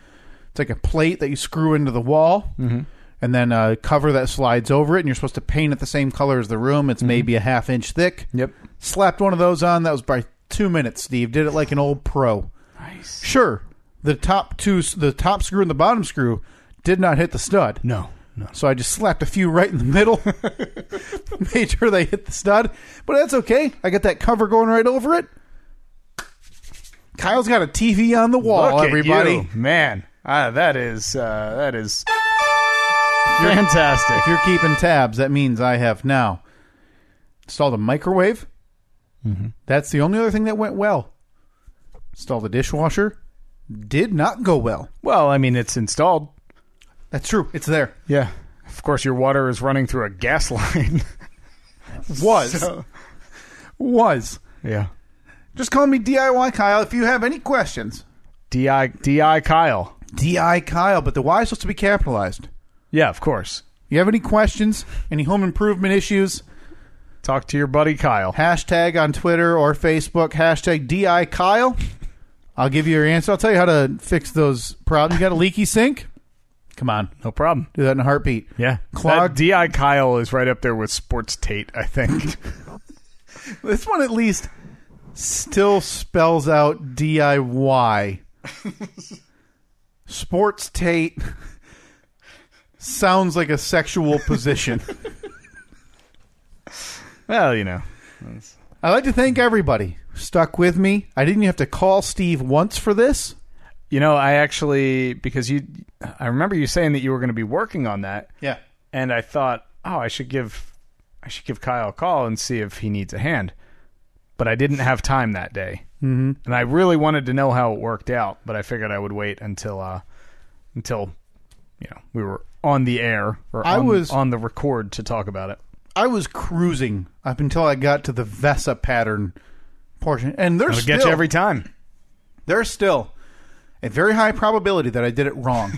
Speaker 2: It's like a plate that you screw into the wall,
Speaker 1: Mm-hmm.
Speaker 2: and then a cover that slides over it, and you're supposed to paint it the same color as the room. It's maybe a half inch thick.
Speaker 1: Mm-hmm. Yep.
Speaker 2: Slapped one of those on. That was by two minutes. Steve did it like an old pro.
Speaker 1: Nice.
Speaker 2: Sure, the top two, the top screw and the bottom screw, did not hit the stud.
Speaker 1: No. No.
Speaker 2: So I just slapped a few right in the middle, made sure they hit the stud. But that's okay. I got that cover going right over it. Kyle's got a TV on the wall,
Speaker 1: Look at
Speaker 2: everybody.
Speaker 1: you. man. Ah, that is uh, that is fantastic.
Speaker 2: If you're keeping tabs, that means I have now installed a microwave.
Speaker 1: Mm-hmm.
Speaker 2: That's the only other thing that went well. Installed a dishwasher. Did not go well.
Speaker 1: Well, I mean, it's installed.
Speaker 2: That's true. It's there.
Speaker 1: Yeah. Of course, your water is running through a gas line.
Speaker 2: Was. Was.
Speaker 1: yeah.
Speaker 2: Just call me DIY Kyle if you have any questions.
Speaker 1: Di Di Kyle.
Speaker 2: DI Kyle, but the Y is supposed to be capitalized.
Speaker 1: Yeah, of course.
Speaker 2: You have any questions, any home improvement issues,
Speaker 1: Talk to your buddy Kyle.
Speaker 2: hashtag on Twitter or Facebook, hashtag DI Kyle. I'll give you your answer. I'll tell you how to fix those problems. You got a leaky sink? Come on,
Speaker 1: No problem.
Speaker 2: do that in a heartbeat.
Speaker 1: Yeah.
Speaker 2: Clog-
Speaker 1: That Di Kyle is right up there with Sports Tate, I think.
Speaker 2: This one at least still spells out DIY. Sports Tate sounds like a sexual position.
Speaker 1: well, you know.
Speaker 2: I'd like to thank everybody who stuck with me. I didn't have to call Steve once for this.
Speaker 1: You know, I actually because you, I remember you saying that you were going to be working on that,
Speaker 2: Yeah.
Speaker 1: and I thought, oh, I should give, I should give Kyle a call and see if he needs a hand, but I didn't have time that day, mm-hmm. and I really wanted to know how it worked out, but I figured I would wait until, uh, until, you know, we were on the air or
Speaker 2: I
Speaker 1: on,
Speaker 2: was-
Speaker 1: on the record to talk about it.
Speaker 2: I was cruising up until I got to the Vesa pattern portion. And there's
Speaker 1: It'll
Speaker 2: still,
Speaker 1: get you every time.
Speaker 2: there's still a very high probability that I did it wrong.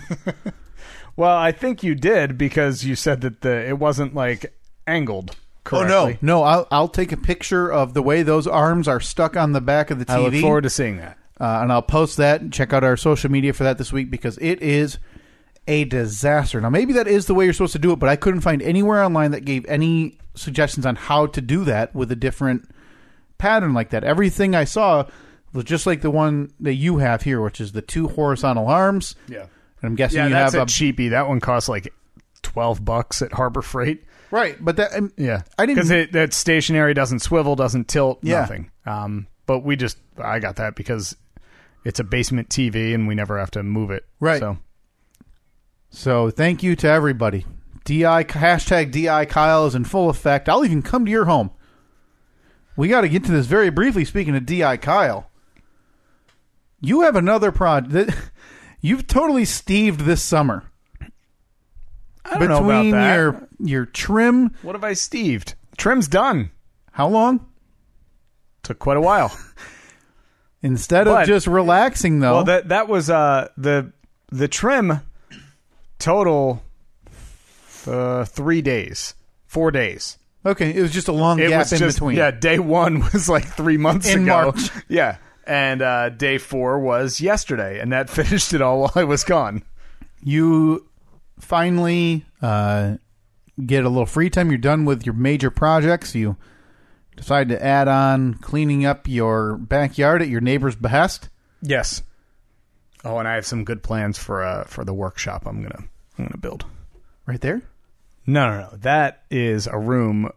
Speaker 1: Well, I think you did because you said that the it wasn't like angled correctly.
Speaker 2: Oh, No, I'll, I'll take a picture of the way those arms are stuck on the back of the TV.
Speaker 1: I look forward to seeing that.
Speaker 2: uh, and I'll post that. and Check out our social media for that this week because it is a disaster. Now, maybe that is the way you're supposed to do it, but I couldn't find anywhere online that gave any suggestions on how to do that with a different pattern like that. Everything I saw was just like the one that you have here, which is the two horizontal arms.
Speaker 1: Yeah.
Speaker 2: And I'm guessing
Speaker 1: Yeah,
Speaker 2: you
Speaker 1: that's
Speaker 2: have
Speaker 1: a
Speaker 2: a
Speaker 1: cheapie. That one costs like twelve bucks at Harbor Freight.
Speaker 2: right, but that um,
Speaker 1: Yeah,
Speaker 2: I didn't-
Speaker 1: because it that stationary doesn't swivel, doesn't tilt,
Speaker 2: Yeah.
Speaker 1: nothing. Um, but we just I got that because it's a basement TV and we never have to move it.
Speaker 2: Right.
Speaker 1: So
Speaker 2: So thank you to everybody. Di hashtag Di Kyle is in full effect. I'll even come to your home. We got to get to this very briefly. Speaking of Di Kyle, you have another project. You've totally steved this summer.
Speaker 1: I don't know about
Speaker 2: Between
Speaker 1: that.
Speaker 2: your your trim,
Speaker 1: what have I steved? Trim's done.
Speaker 2: how long?
Speaker 1: Took quite a while.
Speaker 2: Instead of
Speaker 1: But-
Speaker 2: just relaxing though,
Speaker 1: Well, that that was uh the the trim total uh, three days, four days.
Speaker 2: okay, it was just a long gap in between.
Speaker 1: Yeah, day one was like three months
Speaker 2: In
Speaker 1: ago.
Speaker 2: March.
Speaker 1: Yeah. And uh, day four was yesterday, and that finished it all while I was gone.
Speaker 2: you finally uh, get a little free time. You're done with your major projects. You decide to add on cleaning up your backyard at your neighbor's behest.
Speaker 1: Yes. Oh, and I have some good plans for uh, for the workshop I'm gonna I'm gonna build.
Speaker 2: Right there.
Speaker 1: No, no, no. That is a room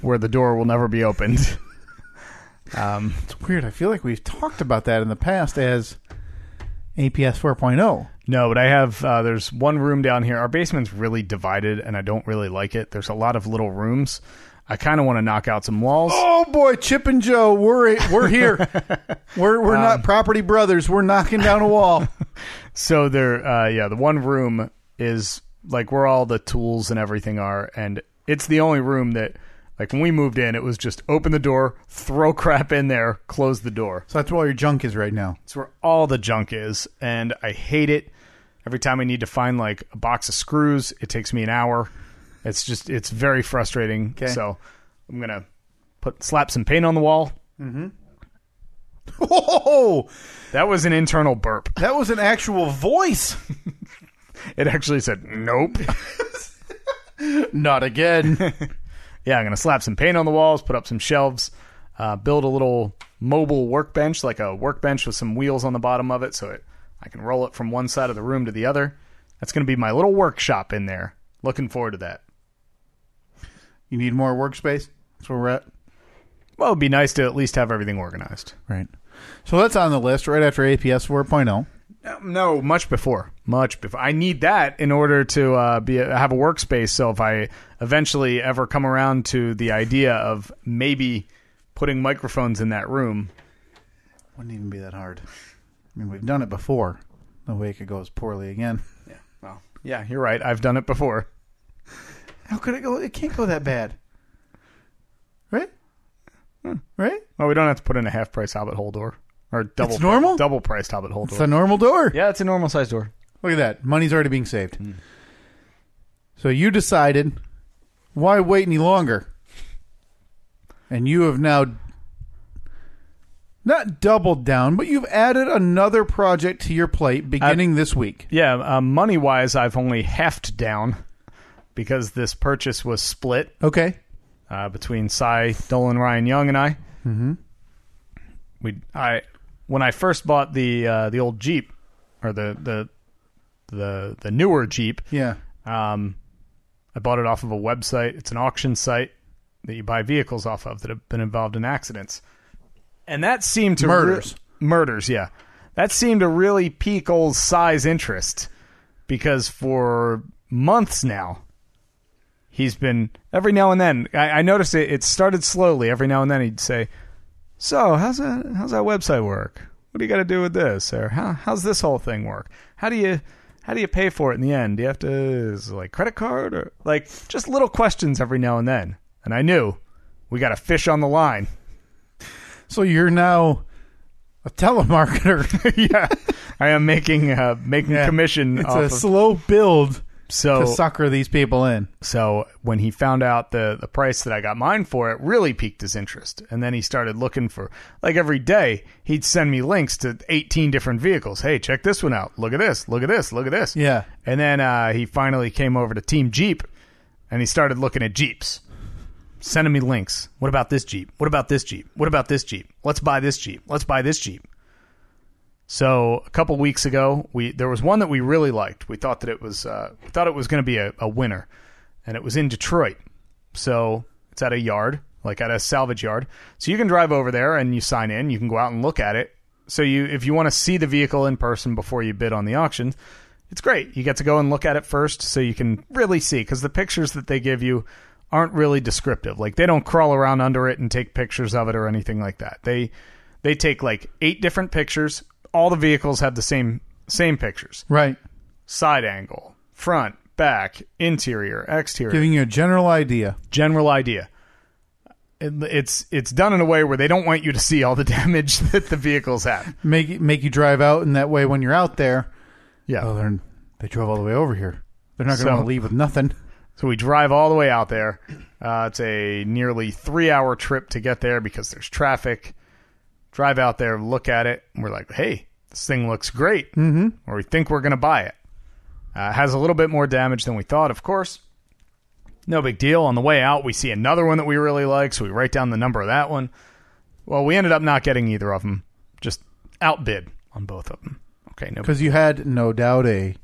Speaker 1: where the door will never be opened. um,
Speaker 2: It's weird. I feel like we've talked about that in the past as APS 4.0.
Speaker 1: No, but I have. Uh, there's one room down here. Our basement's really divided, and I don't really like it. There's a lot of little rooms. I kind of want to knock out some walls.
Speaker 2: Oh boy, Chip and Joe, we're we're here. we're we're not property brothers. We're knocking down a wall.
Speaker 1: So there, uh, yeah, the one room is like where all the tools and everything are, and it's the only room that, like, when we moved in, it was just open the door, throw crap in there, close the door.
Speaker 2: so that's where all your junk is right now.
Speaker 1: It's where all the junk is, and I hate it. Every time I need to find like a box of screws, it takes me an hour. It's just it's very frustrating. So I'm gonna put slap some paint on the wall.
Speaker 2: Oh,
Speaker 1: That was an internal burp.
Speaker 2: that was an actual voice.
Speaker 1: It actually said nope.
Speaker 2: Not again.
Speaker 1: yeah, I'm gonna slap some paint on the walls, put up some shelves, uh, build a little mobile workbench, like a workbench with some wheels on the bottom of it, so it I can roll it from one side of the room to the other. That's gonna be my little workshop in there. Looking forward to that.
Speaker 2: You need more workspace. That's where we're at.
Speaker 1: Well, it'd be nice to at least have everything organized.
Speaker 2: Right. So that's on the list right after APS 4.0.
Speaker 1: No, much before, much before. I need that in order to uh, be have a workspace. So if I eventually ever come around to the idea of maybe putting microphones in that room,
Speaker 2: Wouldn't even be that hard. I mean, we've done it before. No way it could go as poorly again.
Speaker 1: well, yeah, you're right. I've done it before.
Speaker 2: How could it go? It can't go that bad. Hmm. Right? Right?
Speaker 1: Well, we don't have to put in a half price hobbit hole door or double
Speaker 2: It's normal?
Speaker 1: double priced hobbit hole door.
Speaker 2: It's a normal door.
Speaker 1: yeah, it's a normal size door.
Speaker 2: Look at that. Money's already being saved. So you decided, why wait any longer? And you have now not doubled down, but you've added another project to your plate beginning this week.
Speaker 1: Yeah, um, money wise, I've only halved down because this purchase was split
Speaker 2: Okay.
Speaker 1: uh, between Cy, Dolan, Ryan Young, and I. Mm-hmm. We I when I first bought the uh, the old Jeep or the the the the newer Jeep,
Speaker 2: Yeah.
Speaker 1: um, I bought it off of a website. It's an auction site that you buy vehicles off of that have been involved in accidents, and that seemed to
Speaker 2: Murders.
Speaker 1: murders, yeah. That seemed to really pique old Cy's interest because for months now he's been every now and then I, I noticed it, it started slowly every now and then he'd say so how's that how's that website work what do you got to do with this or how, how's this whole thing work how do you how do you pay for it in the end do you have to is it like credit card or like just little questions every now and then and i knew we got a fish on the line
Speaker 2: So you're now a telemarketer.
Speaker 1: yeah i am making uh making
Speaker 2: Yeah.
Speaker 1: commission
Speaker 2: It's
Speaker 1: off
Speaker 2: a
Speaker 1: of,
Speaker 2: slow build
Speaker 1: so
Speaker 2: to sucker these people in.
Speaker 1: So when he found out the the price that I got mine for, it really piqued his interest. And then he started looking for like every day he'd send me links to 18 different vehicles. Hey, check this one out. Look at this. Look at this. Look at this.
Speaker 2: Yeah.
Speaker 1: And then uh, he finally came over to Team Jeep, and he started looking at Jeeps. sending me links. What about this Jeep? What about this Jeep? What about this Jeep? Let's buy this Jeep. Let's buy this Jeep. So a couple weeks ago, we there was one that we really liked. We thought that it was uh, we thought it was going to be a, a winner, and it was in Detroit. So it's at a yard, like at a salvage yard. So you can drive over there and you sign in. You can go out and look at it. So you, if you want to see the vehicle in person before you bid on the auction, it's great. You get to go and look at it first, so you can really see because the pictures that they give you aren't really descriptive. Like they don't crawl around under it and take pictures of it or anything like that. They they take like eight different pictures. All the vehicles have the same same pictures.
Speaker 2: Right.
Speaker 1: Side angle, front, back, interior, exterior
Speaker 2: Giving you a general idea.
Speaker 1: general idea. It- It's it's done in a way where they don't want you to see all the damage that the vehicles have.
Speaker 2: Make make you drive out, and that way, when you're out there,
Speaker 1: Yeah.
Speaker 2: oh, they're, they drove all the way over here. They're not going
Speaker 1: So-
Speaker 2: to want to leave with nothing.
Speaker 1: So we drive all the way out there. Uh, it's a nearly three hour trip to get there because there's traffic. Drive out there, look at it, and we're like, hey, this thing looks great. Mm-hmm. Or we think we're going to buy it. Uh, it has a little bit more damage than we thought, of course. No big deal. On the way out, we see another one that we really like, so we write down the number of that one. Well, we ended up not getting either of them, just outbid on both of them. Okay, no
Speaker 2: Because you had no doubt a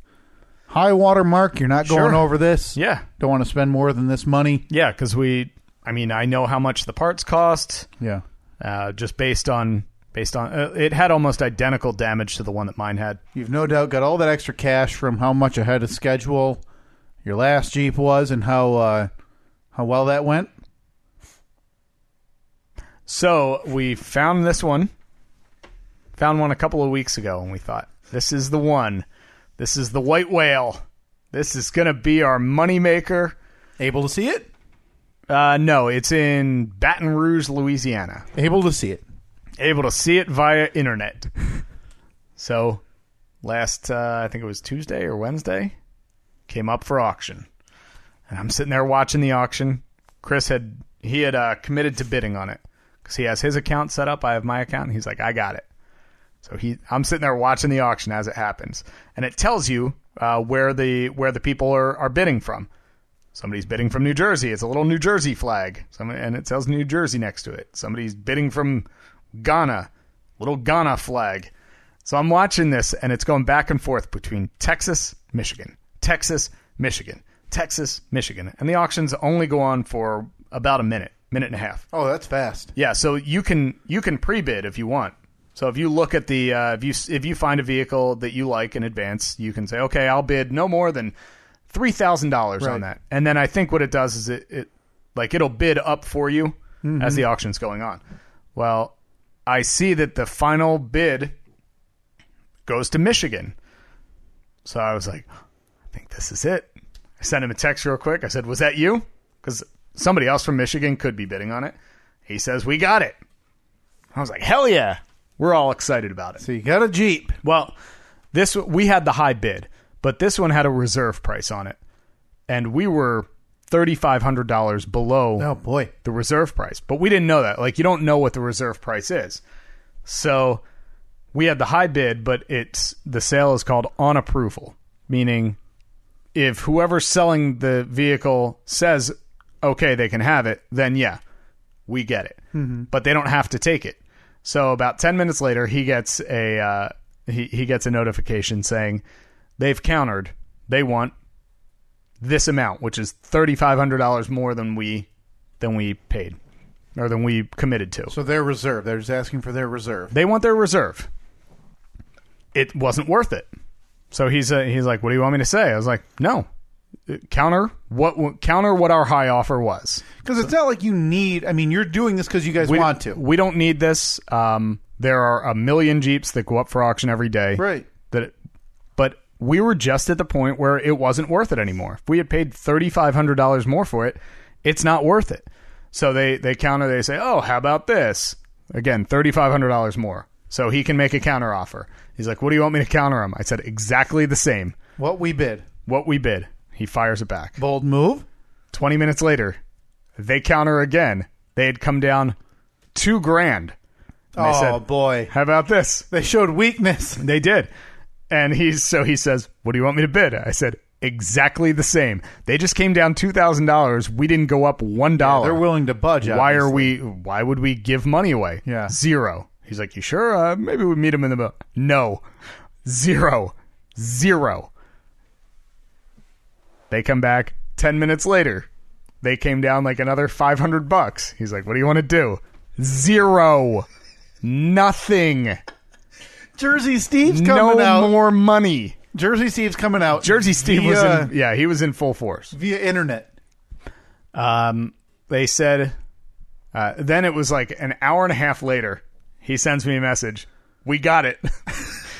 Speaker 2: high water mark. You're not going
Speaker 1: Sure.
Speaker 2: over this.
Speaker 1: Yeah,
Speaker 2: Don't want to spend more than this money.
Speaker 1: yeah, because we, I mean, I know how much the parts cost.
Speaker 2: Yeah.
Speaker 1: uh, just based on based on uh, it had almost identical damage to the one that mine had.
Speaker 2: You've no doubt got all that extra cash from how much ahead of schedule your last Jeep was and how uh, how well that went.
Speaker 1: So we found this one, found one a couple of weeks ago, and we thought this is the one. This is the white whale. This is gonna be our moneymaker.
Speaker 2: Able to see it?
Speaker 1: Uh, no, it's in Baton Rouge, Louisiana.
Speaker 2: Able to see it.
Speaker 1: Able to see it via internet. So last, uh, I think it was Tuesday or Wednesday, came up for auction, and I'm sitting there watching the auction. Chris had he had uh, committed to bidding on it because he has his account set up. I have my account, and he's like, "I got it." So he, I'm sitting there watching the auction as it happens, and it tells you uh, where the where the people are are bidding from. Somebody's bidding from New Jersey. It's a little New Jersey flag, Some, and it tells New Jersey next to it. Somebody's bidding from Ghana, little Ghana flag. So I'm watching this, and it's going back and forth between Texas, Michigan, Texas, Michigan, Texas, Michigan, and the auctions only go on for about a minute, minute and a half.
Speaker 2: Oh, that's fast.
Speaker 1: Yeah, so you can you can pre bid if you want. So if you look at the uh, if you if you find a vehicle that you like in advance, you can say, okay, I'll bid no more than three thousand dollars on
Speaker 2: Right.
Speaker 1: that, and then I think what it does is it, it like it'll bid up for you as the auction's going on. Well, I see that the final bid goes to Michigan, so I was like, I think this is it. I sent him a text real quick. I said, "Was that you?" Because somebody else from Michigan could be bidding on it. He says, "We got it." I was like, "Hell yeah!" We're all excited about it.
Speaker 2: So you got a Jeep.
Speaker 1: Well, this we had the high bid, but this one had a reserve price on it, and we were thirty five hundred dollars below
Speaker 2: Oh, boy.
Speaker 1: the reserve price. But we didn't know that. Like you don't know what the reserve price is. So we had the high bid, but it's the sale is called on approval, meaning if whoever's selling the vehicle says okay, they can have it, then yeah, we get it. But they don't have to take it. So about 10 minutes later, he gets a uh, he, he gets a notification saying they've countered. They want this amount, which is $3500 more than we than we paid or than we committed to.
Speaker 2: So their reserve. They're just asking for their reserve.
Speaker 1: They want their reserve. It wasn't worth it. So he's uh, he's like, "What do you want me to say?" I was like, "No. Counter what counter what our high offer was."
Speaker 2: Because it's not like you need. I mean, you're doing this because you guys
Speaker 1: we,
Speaker 2: want to.
Speaker 1: We don't need this. Um, there are a million Jeeps that go up for auction every day.
Speaker 2: Right.
Speaker 1: That, it, but we were just at the point where it wasn't worth it anymore. If we had paid thirty five hundred dollars more for it, it's not worth it. So they they counter. They say, "Oh, how about this?" Again, thirty five hundred dollars more. So he can make a counter offer. He's like, "What do you want me to counter him?" I said, "Exactly the same.
Speaker 2: What we bid.
Speaker 1: What we bid." He fires it back.
Speaker 2: Bold move.
Speaker 1: 20 minutes later, they counter again. They had come down two grand. And they
Speaker 2: oh,
Speaker 1: said,
Speaker 2: boy.
Speaker 1: How about this?
Speaker 2: They showed weakness.
Speaker 1: They did. And he's so he says, What do you want me to bid? I said, exactly the same. They just came down two thousand dollars. We didn't go up one dollar.
Speaker 2: They're willing to budge.
Speaker 1: Why are
Speaker 2: obviously.
Speaker 1: we? Why would we give money away?
Speaker 2: Yeah.
Speaker 1: zero. He's like, you sure? Uh, maybe we meet him in the middle. No, zero, zero. They come back ten minutes later. They came down like another five hundred bucks. He's like, what do you want to do? Zero, nothing,
Speaker 2: Jersey Steve's coming
Speaker 1: no
Speaker 2: out.
Speaker 1: more money.
Speaker 2: Jersey Steve's coming out.
Speaker 1: Jersey Steve was
Speaker 2: via,
Speaker 1: in, yeah, he was in full force.
Speaker 2: via internet.
Speaker 1: Um, they said, uh, then it was like an hour and a half later, he sends me a message. We got it.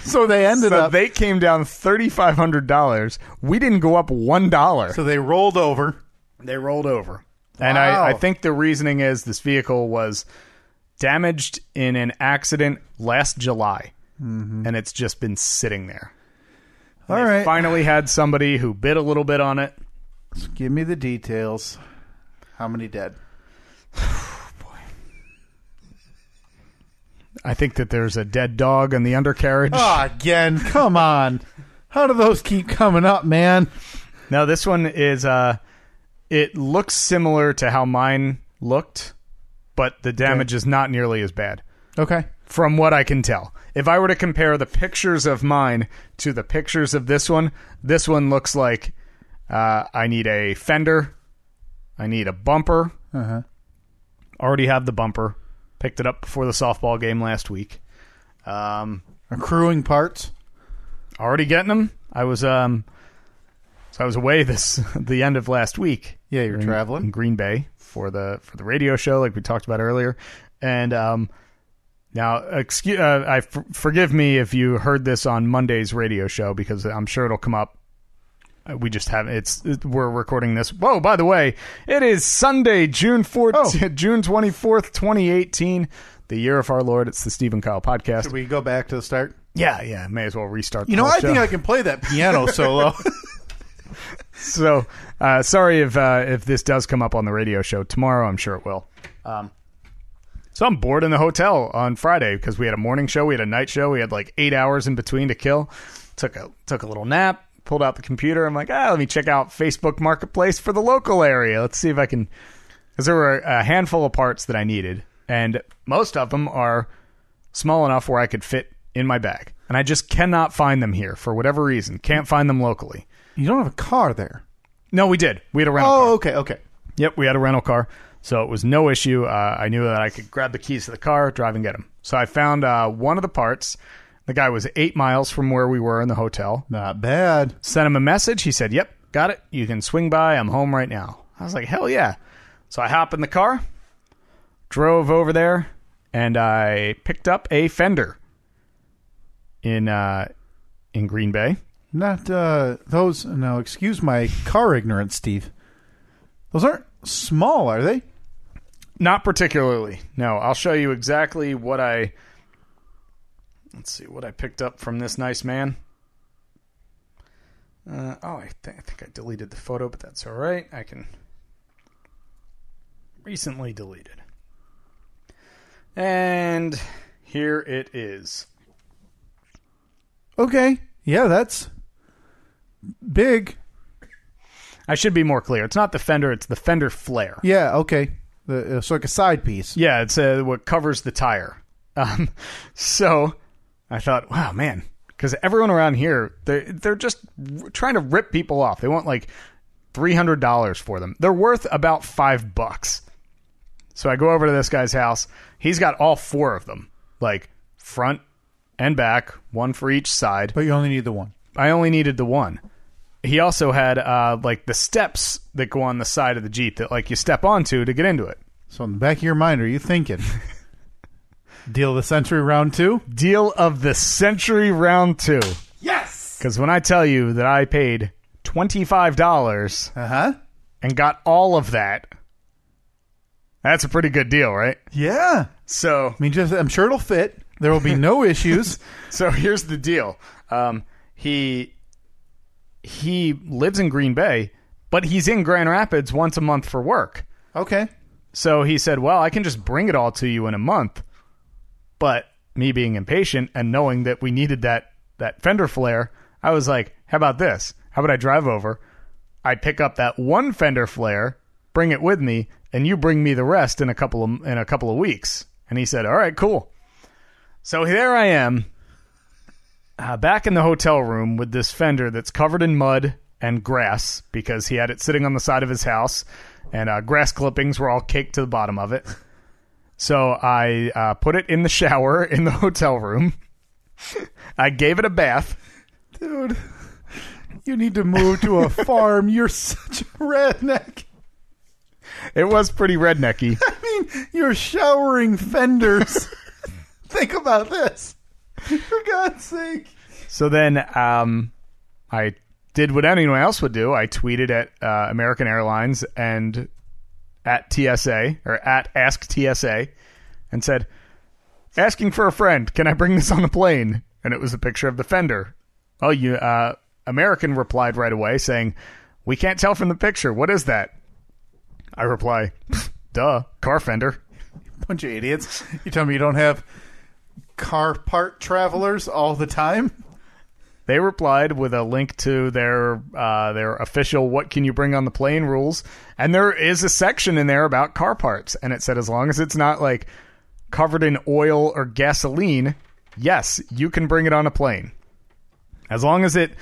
Speaker 2: So they ended
Speaker 1: so
Speaker 2: up.
Speaker 1: they came down $3,500. We didn't go up $1.
Speaker 2: so they rolled over.
Speaker 1: They rolled over. And I, I
Speaker 2: Wow.
Speaker 1: think the reasoning is this vehicle was damaged in an accident last July, and it's just been sitting there.
Speaker 2: All
Speaker 1: They
Speaker 2: right.
Speaker 1: Finally, had somebody who bid a little bit on it.
Speaker 2: Give me the details. How many dead?
Speaker 1: I think that there's a dead dog on the undercarriage.
Speaker 2: Ah, again. Come on. How do those keep coming up, man?
Speaker 1: No, this one is uh it looks similar to how mine looked, but the damage is not nearly as bad
Speaker 2: Okay.
Speaker 1: from what I can tell. If I were to compare the pictures of mine to the pictures of this one, this one looks like uh, I need a fender, I need a bumper.
Speaker 2: Uh-huh.
Speaker 1: Already have the bumper. Picked it up before the softball game last week. Um,
Speaker 2: Accruing parts.
Speaker 1: already getting them. I was um, so I was away this the end of last week.
Speaker 2: Yeah, you're
Speaker 1: in
Speaker 2: traveling.
Speaker 1: Green Bay for the for the radio show, like we talked about earlier. And um, now, excuse, uh, I f- forgive me if you heard this on Monday's radio show because I'm sure it'll come up. Uh, We just haven't. It's it- we're recording this. Whoa! By the way, it is Sunday, June fourth,
Speaker 2: Oh.
Speaker 1: June twenty fourth, twenty eighteen, the year of our Lord. It's the Stephen Kyle podcast.
Speaker 2: Should we go back to the start?
Speaker 1: yeah, yeah. May as well restart. the
Speaker 2: You know,
Speaker 1: whole
Speaker 2: I think
Speaker 1: show.
Speaker 2: I can play that piano solo.
Speaker 1: so uh, sorry if uh, if this does come up on the radio show tomorrow. I'm sure it will. Um, so I'm bored in the hotel on Friday because we had a morning show, we had a night show, we had like eight hours in between to kill. Took a took a little nap, pulled out the computer. I'm like, ah, let me check out Facebook Marketplace for the local area. Let's see if I can, because there were a handful of parts that I needed, and most of them are small enough where I could fit in my bag, and I just cannot find them here for whatever reason. Can't find them locally.
Speaker 2: you don't have a car there.
Speaker 1: No, we did. We had a rental
Speaker 2: Oh,
Speaker 1: car.
Speaker 2: okay, okay.
Speaker 1: Yep, we had a rental car. So it was no issue. Uh, I knew that I could grab the keys to the car, drive and get them. So I found uh, one of the parts. The guy was eight miles from where we were in the hotel.
Speaker 2: Not bad.
Speaker 1: Sent him a message. He said, Yep, got it. You can swing by. I'm home right now. I was like, Hell yeah. So I hop in the car, drove over there, and I picked up a fender in uh, in Green Bay.
Speaker 2: Not uh those no, excuse my car ignorance, Steve. Those aren't small, are they?
Speaker 1: Not particularly. No, I'll show you exactly what I. Let's see what I picked up from this nice man. Uh, oh, I, th- I think I deleted the photo, but that's all right. I can. Recently deleted. And here it is.
Speaker 2: Okay. Yeah, that's big.
Speaker 1: I should be more clear. It's not the fender, it's the fender flare.
Speaker 2: Yeah, okay. The, uh, so like a side piece.
Speaker 1: Yeah, it's uh, what covers the tire. Um, so I thought, wow, man, because everyone around here, they're, they're just r- trying to rip people off. They want like $300 for them. They're worth about five bucks. So I go over to this guy's house. He's got all four of them, like front and back, one for each side.
Speaker 2: But you only need the one.
Speaker 1: I only needed the one. He also had uh, like the steps that go on the side of the Jeep that like you step onto to get into it.
Speaker 2: So in the back of your mind, are you thinking deal of the century round two?
Speaker 1: deal of the century round two.
Speaker 2: Yes.
Speaker 1: Because when I tell you that I paid $25
Speaker 2: Uh huh.
Speaker 1: and got all of that, that's a pretty good deal, right?
Speaker 2: Yeah.
Speaker 1: So,
Speaker 2: I mean, just I'm sure it'll fit. There will be no issues.
Speaker 1: so here's the deal. Um, he he lives in Green Bay, but he's in Grand Rapids once a month for work.
Speaker 2: Okay.
Speaker 1: So he said, "Well, I can just bring it all to you in a month." But me being impatient and knowing that we needed that that fender flare, I was like, "How about this? How about I drive over? I pick up that one fender flare, bring it with me, and you bring me the rest in a couple of in a couple of weeks." And he said, "All right, cool." So there I am, uh, back in the hotel room with this fender that's covered in mud and grass because he had it sitting on the side of his house, and uh, grass clippings were all caked to the bottom of it. So I uh, put it in the shower in the hotel room. I gave it a bath.
Speaker 2: Dude, you need to move to a farm. You're such a redneck.
Speaker 1: It was pretty rednecky.
Speaker 2: I mean, you're showering fenders. Think about this. For God's sake.
Speaker 1: So then um, I did what anyone else would do. I tweeted at uh, American Airlines and at TSA or at Ask TSA and said, asking for a friend. Can I bring this on the plane? And it was a picture of the fender. Oh, you uh, American replied right away saying, "We can't tell from the picture. What is that?" I reply, "Duh, car fender."
Speaker 2: Bunch of idiots. You tell me you don't have car part travelers all the time?
Speaker 1: They replied with a link to their uh, their official "What can you bring on the plane?" rules, and there is a section in there about car parts, and it said as long as it's not like covered in oil or gasoline, yes, you can bring it on a plane, as long as it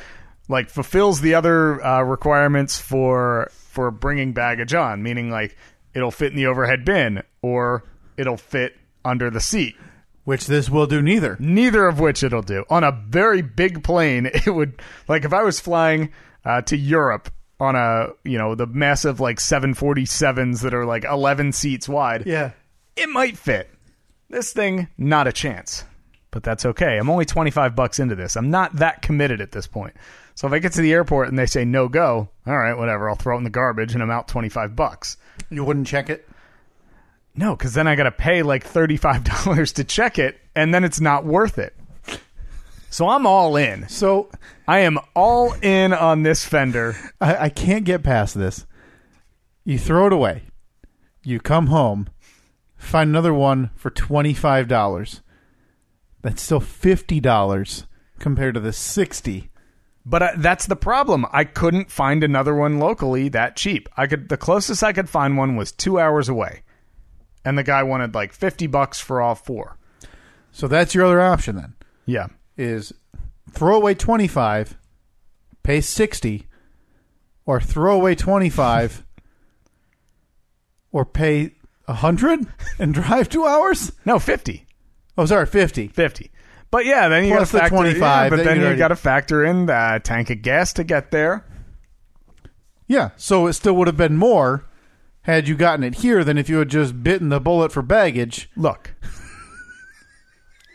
Speaker 1: like fulfills the other uh, requirements for for bringing baggage on, meaning like it'll fit in the overhead bin or it'll fit under the seat
Speaker 2: Which this will do neither.
Speaker 1: neither of which it'll do. On a very big plane, it would like if I was flying uh, to Europe on a you know the massive like 747s that are like 11 seats wide.
Speaker 2: Yeah.
Speaker 1: it might fit. This thing, not a chance. But that's okay. I'm only 25 bucks into this. I'm not that committed at this point. So if I get to the airport and they say no go, all right, whatever. I'll throw it in the garbage and I'm out 25 bucks.
Speaker 2: You wouldn't check it?
Speaker 1: No, because then I got to pay like $35 to check it, and then it's not worth it. So I'm all in.
Speaker 2: So
Speaker 1: I am all in on this fender.
Speaker 2: I, I can't get past this. You throw it away. You come home, find another one for twenty five dollars. That's still fifty dollars compared to the sixty.
Speaker 1: But I, that's the problem. I couldn't find another one locally that cheap. I could the closest I could find one was 2 hours away. And the guy wanted like 50 bucks for all four.
Speaker 2: So that's your other option then
Speaker 1: Yeah.
Speaker 2: is throw away twenty five, pay sixty, or throw away twenty five, or pay a hundred and drive two hours.
Speaker 1: No, 50.
Speaker 2: Oh, sorry, fifty.
Speaker 1: 50. But yeah, then you got to
Speaker 2: Plus the
Speaker 1: factor yeah,
Speaker 2: 25
Speaker 1: but
Speaker 2: that
Speaker 1: then
Speaker 2: you'd
Speaker 1: you
Speaker 2: already-
Speaker 1: got to factor in the tank of gas to get there.
Speaker 2: Yeah, so it still would have been more had you gotten it here than if you had just bitten the bullet for baggage.
Speaker 1: Look.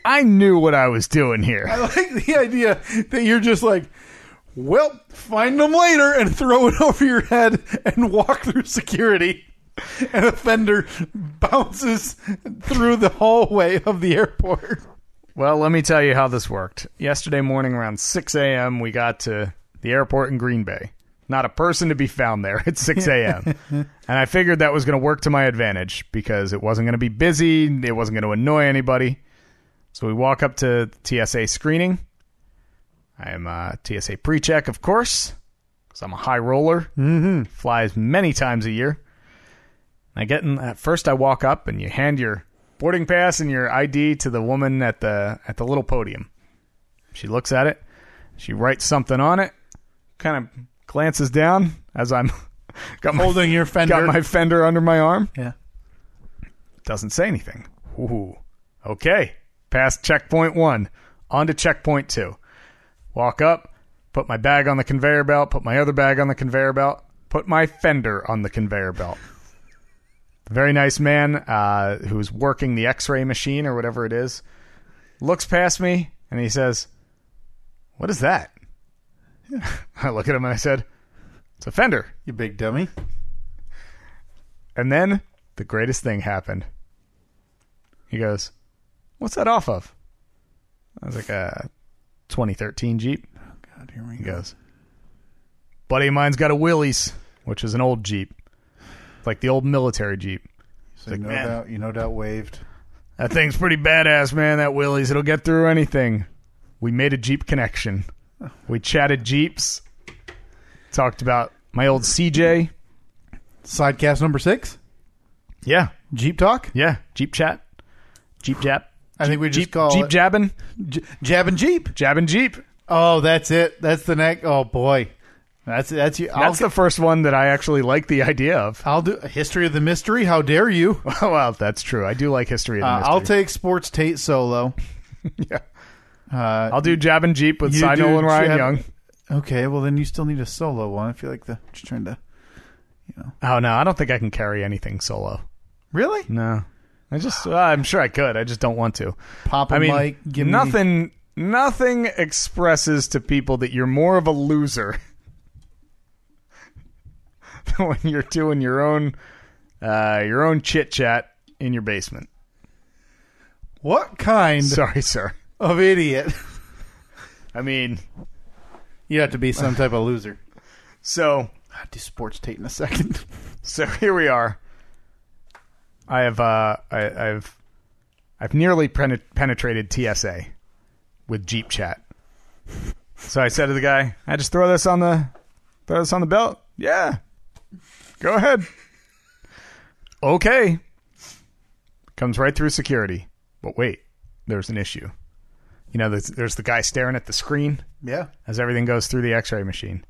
Speaker 1: I knew what I was doing here.
Speaker 2: I like the idea that you're just like, well, find them later and throw it over your head and walk through security. And a fender bounces through the hallway of the airport.
Speaker 1: Well, let me tell you how this worked. Yesterday morning around 6 a.m., we got to the airport in Green Bay. Not a person to be found there at 6 a.m. and I figured that was going to work to my advantage because it wasn't going to be busy, it wasn't going to annoy anybody. So we walk up to the TSA screening. I am a TSA pre check, of course, because I'm a high roller, mm-hmm. flies many times a year. I get in at first I walk up and you hand your boarding pass and your ID to the woman at the at the little podium. She looks at it. She writes something on it. Kind of glances down as I'm got my,
Speaker 2: Holding your fender.
Speaker 1: got my fender under my arm.
Speaker 2: yeah.
Speaker 1: Doesn't say anything. Ooh. Okay. Past checkpoint one. On to checkpoint two. Walk up, put my bag on the conveyor belt, put my other bag on the conveyor belt, put my fender on the conveyor belt. Very nice man uh, who's working the x ray machine or whatever it is looks past me and he says, What is that? I look at him and I said, It's a fender.
Speaker 2: You big dummy.
Speaker 1: And then the greatest thing happened. He goes, "What's that off of?" I was like, "Uh, 2013 Jeep."
Speaker 2: God, here we
Speaker 1: He
Speaker 2: go.
Speaker 1: goes, "Buddy of mine's got a Willys, which is an old Jeep, It's like the old military Jeep.
Speaker 2: So
Speaker 1: like,
Speaker 2: no
Speaker 1: man.
Speaker 2: doubt, you no doubt waved.
Speaker 1: That thing's pretty badass, man. That Willys, it'll get through anything." We made a Jeep connection. We chatted Jeeps. Talked about my old CJ.
Speaker 2: Sidecast number six,
Speaker 1: Yeah,
Speaker 2: Jeep Talk.
Speaker 1: yeah. Jeep chat, Jeep jap,
Speaker 2: I think we just
Speaker 1: Jeep
Speaker 2: call
Speaker 1: Jeep
Speaker 2: it
Speaker 1: jabbing,
Speaker 2: J- Jab and Jeep.
Speaker 1: jabbing Jeep.
Speaker 2: Oh, that's it. That's the neck. Oh boy, that's that's you. I'll,
Speaker 1: That's the first one that I actually like the idea of.
Speaker 2: I'll do history of the mystery. How dare you?
Speaker 1: well, that's true. I do like history. Of the
Speaker 2: Uh, I'll
Speaker 1: mystery.
Speaker 2: take sports Tate solo.
Speaker 1: I'll do jabbing Jeep with
Speaker 2: Uh, You
Speaker 1: Sino
Speaker 2: do
Speaker 1: and Ryan
Speaker 2: Jab-
Speaker 1: Young.
Speaker 2: Okay, well then you still need a solo one. I feel like the just trying to
Speaker 1: Oh no, I don't think I can carry anything solo.
Speaker 2: really
Speaker 1: No, I just uh, I'm sure I could. I just don't want to.
Speaker 2: pop a
Speaker 1: I mean,
Speaker 2: mic. Give me-
Speaker 1: nothing nothing expresses to people that you're more of a loser than when you're doing your own uh, your own chit chat in your basement.
Speaker 2: what kind
Speaker 1: Sorry, sir.
Speaker 2: of idiot?
Speaker 1: I mean,
Speaker 2: You have to be some type of loser.
Speaker 1: so
Speaker 2: I'll do sports Tate in a second.
Speaker 1: so here we are. I have uh, I, I've I've nearly pen- penetrated TSA with Jeep Chat. So I said to the guy, "I just throw this on the throw this on the belt." Yeah, go ahead. Okay, comes right through security. But wait, there's an issue. You know, there's, there's the guy staring at the screen
Speaker 2: Yeah.
Speaker 1: as everything goes through the x-ray machine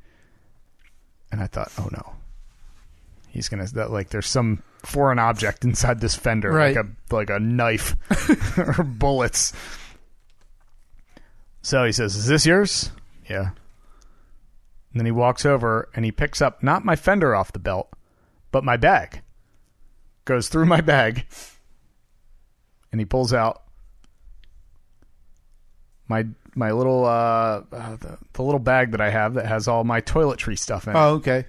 Speaker 1: and i thought oh no he's gonna that like there's some foreign object inside this fender
Speaker 2: Right.
Speaker 1: like a like a knife or bullets so he says is this yours yeah and then he walks over and he picks up not my fender off the belt but my bag goes through my bag and he pulls out my my little uh, uh the, the little bag that I have that has all my toiletry stuff in it.
Speaker 2: Oh, okay.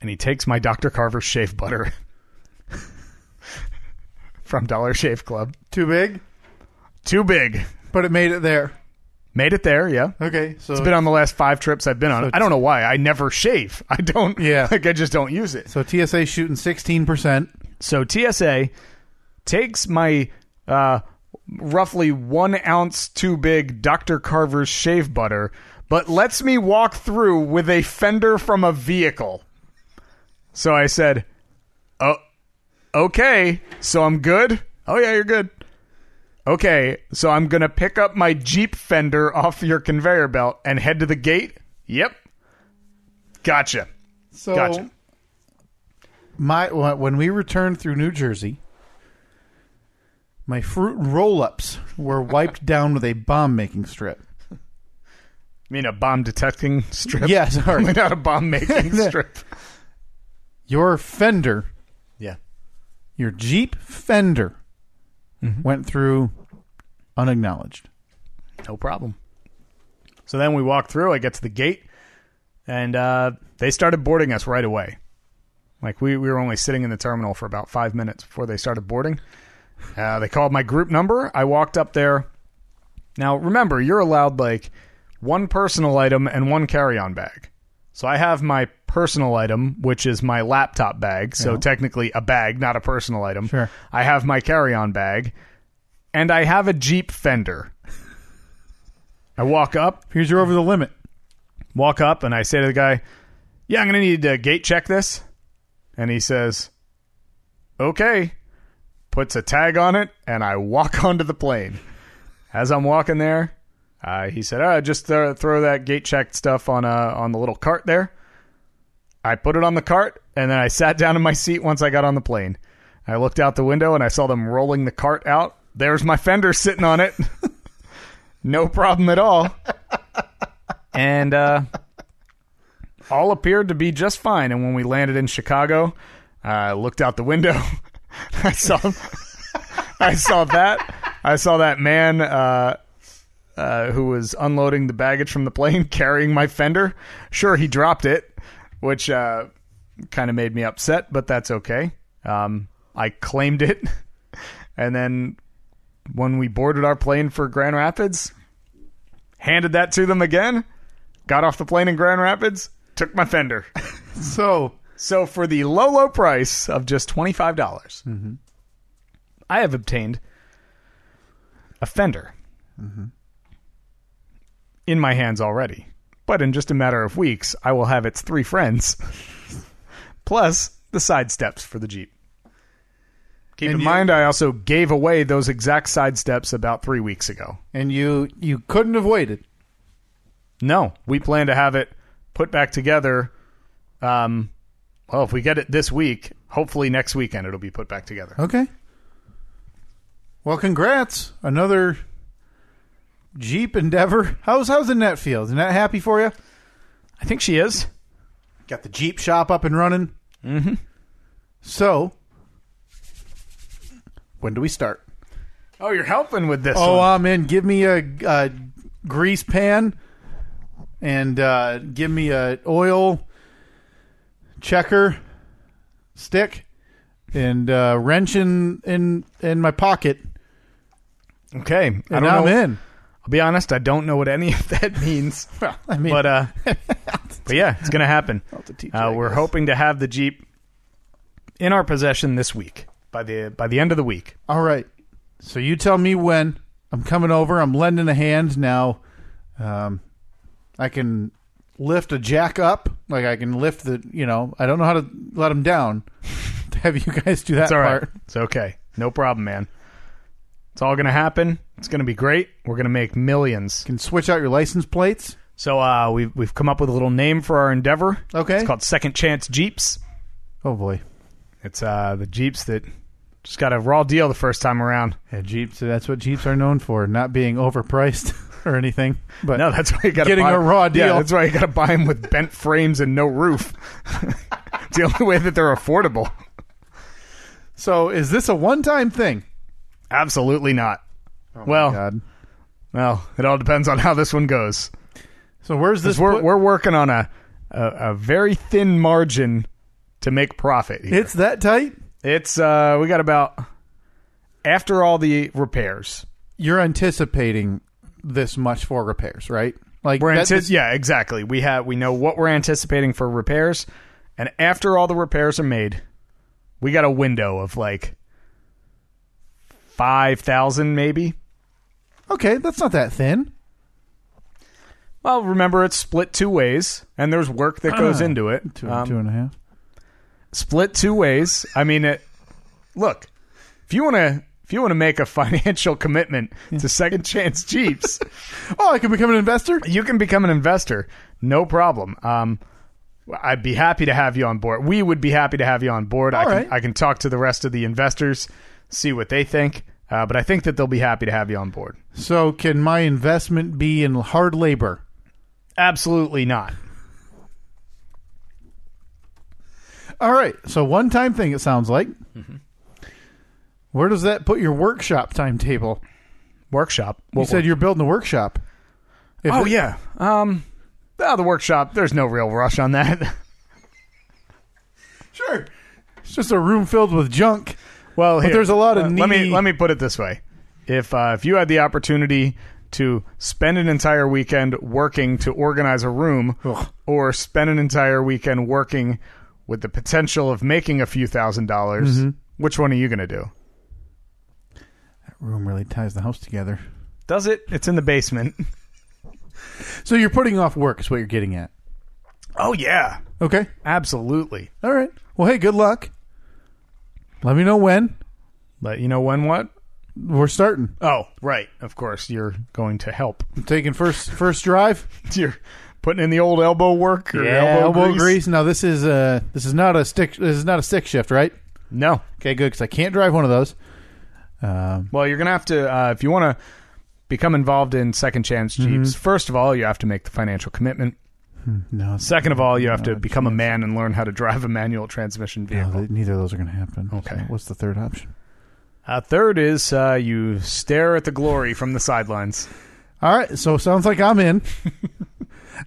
Speaker 1: And he takes my Dr. Carver's shave butter from Dollar Shave Club.
Speaker 2: Too big,
Speaker 1: Too big.
Speaker 2: but it made it there.
Speaker 1: Made it there, yeah.
Speaker 2: Okay, so
Speaker 1: It's been on the last five trips I've been on.
Speaker 2: So
Speaker 1: I don't know why. I never shave. I don't.
Speaker 2: Yeah.
Speaker 1: Like I just don't use it.
Speaker 2: so TSA shooting sixteen percent.
Speaker 1: So TSA takes my uh, roughly one ounce too big Dr. Carver's shave butter, but lets me walk through with a fender from a vehicle. So I said, "Oh, okay. So I'm good. Oh yeah, you're good. Okay. So I'm gonna pick up my Jeep fender off your conveyor belt and head to the gate. Yep. Gotcha.
Speaker 2: So
Speaker 1: Gotcha.
Speaker 2: my wh- when we returned through New Jersey, my fruit roll-ups were wiped down with a bomb-making strip.
Speaker 1: I mean, a bomb detecting strip.
Speaker 2: Yeah, sorry.
Speaker 1: Went out a bomb making strip.
Speaker 2: Your fender,
Speaker 1: Yeah.
Speaker 2: your Jeep fender, went through unacknowledged.
Speaker 1: No problem. So then we walk through. I get to the gate, and uh, they started boarding us right away. Like we, we were only sitting in the terminal for about five minutes before they started boarding. Uh, they called my group number. I walked up there. Now remember, you're allowed like one personal item and one carry-on bag. So I have my personal item, which is my laptop bag. So technically a bag, not a personal item.
Speaker 2: Sure.
Speaker 1: I have my carry-on bag, and I have a Jeep fender. I walk up,
Speaker 2: Here's your over the limit.
Speaker 1: walk up, and I say to the guy, "Yeah, I'm gonna need to gate check this," and he says, "Okay." Puts a tag on it, and I walk onto the plane. As I'm walking there, uh, he said, "Ah, just throw, throw that gate check stuff on uh, on the little cart there." I put it on the cart, and then I sat down in my seat once I got on the plane. I looked out the window and I saw them rolling the cart out. There's my fender sitting on it. no problem at all. and uh, all appeared to be just fine. And when we landed in Chicago, I looked out the window. I saw, I saw that, I saw that man uh, uh, who was unloading the baggage from the plane carrying my fender. Sure, he dropped it, which uh, kind of made me upset, but that's okay. Um, I claimed it, and then when we boarded our plane for Grand Rapids, handed that to them again. Got off the plane in Grand Rapids, took my fender.
Speaker 2: So
Speaker 1: So for the low, low price of just twenty five dollars, I have obtained a fender in my hands already. But in just a matter of weeks, I will have its three friends, plus the side steps for the Jeep. Keep
Speaker 2: And
Speaker 1: in
Speaker 2: you-
Speaker 1: mind, I also gave away those exact side steps about three weeks ago.
Speaker 2: And you you couldn't have waited.
Speaker 1: No, we plan to have it put back together. Um, well, if we get it this week, hopefully next weekend it'll be put back together.
Speaker 2: Okay. Well, congrats. Another Jeep endeavor. How's how's Annette feel? Isn't that happy for you?
Speaker 1: I think she is.
Speaker 2: Got the Jeep shop up and running. Mm-hmm. So when do we start?
Speaker 1: Oh, you're helping with this.
Speaker 2: Oh,
Speaker 1: one.
Speaker 2: I'm in. Give me a, a grease pan and uh, give me a oil checker stick and uh, wrench in, in in my pocket,
Speaker 1: okay. I
Speaker 2: uh, and
Speaker 1: don't
Speaker 2: I'm
Speaker 1: know.
Speaker 2: in.
Speaker 1: I'll be honest. I don't know what any of that means.
Speaker 2: I mean,
Speaker 1: but uh, but yeah, it's gonna happen.
Speaker 2: to teach you,
Speaker 1: Uh,
Speaker 2: I
Speaker 1: we're
Speaker 2: guess.
Speaker 1: hoping to have the Jeep in our possession this week by the by the end of the week.
Speaker 2: all right. So you tell me when I'm coming over. I'm lending a hand now. Um, I can lift a jack up, like I can lift the. You know, I don't know how to let them down. Have you guys do that
Speaker 1: It's all right.
Speaker 2: part?
Speaker 1: It's okay. No problem, man. It's all gonna happen. It's gonna be great. We're gonna make millions.
Speaker 2: Can switch out your license plates.
Speaker 1: So uh, we've we've come up with a little name for our endeavor.
Speaker 2: Okay.
Speaker 1: It's called Second Chance Jeeps.
Speaker 2: Oh boy,
Speaker 1: It's uh, the Jeeps that just got a raw deal the first time around.
Speaker 2: yeah, Jeeps. That's what Jeeps are known for—not being overpriced or anything. But
Speaker 1: No, that's why you got
Speaker 2: Getting
Speaker 1: buy
Speaker 2: a raw
Speaker 1: Yeah,
Speaker 2: deal.
Speaker 1: that's why you got to buy them with bent frames and no roof. it's the only way that they're affordable.
Speaker 2: so is this a one-time thing?
Speaker 1: Absolutely not. well,
Speaker 2: Oh God.
Speaker 1: well, it all depends on how this one goes.
Speaker 2: So where's this?
Speaker 1: We're
Speaker 2: put-
Speaker 1: we're working on a, a a very thin margin to make profit. Here.
Speaker 2: it's that tight.
Speaker 1: It's uh we got about after all the repairs.
Speaker 2: You're anticipating this much for repairs, right? Like
Speaker 1: We're
Speaker 2: that-
Speaker 1: anti- yeah, exactly. We have we know what we're anticipating for repairs, and after all the repairs are made, we got a window of like five thousand, maybe.
Speaker 2: Okay, that's not that thin.
Speaker 1: Well, remember it's split two ways, and there's work that goes into it.
Speaker 2: Ah, Two,
Speaker 1: Um,
Speaker 2: two and a half.
Speaker 1: Split two ways. I mean, it, look, if you want to. If you want to make a financial commitment to second chance Jeeps,
Speaker 2: Oh, I can become an investor.
Speaker 1: you can become an investor, no problem. Um, I'd be happy to have you on board. We would be happy to have you on board. I
Speaker 2: All
Speaker 1: can,
Speaker 2: right.
Speaker 1: I can talk to the rest of the investors, see what they think. Uh, but I think that they'll be happy to have you on board.
Speaker 2: So can my investment be in hard labor?
Speaker 1: Absolutely not.
Speaker 2: All right. So one-time thing. It sounds like. Where does that put your workshop timetable?
Speaker 1: Workshop.
Speaker 2: You said you're building a workshop. If
Speaker 1: Oh
Speaker 2: it-
Speaker 1: yeah. Um, oh, the workshop. There's no real rush on that.
Speaker 2: Sure. It's just a room filled with junk.
Speaker 1: Well, here,
Speaker 2: there's a lot of
Speaker 1: uh, let me
Speaker 2: needy-
Speaker 1: let me put it this way: if uh, if you had the opportunity to spend an entire weekend working to organize a room,
Speaker 2: Ugh.
Speaker 1: or spend an entire weekend working with the potential of making a few 1000 dollars, which one are you going to do?
Speaker 2: That room really ties the house together.
Speaker 1: Does it? It's in the basement.
Speaker 2: So you're putting off work is what you're getting at.
Speaker 1: Oh yeah,
Speaker 2: Okay.
Speaker 1: absolutely.
Speaker 2: All right. Well, hey, good luck. Let me know when
Speaker 1: But you know when what?
Speaker 2: we're starting.
Speaker 1: Oh, right. Of course, you're going to help.
Speaker 2: I'm taking first first drive.
Speaker 1: You're putting in the old elbow work or elbow,
Speaker 2: elbow grease. Now this is uh this is not a stick this is not a stick shift, right?
Speaker 1: No,
Speaker 2: Okay, good because I can't drive one of those. Um,
Speaker 1: Well, you're gonna have to uh, if you want to become involved in second chance jeeps.
Speaker 2: Mm-hmm.
Speaker 1: First of all, you have to make the financial commitment.
Speaker 2: no, it's-
Speaker 1: Second of all, you have to become a man and learn how to drive a manual transmission
Speaker 2: no,
Speaker 1: vehicle.
Speaker 2: th- neither of those are going to happen.
Speaker 1: Okay.
Speaker 2: So what's the third option?
Speaker 1: Uh, third is uh, you stare at the glory from the sidelines.
Speaker 2: All right, so sounds like I'm in.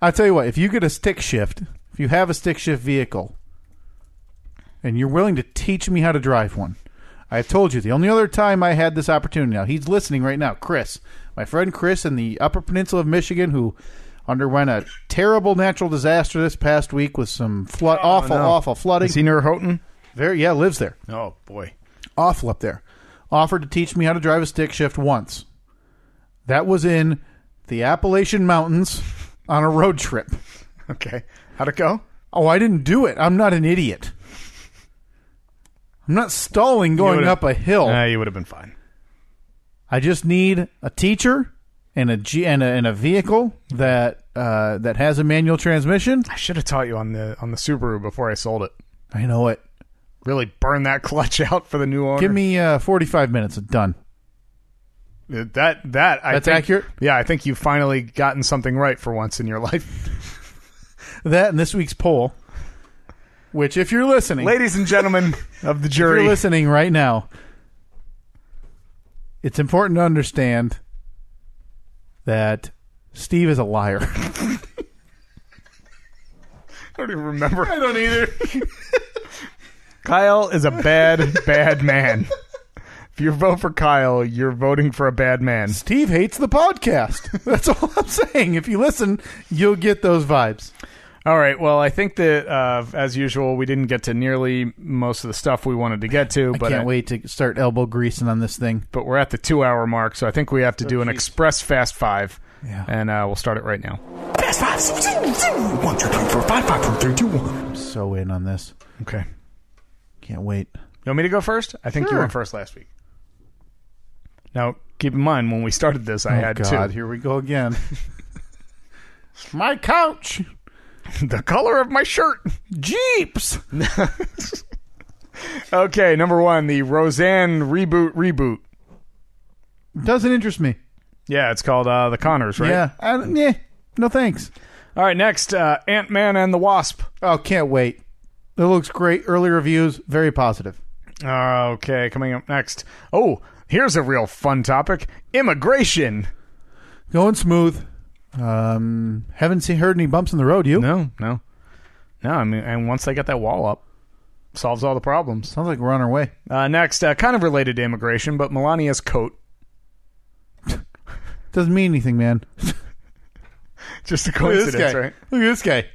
Speaker 2: I tell you what, if you get a stick shift, if you have a stick shift vehicle, and you're willing to teach me how to drive one, I have told you the only other time I had this opportunity. Now he's listening right now, Chris, my friend Chris in the Upper Peninsula of Michigan, who underwent a terrible natural disaster this past week with some flood, awful, awful flooding.
Speaker 1: Oh, Is he near Houghton?
Speaker 2: Very, yeah, lives there
Speaker 1: Oh boy.
Speaker 2: awful up there, offered to teach me how to drive a stick shift once. That was in the Appalachian Mountains on a road trip.
Speaker 1: Okay. How'd it go?
Speaker 2: Oh, I didn't do it. I'm not an idiot. I'm not stalling going
Speaker 1: would've-
Speaker 2: up a hill.
Speaker 1: Nah, you would have been fine.
Speaker 2: I just need a teacher and a G- and a, and a vehicle that uh, that has a manual transmission.
Speaker 1: I should have taught you on the on the Subaru before I sold it.
Speaker 2: I know it.
Speaker 1: Really burn that clutch out for the new owner.
Speaker 2: Give me uh, 45 minutes. I'm done.
Speaker 1: that that I
Speaker 2: That's
Speaker 1: think-
Speaker 2: accurate?
Speaker 1: Yeah, I think you've finally gotten something right for once in your life.
Speaker 2: That and this week's poll, which if you're listening,
Speaker 1: Ladies and gentlemen of the
Speaker 2: if
Speaker 1: jury.
Speaker 2: you're listening right now, it's important to understand that Steve is a liar.
Speaker 1: I don't even remember. I don't either. Kyle is a bad, bad man. If you vote for Kyle, you're voting for a bad man.
Speaker 2: Steve hates the podcast. That's all I'm saying. If you listen, you'll get those vibes.
Speaker 1: All right. Well, I think that uh, as usual, we didn't get to nearly most of the stuff we wanted to get to,
Speaker 2: I
Speaker 1: but
Speaker 2: can't
Speaker 1: I-
Speaker 2: wait to start elbow greasing on this thing.
Speaker 1: but we're at the two hour mark, so I think we have to do an express fast five,
Speaker 2: Oh, Yeah.
Speaker 1: and uh, we'll start it right now.
Speaker 5: Fast five. zoom, zoom, zoom. One, two, three, four, five, five, four, three, two, one.
Speaker 2: I'm so in on this.
Speaker 1: Okay.
Speaker 2: Can't wait.
Speaker 1: You want me to go first? I think you
Speaker 2: Sure.
Speaker 1: went first last week. Now, keep in mind when we started this, I
Speaker 2: Oh,
Speaker 1: had
Speaker 2: God,
Speaker 1: two.
Speaker 2: here we go again. My couch,
Speaker 1: the color of my shirt.
Speaker 2: jeeps.
Speaker 1: Okay, number one, the Roseanne reboot reboot.
Speaker 2: Doesn't interest me.
Speaker 1: Yeah, it's called uh, the Connors, right?
Speaker 2: Yeah, I, don't- yeah. No thanks.
Speaker 1: All right, next, uh, Ant Man and the Wasp.
Speaker 2: Oh, can't wait. It looks great. Early reviews, very positive.
Speaker 1: Uh, okay, coming up next. Oh, here's a real fun topic: immigration.
Speaker 2: Going smooth. Um, haven't seen heard any bumps in the road. You
Speaker 1: No, no, no. I mean, and once they get that wall up, solves all the problems.
Speaker 2: sounds like we're on our way.
Speaker 1: Uh, next, uh, kind of related to immigration, but Melania's coat.
Speaker 2: Doesn't mean anything, man.
Speaker 1: Just a
Speaker 2: Look at this
Speaker 1: coincidence,
Speaker 2: guy.
Speaker 1: right?
Speaker 2: Look at this guy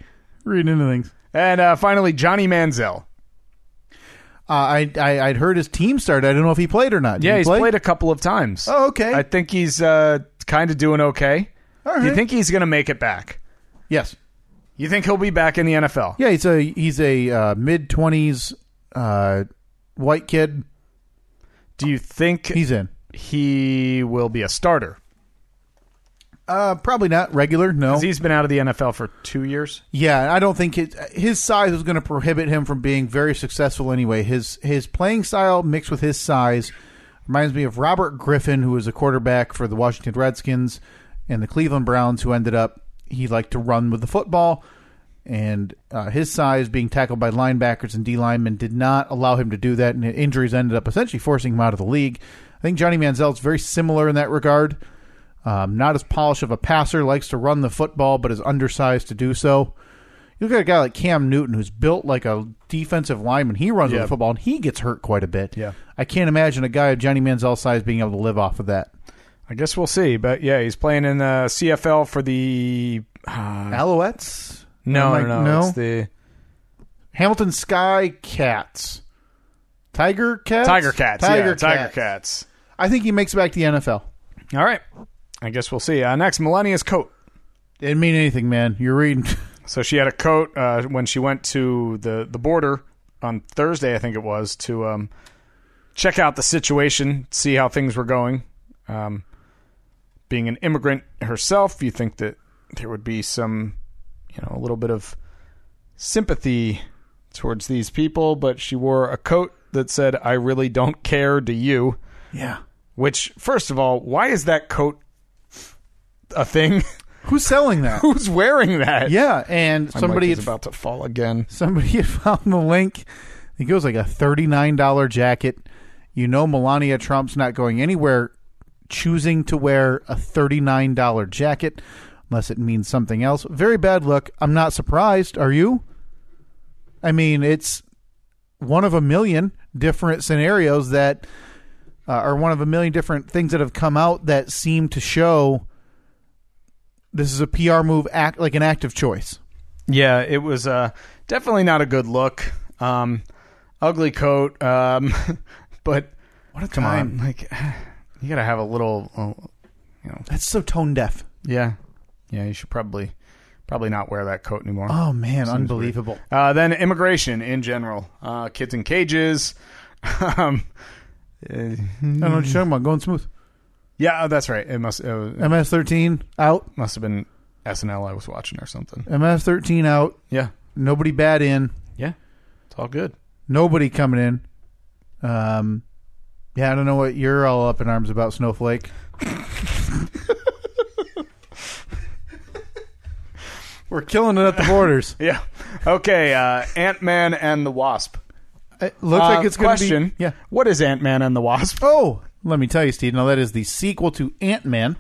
Speaker 2: reading into things.
Speaker 1: And uh, finally, Johnny Manziel.
Speaker 2: Uh, I, I I'd heard his team start. I don't know if he played or not. Did
Speaker 1: Yeah,
Speaker 2: he
Speaker 1: he's
Speaker 2: play?
Speaker 1: played a couple of times.
Speaker 2: Oh, okay.
Speaker 1: I think he's uh, kind of doing okay.
Speaker 2: All right.
Speaker 1: You think he's going to make it back?
Speaker 2: Yes.
Speaker 1: You think he'll be back in the NFL?
Speaker 2: Yeah, he's a he's a uh, mid twenties uh, white kid.
Speaker 1: Do you think
Speaker 2: He's in.
Speaker 1: he will be a starter?
Speaker 2: Uh, probably not regular. No.
Speaker 1: 'Cause he's been out of the NFL for two years.
Speaker 2: Yeah, I don't think it, his size was going to prohibit him from being very successful anyway. His his playing style mixed with his size reminds me of Robert Griffin, who was a quarterback for the Washington Redskins and the Cleveland Browns, who ended up he liked to run with the football, and uh, his size being tackled by linebackers and D linemen did not allow him to do that, and injuries ended up essentially forcing him out of the league. I think Johnny Manziel is very similar in that regard. Um, not as polished of a passer, likes to run the football, but is undersized to do so. You look at a guy like Cam Newton, who's built like a defensive lineman. He runs with
Speaker 1: Yeah.
Speaker 2: the football, and he gets hurt quite a bit.
Speaker 1: Yeah.
Speaker 2: I can't imagine a guy of Johnny Manziel's size being able to live off of that.
Speaker 1: I guess we'll see. But yeah, he's playing in the CFL for the uh,
Speaker 2: Alouettes?
Speaker 1: no,
Speaker 2: Like,
Speaker 1: no, no,
Speaker 2: no.
Speaker 1: It's the
Speaker 2: Hamilton Sky Cats. Tiger Cats?
Speaker 1: Tiger Cats.
Speaker 2: Tiger
Speaker 1: yeah,
Speaker 2: Cats.
Speaker 1: Tiger Cats.
Speaker 2: I think he makes it back to the NFL.
Speaker 1: All right. I guess we'll see. Uh, next, Melania's coat.
Speaker 2: Didn't mean anything, man. You're reading.
Speaker 1: So she had a coat uh, when she went to the the border on Thursday, I think it was, to um, check out the situation, see how things were going. Um, being an immigrant herself, you think that there would be some, you know, a little bit of sympathy towards these people, but she wore a coat that said "I really don't care." Do you?
Speaker 2: yeah.
Speaker 1: Which, first of all, why is that coat a thing?
Speaker 2: Who's selling that?
Speaker 1: Who's wearing that?
Speaker 2: yeah, and somebody
Speaker 1: is
Speaker 2: had
Speaker 1: about to fall again.
Speaker 2: somebody had found the link. I think it was like a $39 jacket. You know, Melania Trump's not going anywhere choosing to wear a $39 jacket unless it means something else. Very bad look. I'm not surprised. Are you? I mean, it's one of a million different scenarios that uh, are one of a million different things that have come out that seem to show this is a PR move, act like an active choice.
Speaker 1: Yeah, it was uh, definitely not a good look. Um, ugly coat, um, but
Speaker 2: What a
Speaker 1: come on, like you gotta have a little. Uh,
Speaker 2: That's so tone deaf.
Speaker 1: yeah, yeah, you should probably Probably not wear that coat anymore.
Speaker 2: Oh man, unbelievable.
Speaker 1: Uh, then immigration in general, uh, kids in cages. um, uh,
Speaker 2: I don't know what you're talking about. Going smooth.
Speaker 1: yeah, oh, that's right. It must it
Speaker 2: Mm.
Speaker 1: was- it
Speaker 2: MS13 out.
Speaker 1: must have been SNL I was watching or something.
Speaker 2: MS13 out.
Speaker 1: Yeah,
Speaker 2: Nobody bad in.
Speaker 1: yeah, it's all good.
Speaker 2: Nobody coming in. Um, yeah, I don't know what you're all up in arms about, Snowflake. We're killing it at the borders.
Speaker 1: Yeah. Okay. Uh, Ant Man and the Wasp.
Speaker 2: It looks
Speaker 1: Uh,
Speaker 2: like it's going to
Speaker 1: question.
Speaker 2: be. Yeah.
Speaker 1: What is Ant Man and the Wasp?
Speaker 2: Oh, let me tell you, Steve. Now that is the sequel to Ant Man,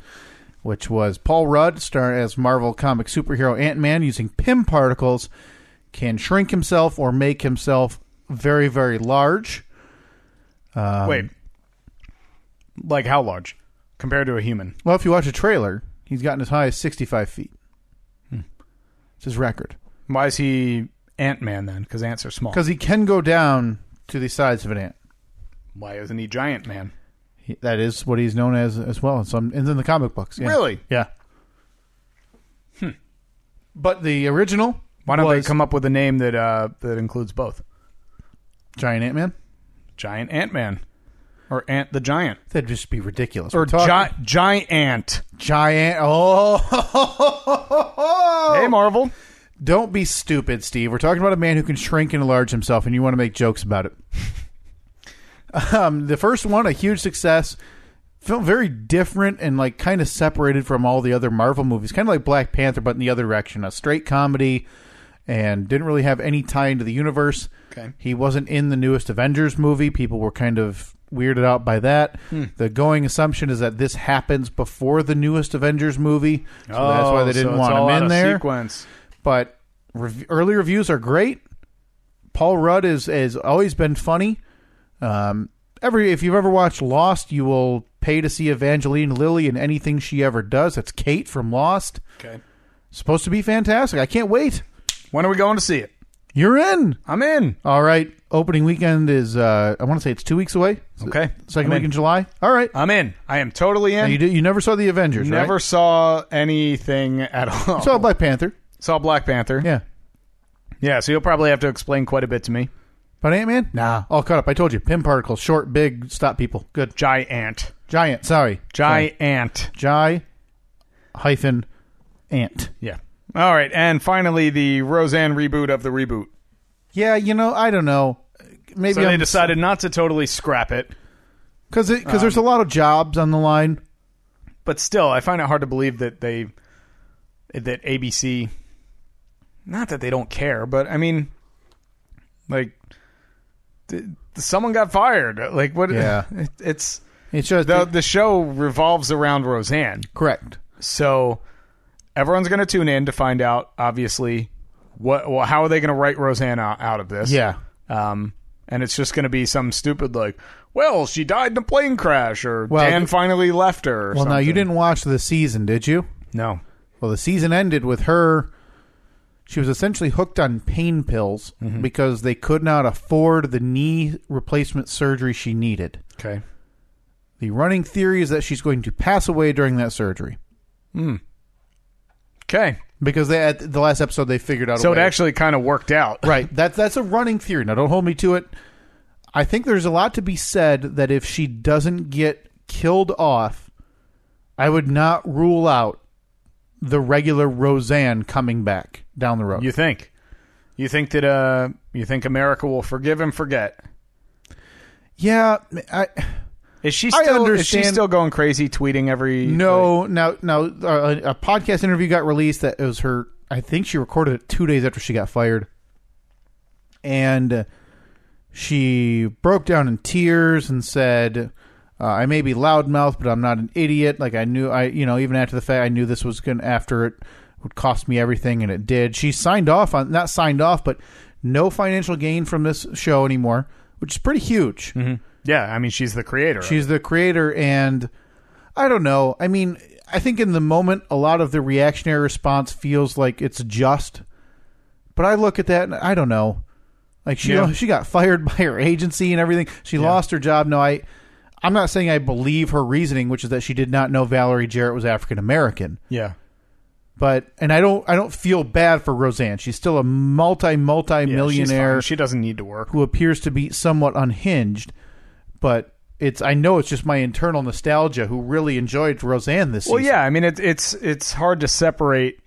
Speaker 2: which was Paul Rudd star as Marvel comic superhero Ant Man using Pym particles, can shrink himself or make himself very very large. Um,
Speaker 1: Wait. Like how large compared to a human?
Speaker 2: Well, if you watch a trailer, he's gotten as high as sixty five feet. Hmm. It's his record
Speaker 1: Why is he Ant Man then? Because ants are small.
Speaker 2: because he can go down to the size of an ant.
Speaker 1: Why isn't he Giant Man?
Speaker 2: He, that is what he's known as as well. in Some and in the comic books, yeah.
Speaker 1: Really?
Speaker 2: yeah. But the original
Speaker 1: Why don't
Speaker 2: was
Speaker 1: they come up with a name that uh, that includes both?
Speaker 2: Giant Ant Man?
Speaker 1: Giant Ant Man, or Ant the Giant,
Speaker 2: That'd just be ridiculous.
Speaker 1: or
Speaker 2: We're talking-
Speaker 1: Gi- Giant Ant.
Speaker 2: giant. Oh,
Speaker 1: Hey, Marvel.
Speaker 2: don't be stupid, Steve. We're talking about a man who can shrink and enlarge himself, and you want to make jokes about it. um, the first one, a huge success, felt very different and like kind of separated from all the other Marvel movies, kind of like Black Panther, but in the other direction, a straight comedy, and didn't really have any tie into the universe.
Speaker 1: Okay.
Speaker 2: He wasn't in the newest Avengers movie. People were kind of weirded out by that.
Speaker 1: Hmm.
Speaker 2: The going assumption is that this happens before the newest Avengers movie, so that's why they didn't
Speaker 1: Oh, so it's
Speaker 2: want
Speaker 1: all
Speaker 2: him
Speaker 1: out
Speaker 2: in
Speaker 1: of
Speaker 2: there
Speaker 1: Sequence.
Speaker 2: but rev- early reviews are great. Paul Rudd is has always been funny. Um, every if you've ever watched Lost, you will pay to see Evangeline Lilly in anything she ever does. That's Kate from Lost.
Speaker 1: Okay.
Speaker 2: Supposed to be fantastic. I can't wait.
Speaker 1: When are we going to see it?
Speaker 2: You're in.
Speaker 1: I'm in.
Speaker 2: All right. Opening weekend is uh, I want to say it's two weeks away.
Speaker 1: Okay.
Speaker 2: Second
Speaker 1: I'm
Speaker 2: week
Speaker 1: in.
Speaker 2: in July. All right.
Speaker 1: I'm in. I am totally
Speaker 2: Now,
Speaker 1: in.
Speaker 2: you do, you never saw the Avengers, right?
Speaker 1: Never saw anything at all.
Speaker 2: saw Black Panther.
Speaker 1: Saw Black Panther.
Speaker 2: Yeah.
Speaker 1: Yeah, so you'll probably have to explain quite a bit to me.
Speaker 2: But Ant Man? Nah. All caught up. I told you. Pin particles, short, big, stop people. Good.
Speaker 1: Giant.
Speaker 2: Giant. Sorry.
Speaker 1: Giant.
Speaker 2: Jai hyphen ant.
Speaker 1: Yeah. All right, and finally the Roseanne reboot of the reboot.
Speaker 2: Yeah, you know, I don't know. Maybe
Speaker 1: So they decided not to totally scrap it,
Speaker 2: because because there's a lot of jobs on the line.
Speaker 1: but still, I find it hard to believe that they that ABC. Not that they don't care, but I mean, like, th- someone got fired. Like, what?
Speaker 2: Yeah.
Speaker 1: it, it's
Speaker 2: It's just
Speaker 1: the the show revolves around Roseanne.
Speaker 2: correct.
Speaker 1: So everyone's going to tune in to find out, obviously, what well, how are they going to write Roseanne out, out of this?
Speaker 2: Yeah,
Speaker 1: Um, and it's just going to be some stupid like, well, she died in a plane crash, or
Speaker 2: Well,
Speaker 1: Dan
Speaker 2: the-
Speaker 1: finally left her. Or
Speaker 2: Well, now you
Speaker 1: something.
Speaker 2: didn't watch the season, did you?
Speaker 1: No.
Speaker 2: Well, the season ended with her. She was essentially hooked on pain pills because they could not afford the knee replacement surgery she needed.
Speaker 1: Okay.
Speaker 2: The running theory is that she's going to pass away during that surgery
Speaker 1: Okay.
Speaker 2: because they at the last episode they figured out.
Speaker 1: So
Speaker 2: a
Speaker 1: it
Speaker 2: way.
Speaker 1: actually kind of worked out.
Speaker 2: Right. That's that's a running theory. Now don't hold me to it. I think there's a lot to be said that if she doesn't get killed off, I would not rule out the regular Roseanne coming back down the road.
Speaker 1: You think? You think that uh, you think America will forgive and forget?
Speaker 2: yeah, I
Speaker 1: Is she
Speaker 2: I
Speaker 1: still? Is she
Speaker 2: understand-
Speaker 1: still going crazy, tweeting every?
Speaker 2: no, now now uh, a podcast interview got released that it was her I think she recorded it 2 days after she got fired. And uh, she broke down in tears and said, uh, "I may be loudmouthed, but I'm not an idiot. Like I knew, I you know, even after the fact, I knew this was going after it would cost me everything, and it did." She signed off on not signed off, but no financial gain from this show anymore, which is pretty huge.
Speaker 1: Yeah, I mean she's the creator.
Speaker 2: She's the creator, and I don't know. I mean, I think in the moment, a lot of the reactionary response feels like it's just. But I look at that, and I don't know. Like she
Speaker 1: Yeah.
Speaker 2: she got fired by her agency and everything. She lost her job. No, I I'm not saying I believe her reasoning, which is that she did not know Valerie Jarrett was African American.
Speaker 1: yeah.
Speaker 2: But and I don't I don't feel bad for Roseanne. She's still a multi multi
Speaker 1: Yeah, she's
Speaker 2: millionaire
Speaker 1: fine. She doesn't need to work.
Speaker 2: who appears to be somewhat unhinged. But it's I know it's just my internal nostalgia who really enjoyed Roseanne this
Speaker 1: Well,
Speaker 2: season.
Speaker 1: yeah. I mean, it, it's it's hard to separate.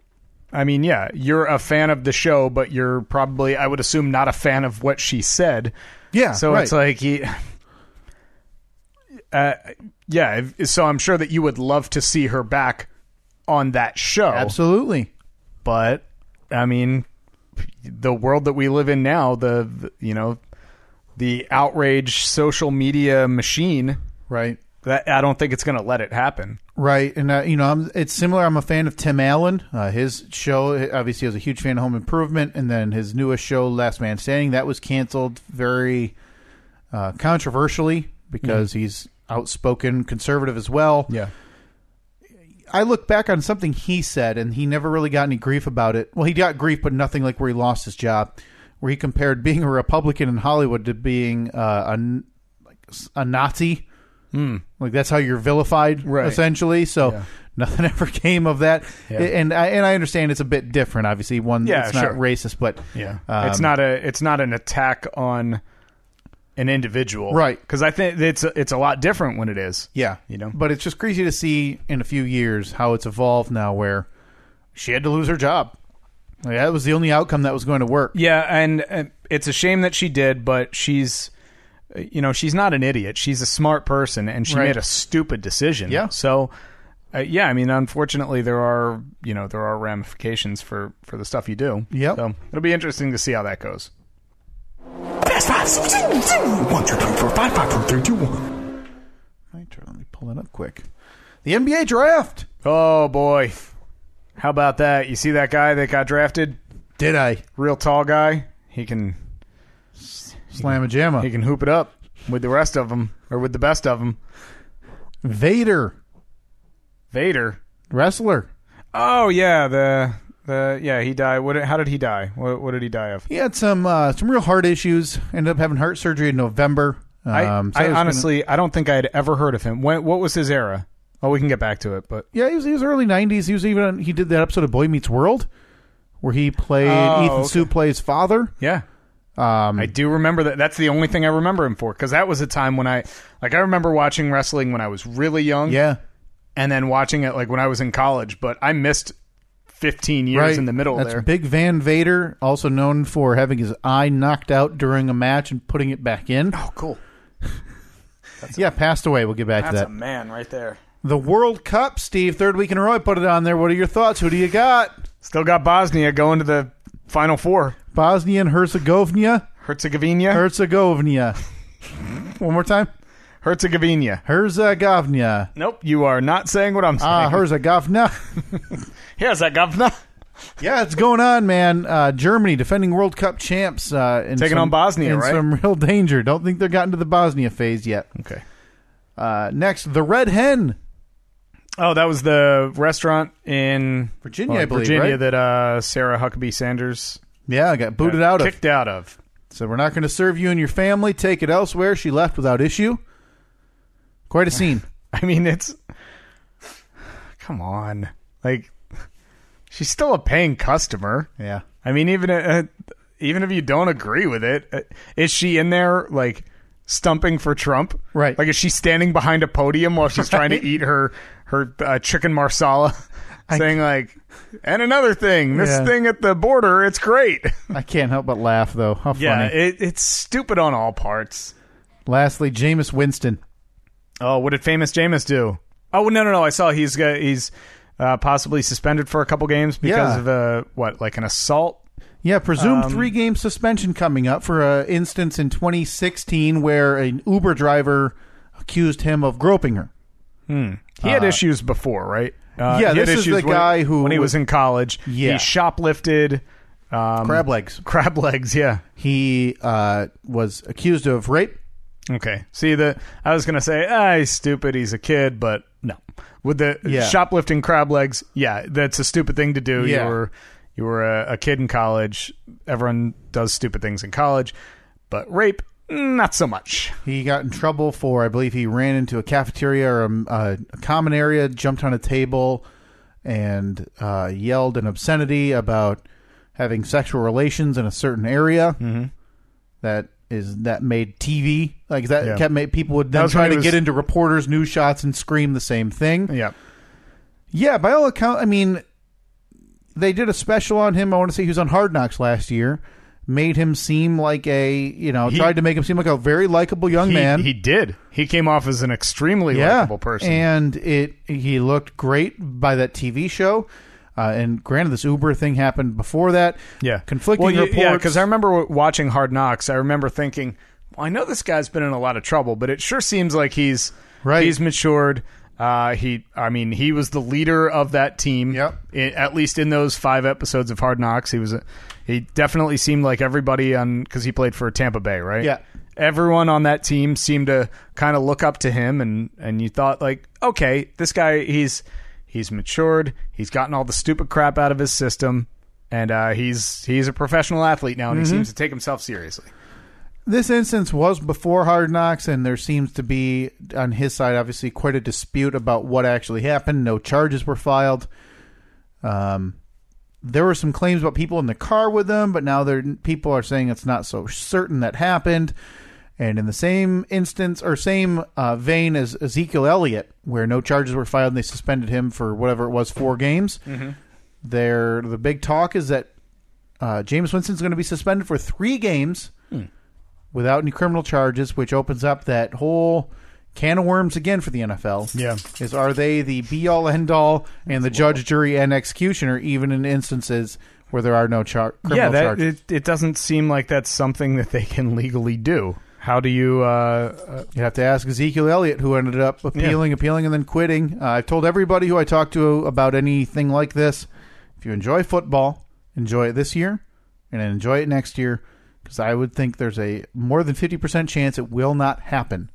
Speaker 1: I mean, yeah, you're a fan of the show, but you're probably, I would assume, not a fan of what she said.
Speaker 2: Yeah,
Speaker 1: So
Speaker 2: right.
Speaker 1: it's like he. Uh, yeah, if- so I'm sure that you would love to see her back on that show.
Speaker 2: absolutely.
Speaker 1: But I mean, the world that we live in now, the, the you know, the outrage social media machine,
Speaker 2: Right.
Speaker 1: that I don't think it's going to let it happen.
Speaker 2: Right, and uh, you know, I'm, it's similar. I'm a fan of Tim Allen. Uh, his show, obviously, I was a huge fan of Home Improvement, and then his newest show, Last Man Standing, that was canceled very uh, controversially because he's outspoken conservative as well.
Speaker 1: Mm-hmm. Yeah.
Speaker 2: I look back on something he said, and he never really got any grief about it. Well, he got grief, but nothing like where he lost his job, where he compared being a Republican in Hollywood to being uh, a n- like s- a Nazi. Like that's how you're vilified,
Speaker 1: Hmm. Right.
Speaker 2: essentially. So nothing ever came of that.
Speaker 1: Yeah.
Speaker 2: And I and I understand it's a bit different. Obviously, one
Speaker 1: Yeah,
Speaker 2: it's not
Speaker 1: sure.
Speaker 2: racist, but
Speaker 1: Yeah,
Speaker 2: um,
Speaker 1: it's not a it's not an attack on an individual,
Speaker 2: Right.
Speaker 1: Because I think it's a, it's a lot different when it is.
Speaker 2: Yeah,
Speaker 1: You know?
Speaker 2: But it's just crazy to see in a few years how it's evolved now, where she had to lose her job. Like, that was the only outcome that was going to work.
Speaker 1: Yeah, and uh, it's a shame that she did, but she's uh, you know she's not an idiot. She's a smart person, and she
Speaker 2: Right.
Speaker 1: made a stupid decision.
Speaker 2: Yeah.
Speaker 1: So. Uh, yeah, I mean, unfortunately, there are you know there are ramifications for for the stuff you do.
Speaker 2: Yep.
Speaker 1: So it'll be interesting to see how that goes.
Speaker 5: Fast five. Zoom, zoom, zoom. One, two, three, four, five, five, four, three, two, one.
Speaker 2: My turn. Let me pull that up quick. The NBA draft.
Speaker 1: Oh boy, how about that? You see that guy that got drafted,
Speaker 2: Did I
Speaker 1: real tall guy. He can
Speaker 2: slam a jamma?
Speaker 1: He can hoop it up with the rest of them, or with the best of them.
Speaker 2: Vader,
Speaker 1: Vader.
Speaker 2: wrestler.
Speaker 1: Oh yeah, the the yeah he died. What? How did he die? What, what did he die of?
Speaker 2: He had some uh, some real heart issues. Ended up having heart surgery in November. Um,
Speaker 1: I,
Speaker 2: so
Speaker 1: I
Speaker 2: it was
Speaker 1: honestly, I don't think I had ever heard of him. When, what was his era? Oh, we can get back to it, but
Speaker 2: gonna- yeah, he was, he was early '90s. He was even on, he did that episode of Boy Meets World where he played
Speaker 1: Oh,
Speaker 2: Ethan
Speaker 1: okay.
Speaker 2: Sue plays father.
Speaker 1: yeah. Um, I do remember that. That's the only thing I remember him for, because that was a time when I, like, I remember watching wrestling when I was really young,
Speaker 2: Yeah,
Speaker 1: and then watching it like when I was in college. But I missed fifteen years
Speaker 2: right
Speaker 1: in the middle
Speaker 2: That's
Speaker 1: there.
Speaker 2: Big Van Vader, also known for having his eye knocked out during a match and putting it back in.
Speaker 1: Oh, cool.
Speaker 2: yeah, passed away. We'll get back to that.
Speaker 1: man right there.
Speaker 2: The World Cup, Steve, third week in a row. I put it on there. What are your thoughts? Who do you got?
Speaker 1: Still got Bosnia going to the final four.
Speaker 2: Bosnia and Herzegovina.
Speaker 1: Herzegovina.
Speaker 2: Herzegovina. One more time.
Speaker 1: Herzegovina.
Speaker 2: Herzegovina.
Speaker 1: Nope, you are not saying what I'm saying.
Speaker 2: Ah, Herzegovina.
Speaker 1: Here's that governor
Speaker 2: yeah, it's going on, man. Uh, Germany defending World Cup champs. Uh, in
Speaker 1: Taking
Speaker 2: some-
Speaker 1: on Bosnia,
Speaker 2: in
Speaker 1: right?
Speaker 2: Some real danger. Don't think they've gotten to the Bosnia phase yet.
Speaker 1: Okay.
Speaker 2: Uh, next, the Red Hen.
Speaker 1: Oh, that was the restaurant in
Speaker 2: Virginia,
Speaker 1: well,
Speaker 2: I
Speaker 1: Oh,
Speaker 2: believe,
Speaker 1: Virginia
Speaker 2: right?
Speaker 1: that uh, Sarah Huckabee Sanders
Speaker 2: Yeah, got booted out of.
Speaker 1: kicked out of.
Speaker 2: So we're not going to serve you and your family. Take it elsewhere. She left without issue. Quite a scene.
Speaker 1: I mean, it's come on, like she's still a paying customer.
Speaker 2: yeah.
Speaker 1: I mean, even uh, even if you don't agree with it, uh, is she in there like stumping for Trump?
Speaker 2: Right.
Speaker 1: Like, is she standing behind a podium while she's trying to eat her her uh, chicken marsala, saying like, and another thing, this
Speaker 2: Yeah.
Speaker 1: thing at the border, it's great.
Speaker 2: I can't help but laugh, though. How funny.
Speaker 1: yeah, it, it's stupid on all parts.
Speaker 2: Lastly, Jameis Winston.
Speaker 1: Oh, what did famous Jameis do? Oh no no no! I saw he's got, he's uh, possibly suspended for a couple games because
Speaker 2: Yeah.
Speaker 1: of a what like an assault.
Speaker 2: Yeah,
Speaker 1: Um,
Speaker 2: presumed three game suspension coming up for an instance in 2016 where an Uber driver accused him of groping her.
Speaker 1: He had issues before, right? Uh,
Speaker 2: Uh, yeah,
Speaker 1: he had
Speaker 2: this is
Speaker 1: issues
Speaker 2: the
Speaker 1: when-
Speaker 2: guy who
Speaker 1: when he was
Speaker 2: was-
Speaker 1: in college,
Speaker 2: Yeah.
Speaker 1: he shoplifted um,
Speaker 2: Crab legs.
Speaker 1: crab legs. Yeah.
Speaker 2: He uh, was accused of rape.
Speaker 1: Okay. See the I was gonna say, ah, he's stupid. He's a kid, but no. With the
Speaker 2: Yeah.
Speaker 1: shoplifting crab legs, yeah, that's a stupid thing to do.
Speaker 2: Yeah.
Speaker 1: You were you were a, a kid in college. Everyone does stupid things in college, but rape, not so much.
Speaker 2: He got in trouble for, I believe, he ran into a cafeteria or a, a common area, jumped on a table, and uh, yelled an obscenity about having sexual relations in a certain area that is that made TV like that
Speaker 1: Yeah.
Speaker 2: kept made people would then
Speaker 1: was
Speaker 2: try
Speaker 1: when
Speaker 2: to
Speaker 1: he was-
Speaker 2: get into reporters' news shots and scream the same thing.
Speaker 1: Yeah.
Speaker 2: Yeah, by all account, I mean, they did a special on him. I want to say he was on Hard Knocks last year. Made him seem like a you know
Speaker 1: He-
Speaker 2: tried to make him seem like a very likable young
Speaker 1: He,
Speaker 2: man.
Speaker 1: he did. He came off as an extremely likable person.
Speaker 2: And it he looked great by that TV show. Uh, and granted, this Uber thing happened before that.
Speaker 1: Yeah,
Speaker 2: conflicting
Speaker 1: well, you-
Speaker 2: reports.
Speaker 1: Yeah, because I remember w- watching Hard Knocks. I remember thinking, well, I know this guy's been in a lot of trouble, but it sure seems like he's
Speaker 2: Right.
Speaker 1: He's matured. Uh, he, I mean, he was the leader of that team.
Speaker 2: Yep.
Speaker 1: i- at least in those five episodes of Hard Knocks, he was. A, he definitely seemed like everybody on because he played for Tampa Bay, right?
Speaker 2: Yeah.
Speaker 1: Everyone on that team seemed to kind of look up to him, and and you thought like, okay, this guy, he's he's matured. He's gotten all the stupid crap out of his system and uh, he's he's a professional athlete now, and he seems to take himself seriously.
Speaker 2: this instance was before Hard Knocks, and there seems to be on his side, obviously, quite a dispute about what actually happened. No charges were filed. Um, there were some claims about people in the car with them, but now they're, people are saying it's not so certain that happened. And in the same instance or same uh, vein as Ezekiel Elliott, where no charges were filed and they suspended him for whatever it was, four games. There, the big talk is that uh, James Winston's going to be suspended for three games without any criminal charges, which opens up that whole can of worms again for the NFL.
Speaker 1: Yeah.
Speaker 2: Is are they the be all end all and the judge, jury, and executioner, even in instances where there are no char- criminal charges?
Speaker 1: it, it doesn't seem like that's something that they can legally do. How do you? Uh,
Speaker 2: you have to ask Ezekiel Elliott, who ended up appealing, appealing, and then quitting. Uh, I've told everybody who I talked to about anything like this if you enjoy football, enjoy it this year and enjoy it next year, because I would think there's a more than 50% chance it will not happen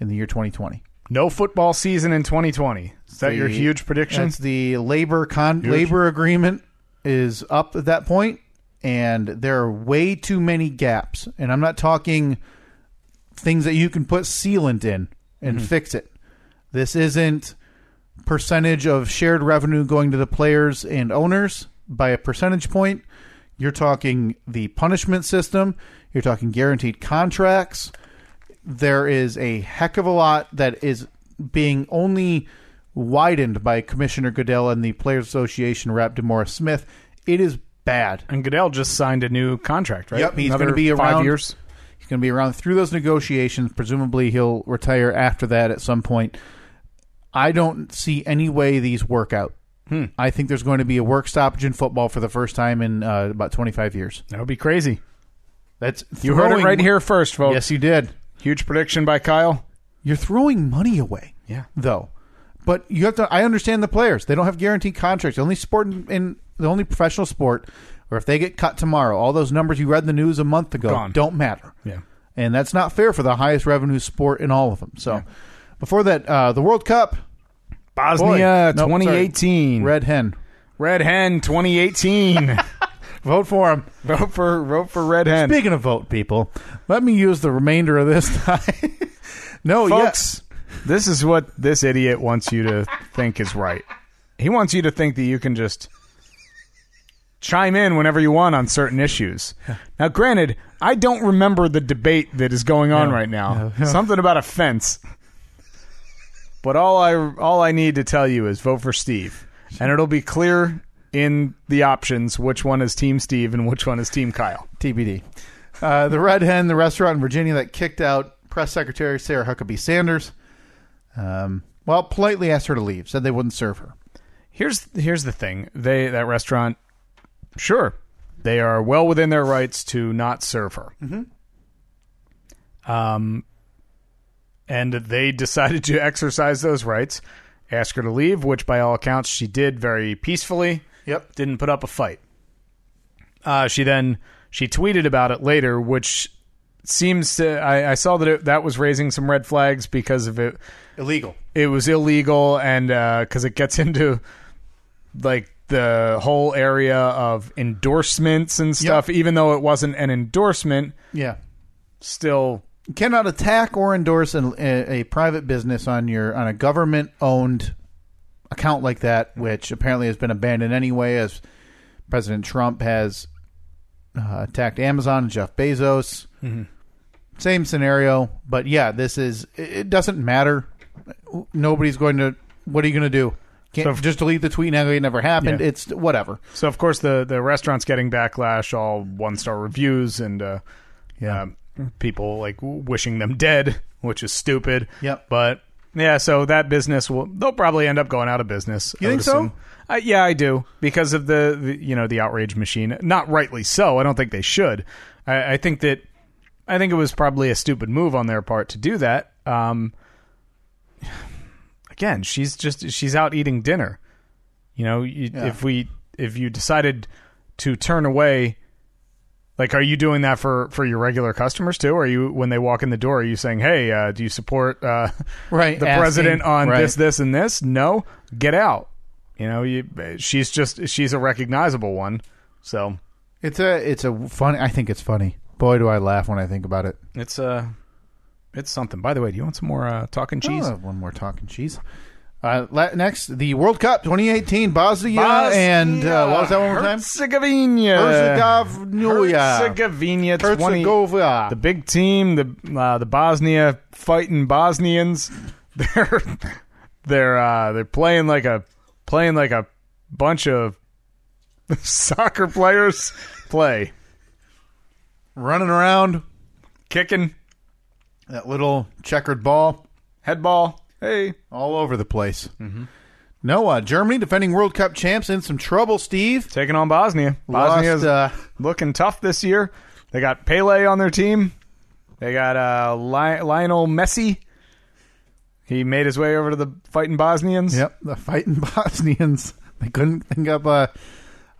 Speaker 2: in the year 2020.
Speaker 1: no football season in 2020. Is that your
Speaker 2: The-
Speaker 1: huge prediction?
Speaker 2: That's the labor con labor agreement is up at that point, and there are way too many gaps. And I'm not talking things that you can put sealant in and fix it. This isn't percentage of shared revenue going to the players and owners by a percentage point. You're talking the punishment system. You're talking guaranteed contracts there is a heck of a lot that is being only widened by Commissioner Goodell and the Players Association rep Demora Smith. It is bad.
Speaker 1: And Goodell just signed a new contract, right?
Speaker 2: Yep, he's
Speaker 1: Another
Speaker 2: gonna be
Speaker 1: five
Speaker 2: around-
Speaker 1: years.
Speaker 2: He's going to be around through those negotiations. Presumably, he'll retire after that at some point. I don't see any way these work out. I think there's going to be a work stoppage in football for the first time in uh, about 25 years.
Speaker 1: That would be crazy.
Speaker 2: That's
Speaker 1: You heard
Speaker 2: throwing-
Speaker 1: it right here first, folks.
Speaker 2: Yes, you did.
Speaker 1: Huge prediction by Kyle.
Speaker 2: You're throwing money away.
Speaker 1: Yeah.
Speaker 2: though. But you have to. I understand the players; they don't have guaranteed contracts. The only sport in, in the only professional sport, or if they get cut tomorrow, all those numbers you read in the news a month ago
Speaker 1: Gone.
Speaker 2: don't matter.
Speaker 1: Yeah.
Speaker 2: and that's not fair for the highest revenue sport in all of them. So, before that, uh, the World Cup,
Speaker 1: Bosnia
Speaker 2: Nope, sorry.
Speaker 1: 2018.
Speaker 2: Red Hen,
Speaker 1: Red Hen 2018.
Speaker 2: vote for him.
Speaker 1: vote for vote for Red Hen.
Speaker 2: Speaking of vote, people, let me use the remainder of this time. no, yes,
Speaker 1: folks this is what this idiot wants you to think is right he wants you to think that you can just chime in whenever you want on certain issues now granted i don't remember the debate that is going on right now something about a fence but all i all i need to tell you is vote for steve and it'll be clear in the options which one is team steve and which one is team kyle
Speaker 2: TBD. Uh, the Red Hen, the restaurant in Virginia that kicked out press secretary Sarah Huckabee Sanders. Um, well, politely asked her to leave, said they wouldn't serve her.
Speaker 1: here's here's the thing they that restaurant sure they are well within their rights to not serve her mm-hmm. um and they decided to exercise those rights ask her to leave which by all accounts she did very peacefully
Speaker 2: Yep.
Speaker 1: didn't put up a fight uh she then she tweeted about it later which seems to i, I saw that it, that was raising some red flags because of it
Speaker 2: Illegal.
Speaker 1: it was illegal and because it gets into like the whole area of endorsements and stuff even though it wasn't an endorsement
Speaker 2: Yeah.
Speaker 1: still
Speaker 2: You cannot attack or endorse an, a, a private business on your on a government owned account like that, which apparently has been abandoned anyway, as President Trump has uh, attacked Amazon and Jeff Bezos.
Speaker 1: Mm-hmm.
Speaker 2: Same scenario, but yeah, this is. It it doesn't matter. Nobody's going to. What are you going to do? Can't
Speaker 1: So if-
Speaker 2: just delete the tweet and act like it never happened.
Speaker 1: Yeah.
Speaker 2: It's whatever.
Speaker 1: So of course the the restaurant's getting backlash, all one star reviews, and uh,
Speaker 2: Yeah.
Speaker 1: um, people like w- wishing them dead, which is stupid.
Speaker 2: Yep.
Speaker 1: But yeah, so that business will they'll probably end up going out of business.
Speaker 2: You
Speaker 1: I
Speaker 2: think
Speaker 1: would
Speaker 2: so?
Speaker 1: assume. Uh, yeah, I do because of the, the you know the outrage machine. Not rightly so. I don't think they should. I, I think that I think it was probably a stupid move on their part to do that. Um, again, she's just she's out eating dinner. You know, you,
Speaker 2: Yeah.
Speaker 1: if we if you decided to turn away, like, are you doing that for for your regular customers too? Are you when they walk in the door, are you saying, "Hey, uh, do you support uh,
Speaker 2: Right,
Speaker 1: the
Speaker 2: asking,
Speaker 1: president on
Speaker 2: right.
Speaker 1: this, this, and this?" No, get out. You know, you, she's just she's a recognizable one. So
Speaker 2: It's a. It's a funny. I think it's funny. Boy, do I laugh when I think about it.
Speaker 1: it's uh it's something. By the way, do you want some more uh, talking cheese?
Speaker 2: Oh, one more talking cheese. Uh, la- next, the World Cup 2018, Bosnia, and uh, what was that one more time?
Speaker 1: Herzegovina.
Speaker 2: Herzegovina.
Speaker 1: Herzegovina. 20
Speaker 2: Herzegovina.
Speaker 1: The big team, the uh, the Bosnia fighting Bosnians. They're they're uh, they're playing like a playing like a bunch of soccer players play
Speaker 2: Running around
Speaker 1: kicking
Speaker 2: that little checkered ball
Speaker 1: head ball. Hey,
Speaker 2: all over the place. Mm-hmm. Noah, Germany defending World Cup champs in some trouble. Steve
Speaker 1: taking on Bosnia. Bosnia's
Speaker 2: lost. Uh,
Speaker 1: looking tough this year. They got Pele on their team. They got uh, Li- Lionel Messi. He made his way over to the fighting Bosnians.
Speaker 2: yep, the fighting Bosnians. They couldn't think up a,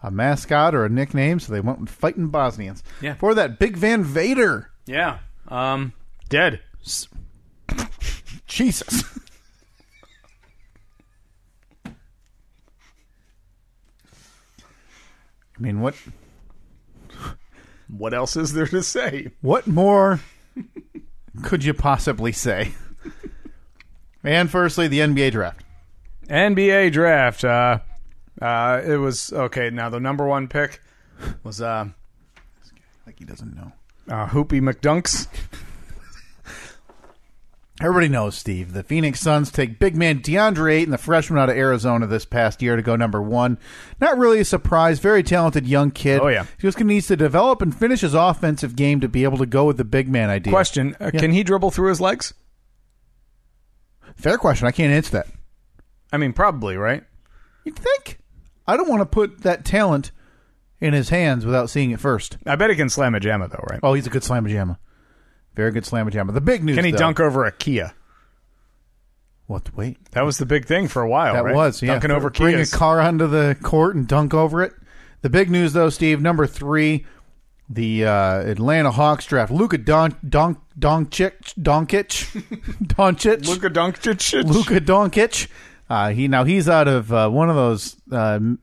Speaker 2: a mascot or a nickname, so they went with fighting Bosnians.
Speaker 1: Yeah.
Speaker 2: For that, Big Van Vader.
Speaker 1: Yeah. Um. Dead.
Speaker 2: Jesus. I mean, what
Speaker 1: What else is there to say?
Speaker 2: what more could you possibly say? And firstly, the NBA draft.
Speaker 1: NBA draft. Uh, uh, it was okay. Now the number one pick was uh,
Speaker 2: Like he doesn't know.
Speaker 1: uh Hoopy McDunks.
Speaker 2: Everybody knows, Steve. The Phoenix Suns take big man DeAndre Ayton, the freshman out of Arizona this past year, to go number one. Not really a surprise. Very talented young kid.
Speaker 1: Oh, yeah.
Speaker 2: He just needs to develop and finish his offensive game to be able to go with the big man idea.
Speaker 1: Question: uh, Can he dribble through his legs?
Speaker 2: Fair question. I can't answer that.
Speaker 1: I mean, probably, right?
Speaker 2: You'd think. I don't want to put that talent in his hands without seeing it first.
Speaker 1: I bet he can slam a jamma though, right?
Speaker 2: Oh, he's a good slamma jamma. Very good slamma jamma. The big news.
Speaker 1: Can he
Speaker 2: though-
Speaker 1: dunk over a Kia?
Speaker 2: What? Wait.
Speaker 1: That was the big thing for a while.
Speaker 2: That
Speaker 1: right?
Speaker 2: was yeah.
Speaker 1: dunking over
Speaker 2: Bring
Speaker 1: Kias.
Speaker 2: a car onto the court and dunk over it. The big news, though, Steve, number three, the uh, Atlanta Hawks draft Luka Don Don Doncic Doncic Doncic
Speaker 1: Luka Doncic.
Speaker 2: Luka Doncic. Uh, he now he's out of uh, one of those um,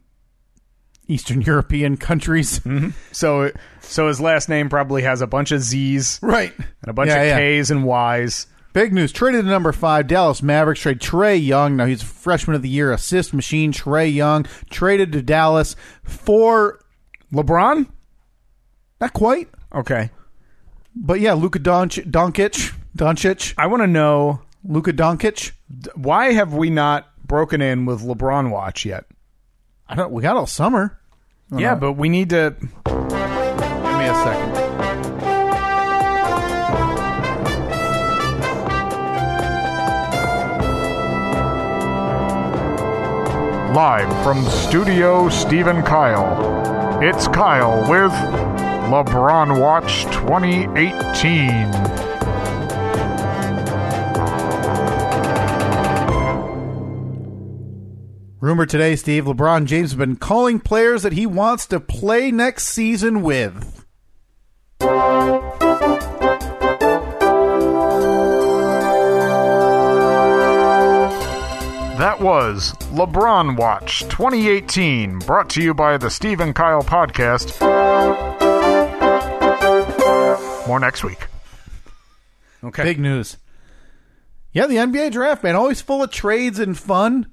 Speaker 2: Eastern European countries,
Speaker 1: Mm-hmm. So, so his last name probably has a bunch of Z's and
Speaker 2: right?
Speaker 1: a bunch of K's and Y's.
Speaker 2: Big news. Traded to number five, Dallas Mavericks. Trade Trey Young. Now he's freshman of the year, assist machine. Trey Young traded to Dallas for
Speaker 1: LeBron.
Speaker 2: not quite,
Speaker 1: Okay,
Speaker 2: but yeah, Luka Doncic, Doncic, Doncic,
Speaker 1: I want to know
Speaker 2: Luka Doncic.
Speaker 1: why have we not broken in with LeBron watch yet?
Speaker 2: I don't. We got all summer.
Speaker 1: Yeah, but we need to.
Speaker 2: Give me a second.
Speaker 6: Live from Studio Stephen Kyle, it's Kyle with LeBron Watch 2018.
Speaker 2: Rumor today, Steve LeBron James has been calling players that he wants to play next season with.
Speaker 6: That was LeBron Watch 2018, brought to you by the Stephen Kyle Podcast. More next week.
Speaker 1: Okay,
Speaker 2: Big news. Yeah, the NBA draft, man, always full of trades and fun.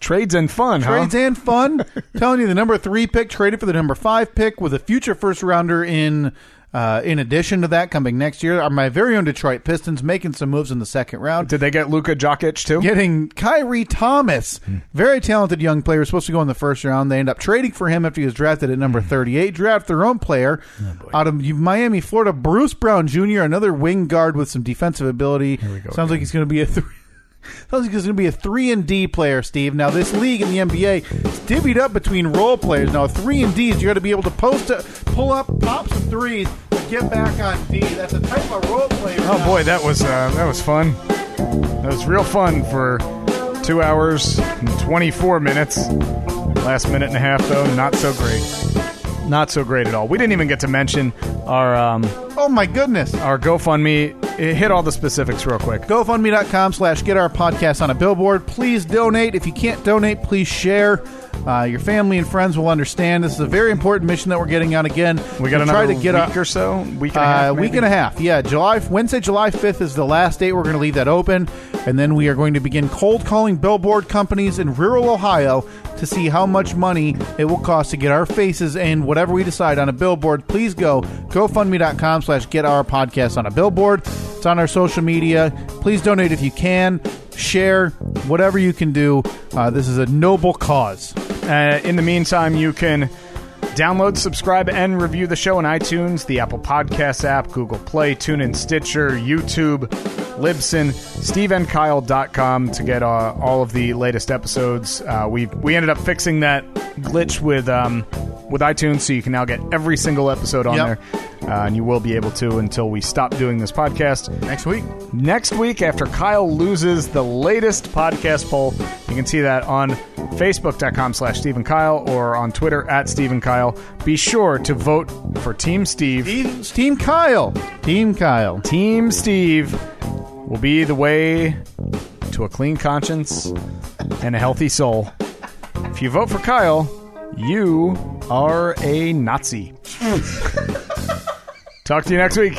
Speaker 1: Trades and fun,
Speaker 2: Trades
Speaker 1: huh?
Speaker 2: and fun. Telling you the number three pick traded for the number five pick with a future first rounder in. Uh, in addition to that, coming next year are my very own Detroit Pistons making some moves in the second round.
Speaker 1: Did they get Luka Jokic too?
Speaker 2: getting Kyrie Thomas,
Speaker 1: Hmm.
Speaker 2: very talented young player, was supposed to go in the first round. They end up trading for him after he was drafted at
Speaker 1: Hmm.
Speaker 2: number 38. Draft their own player
Speaker 1: Oh,
Speaker 2: out of Miami, Florida, Bruce Brown Jr., another wing guard with some defensive ability. Sounds like he's going to be a three. Sounds like he's going to be a three and D player, Steve. Now this league in the NBA is divvied up between role players. Now three and Ds, you got to be able to post, a, pull up, pop some threes, but get back on D. That's a type of role player.
Speaker 1: Oh
Speaker 2: now.
Speaker 1: boy, that was uh, that was fun. That was real fun for two hours and twenty four minutes. Last minute and a half though, not so great. Not so great at all. We didn't even get to mention our um,
Speaker 2: Oh my goodness.
Speaker 1: our GoFundMe. It hit all the specifics real quick.
Speaker 2: GoFundMe.com slash get our podcast on a billboard. Please donate. If you can't donate, please share. Uh, your family and friends will understand. This is a very important mission that we're getting on again.
Speaker 1: We got
Speaker 2: to
Speaker 1: another
Speaker 2: try to
Speaker 1: week
Speaker 2: get our-
Speaker 1: or so, week and a half,
Speaker 2: uh, week
Speaker 1: maybe?
Speaker 2: and a half. Yeah, July Wednesday, July fifth is the last date. We're going to leave that open, and then we are going to begin cold calling billboard companies in rural Ohio to see how much money it will cost to get our faces and whatever we decide on a billboard. Please go GoFundMe.com/slash Get Our Podcast on a billboard. It's on our social media. Please donate if you can. Share whatever you can do. Uh, this is a noble cause.
Speaker 1: Uh, in the meantime, you can download, subscribe, and review the show on iTunes, the Apple Podcasts app, Google Play, TuneIn, Stitcher, YouTube, Libsyn, steveandkyle.com to get uh, all of the latest episodes. Uh, we we ended up fixing that glitch with um, with iTunes, so you can now get every single episode on
Speaker 2: Yep.
Speaker 1: there, uh, and you will be able to until we stop doing this podcast.
Speaker 2: Next week.
Speaker 1: Next week, after Kyle loses the latest podcast poll, you can see that on facebook.com slash Stephen Kyle or on Twitter at Stephen Kyle. Be sure to vote for Team Steve.
Speaker 2: It's Team Kyle. Team Kyle.
Speaker 1: Team Steve will be the way to a clean conscience and a healthy soul. If you vote for Kyle, you are a Nazi. Talk to you next week.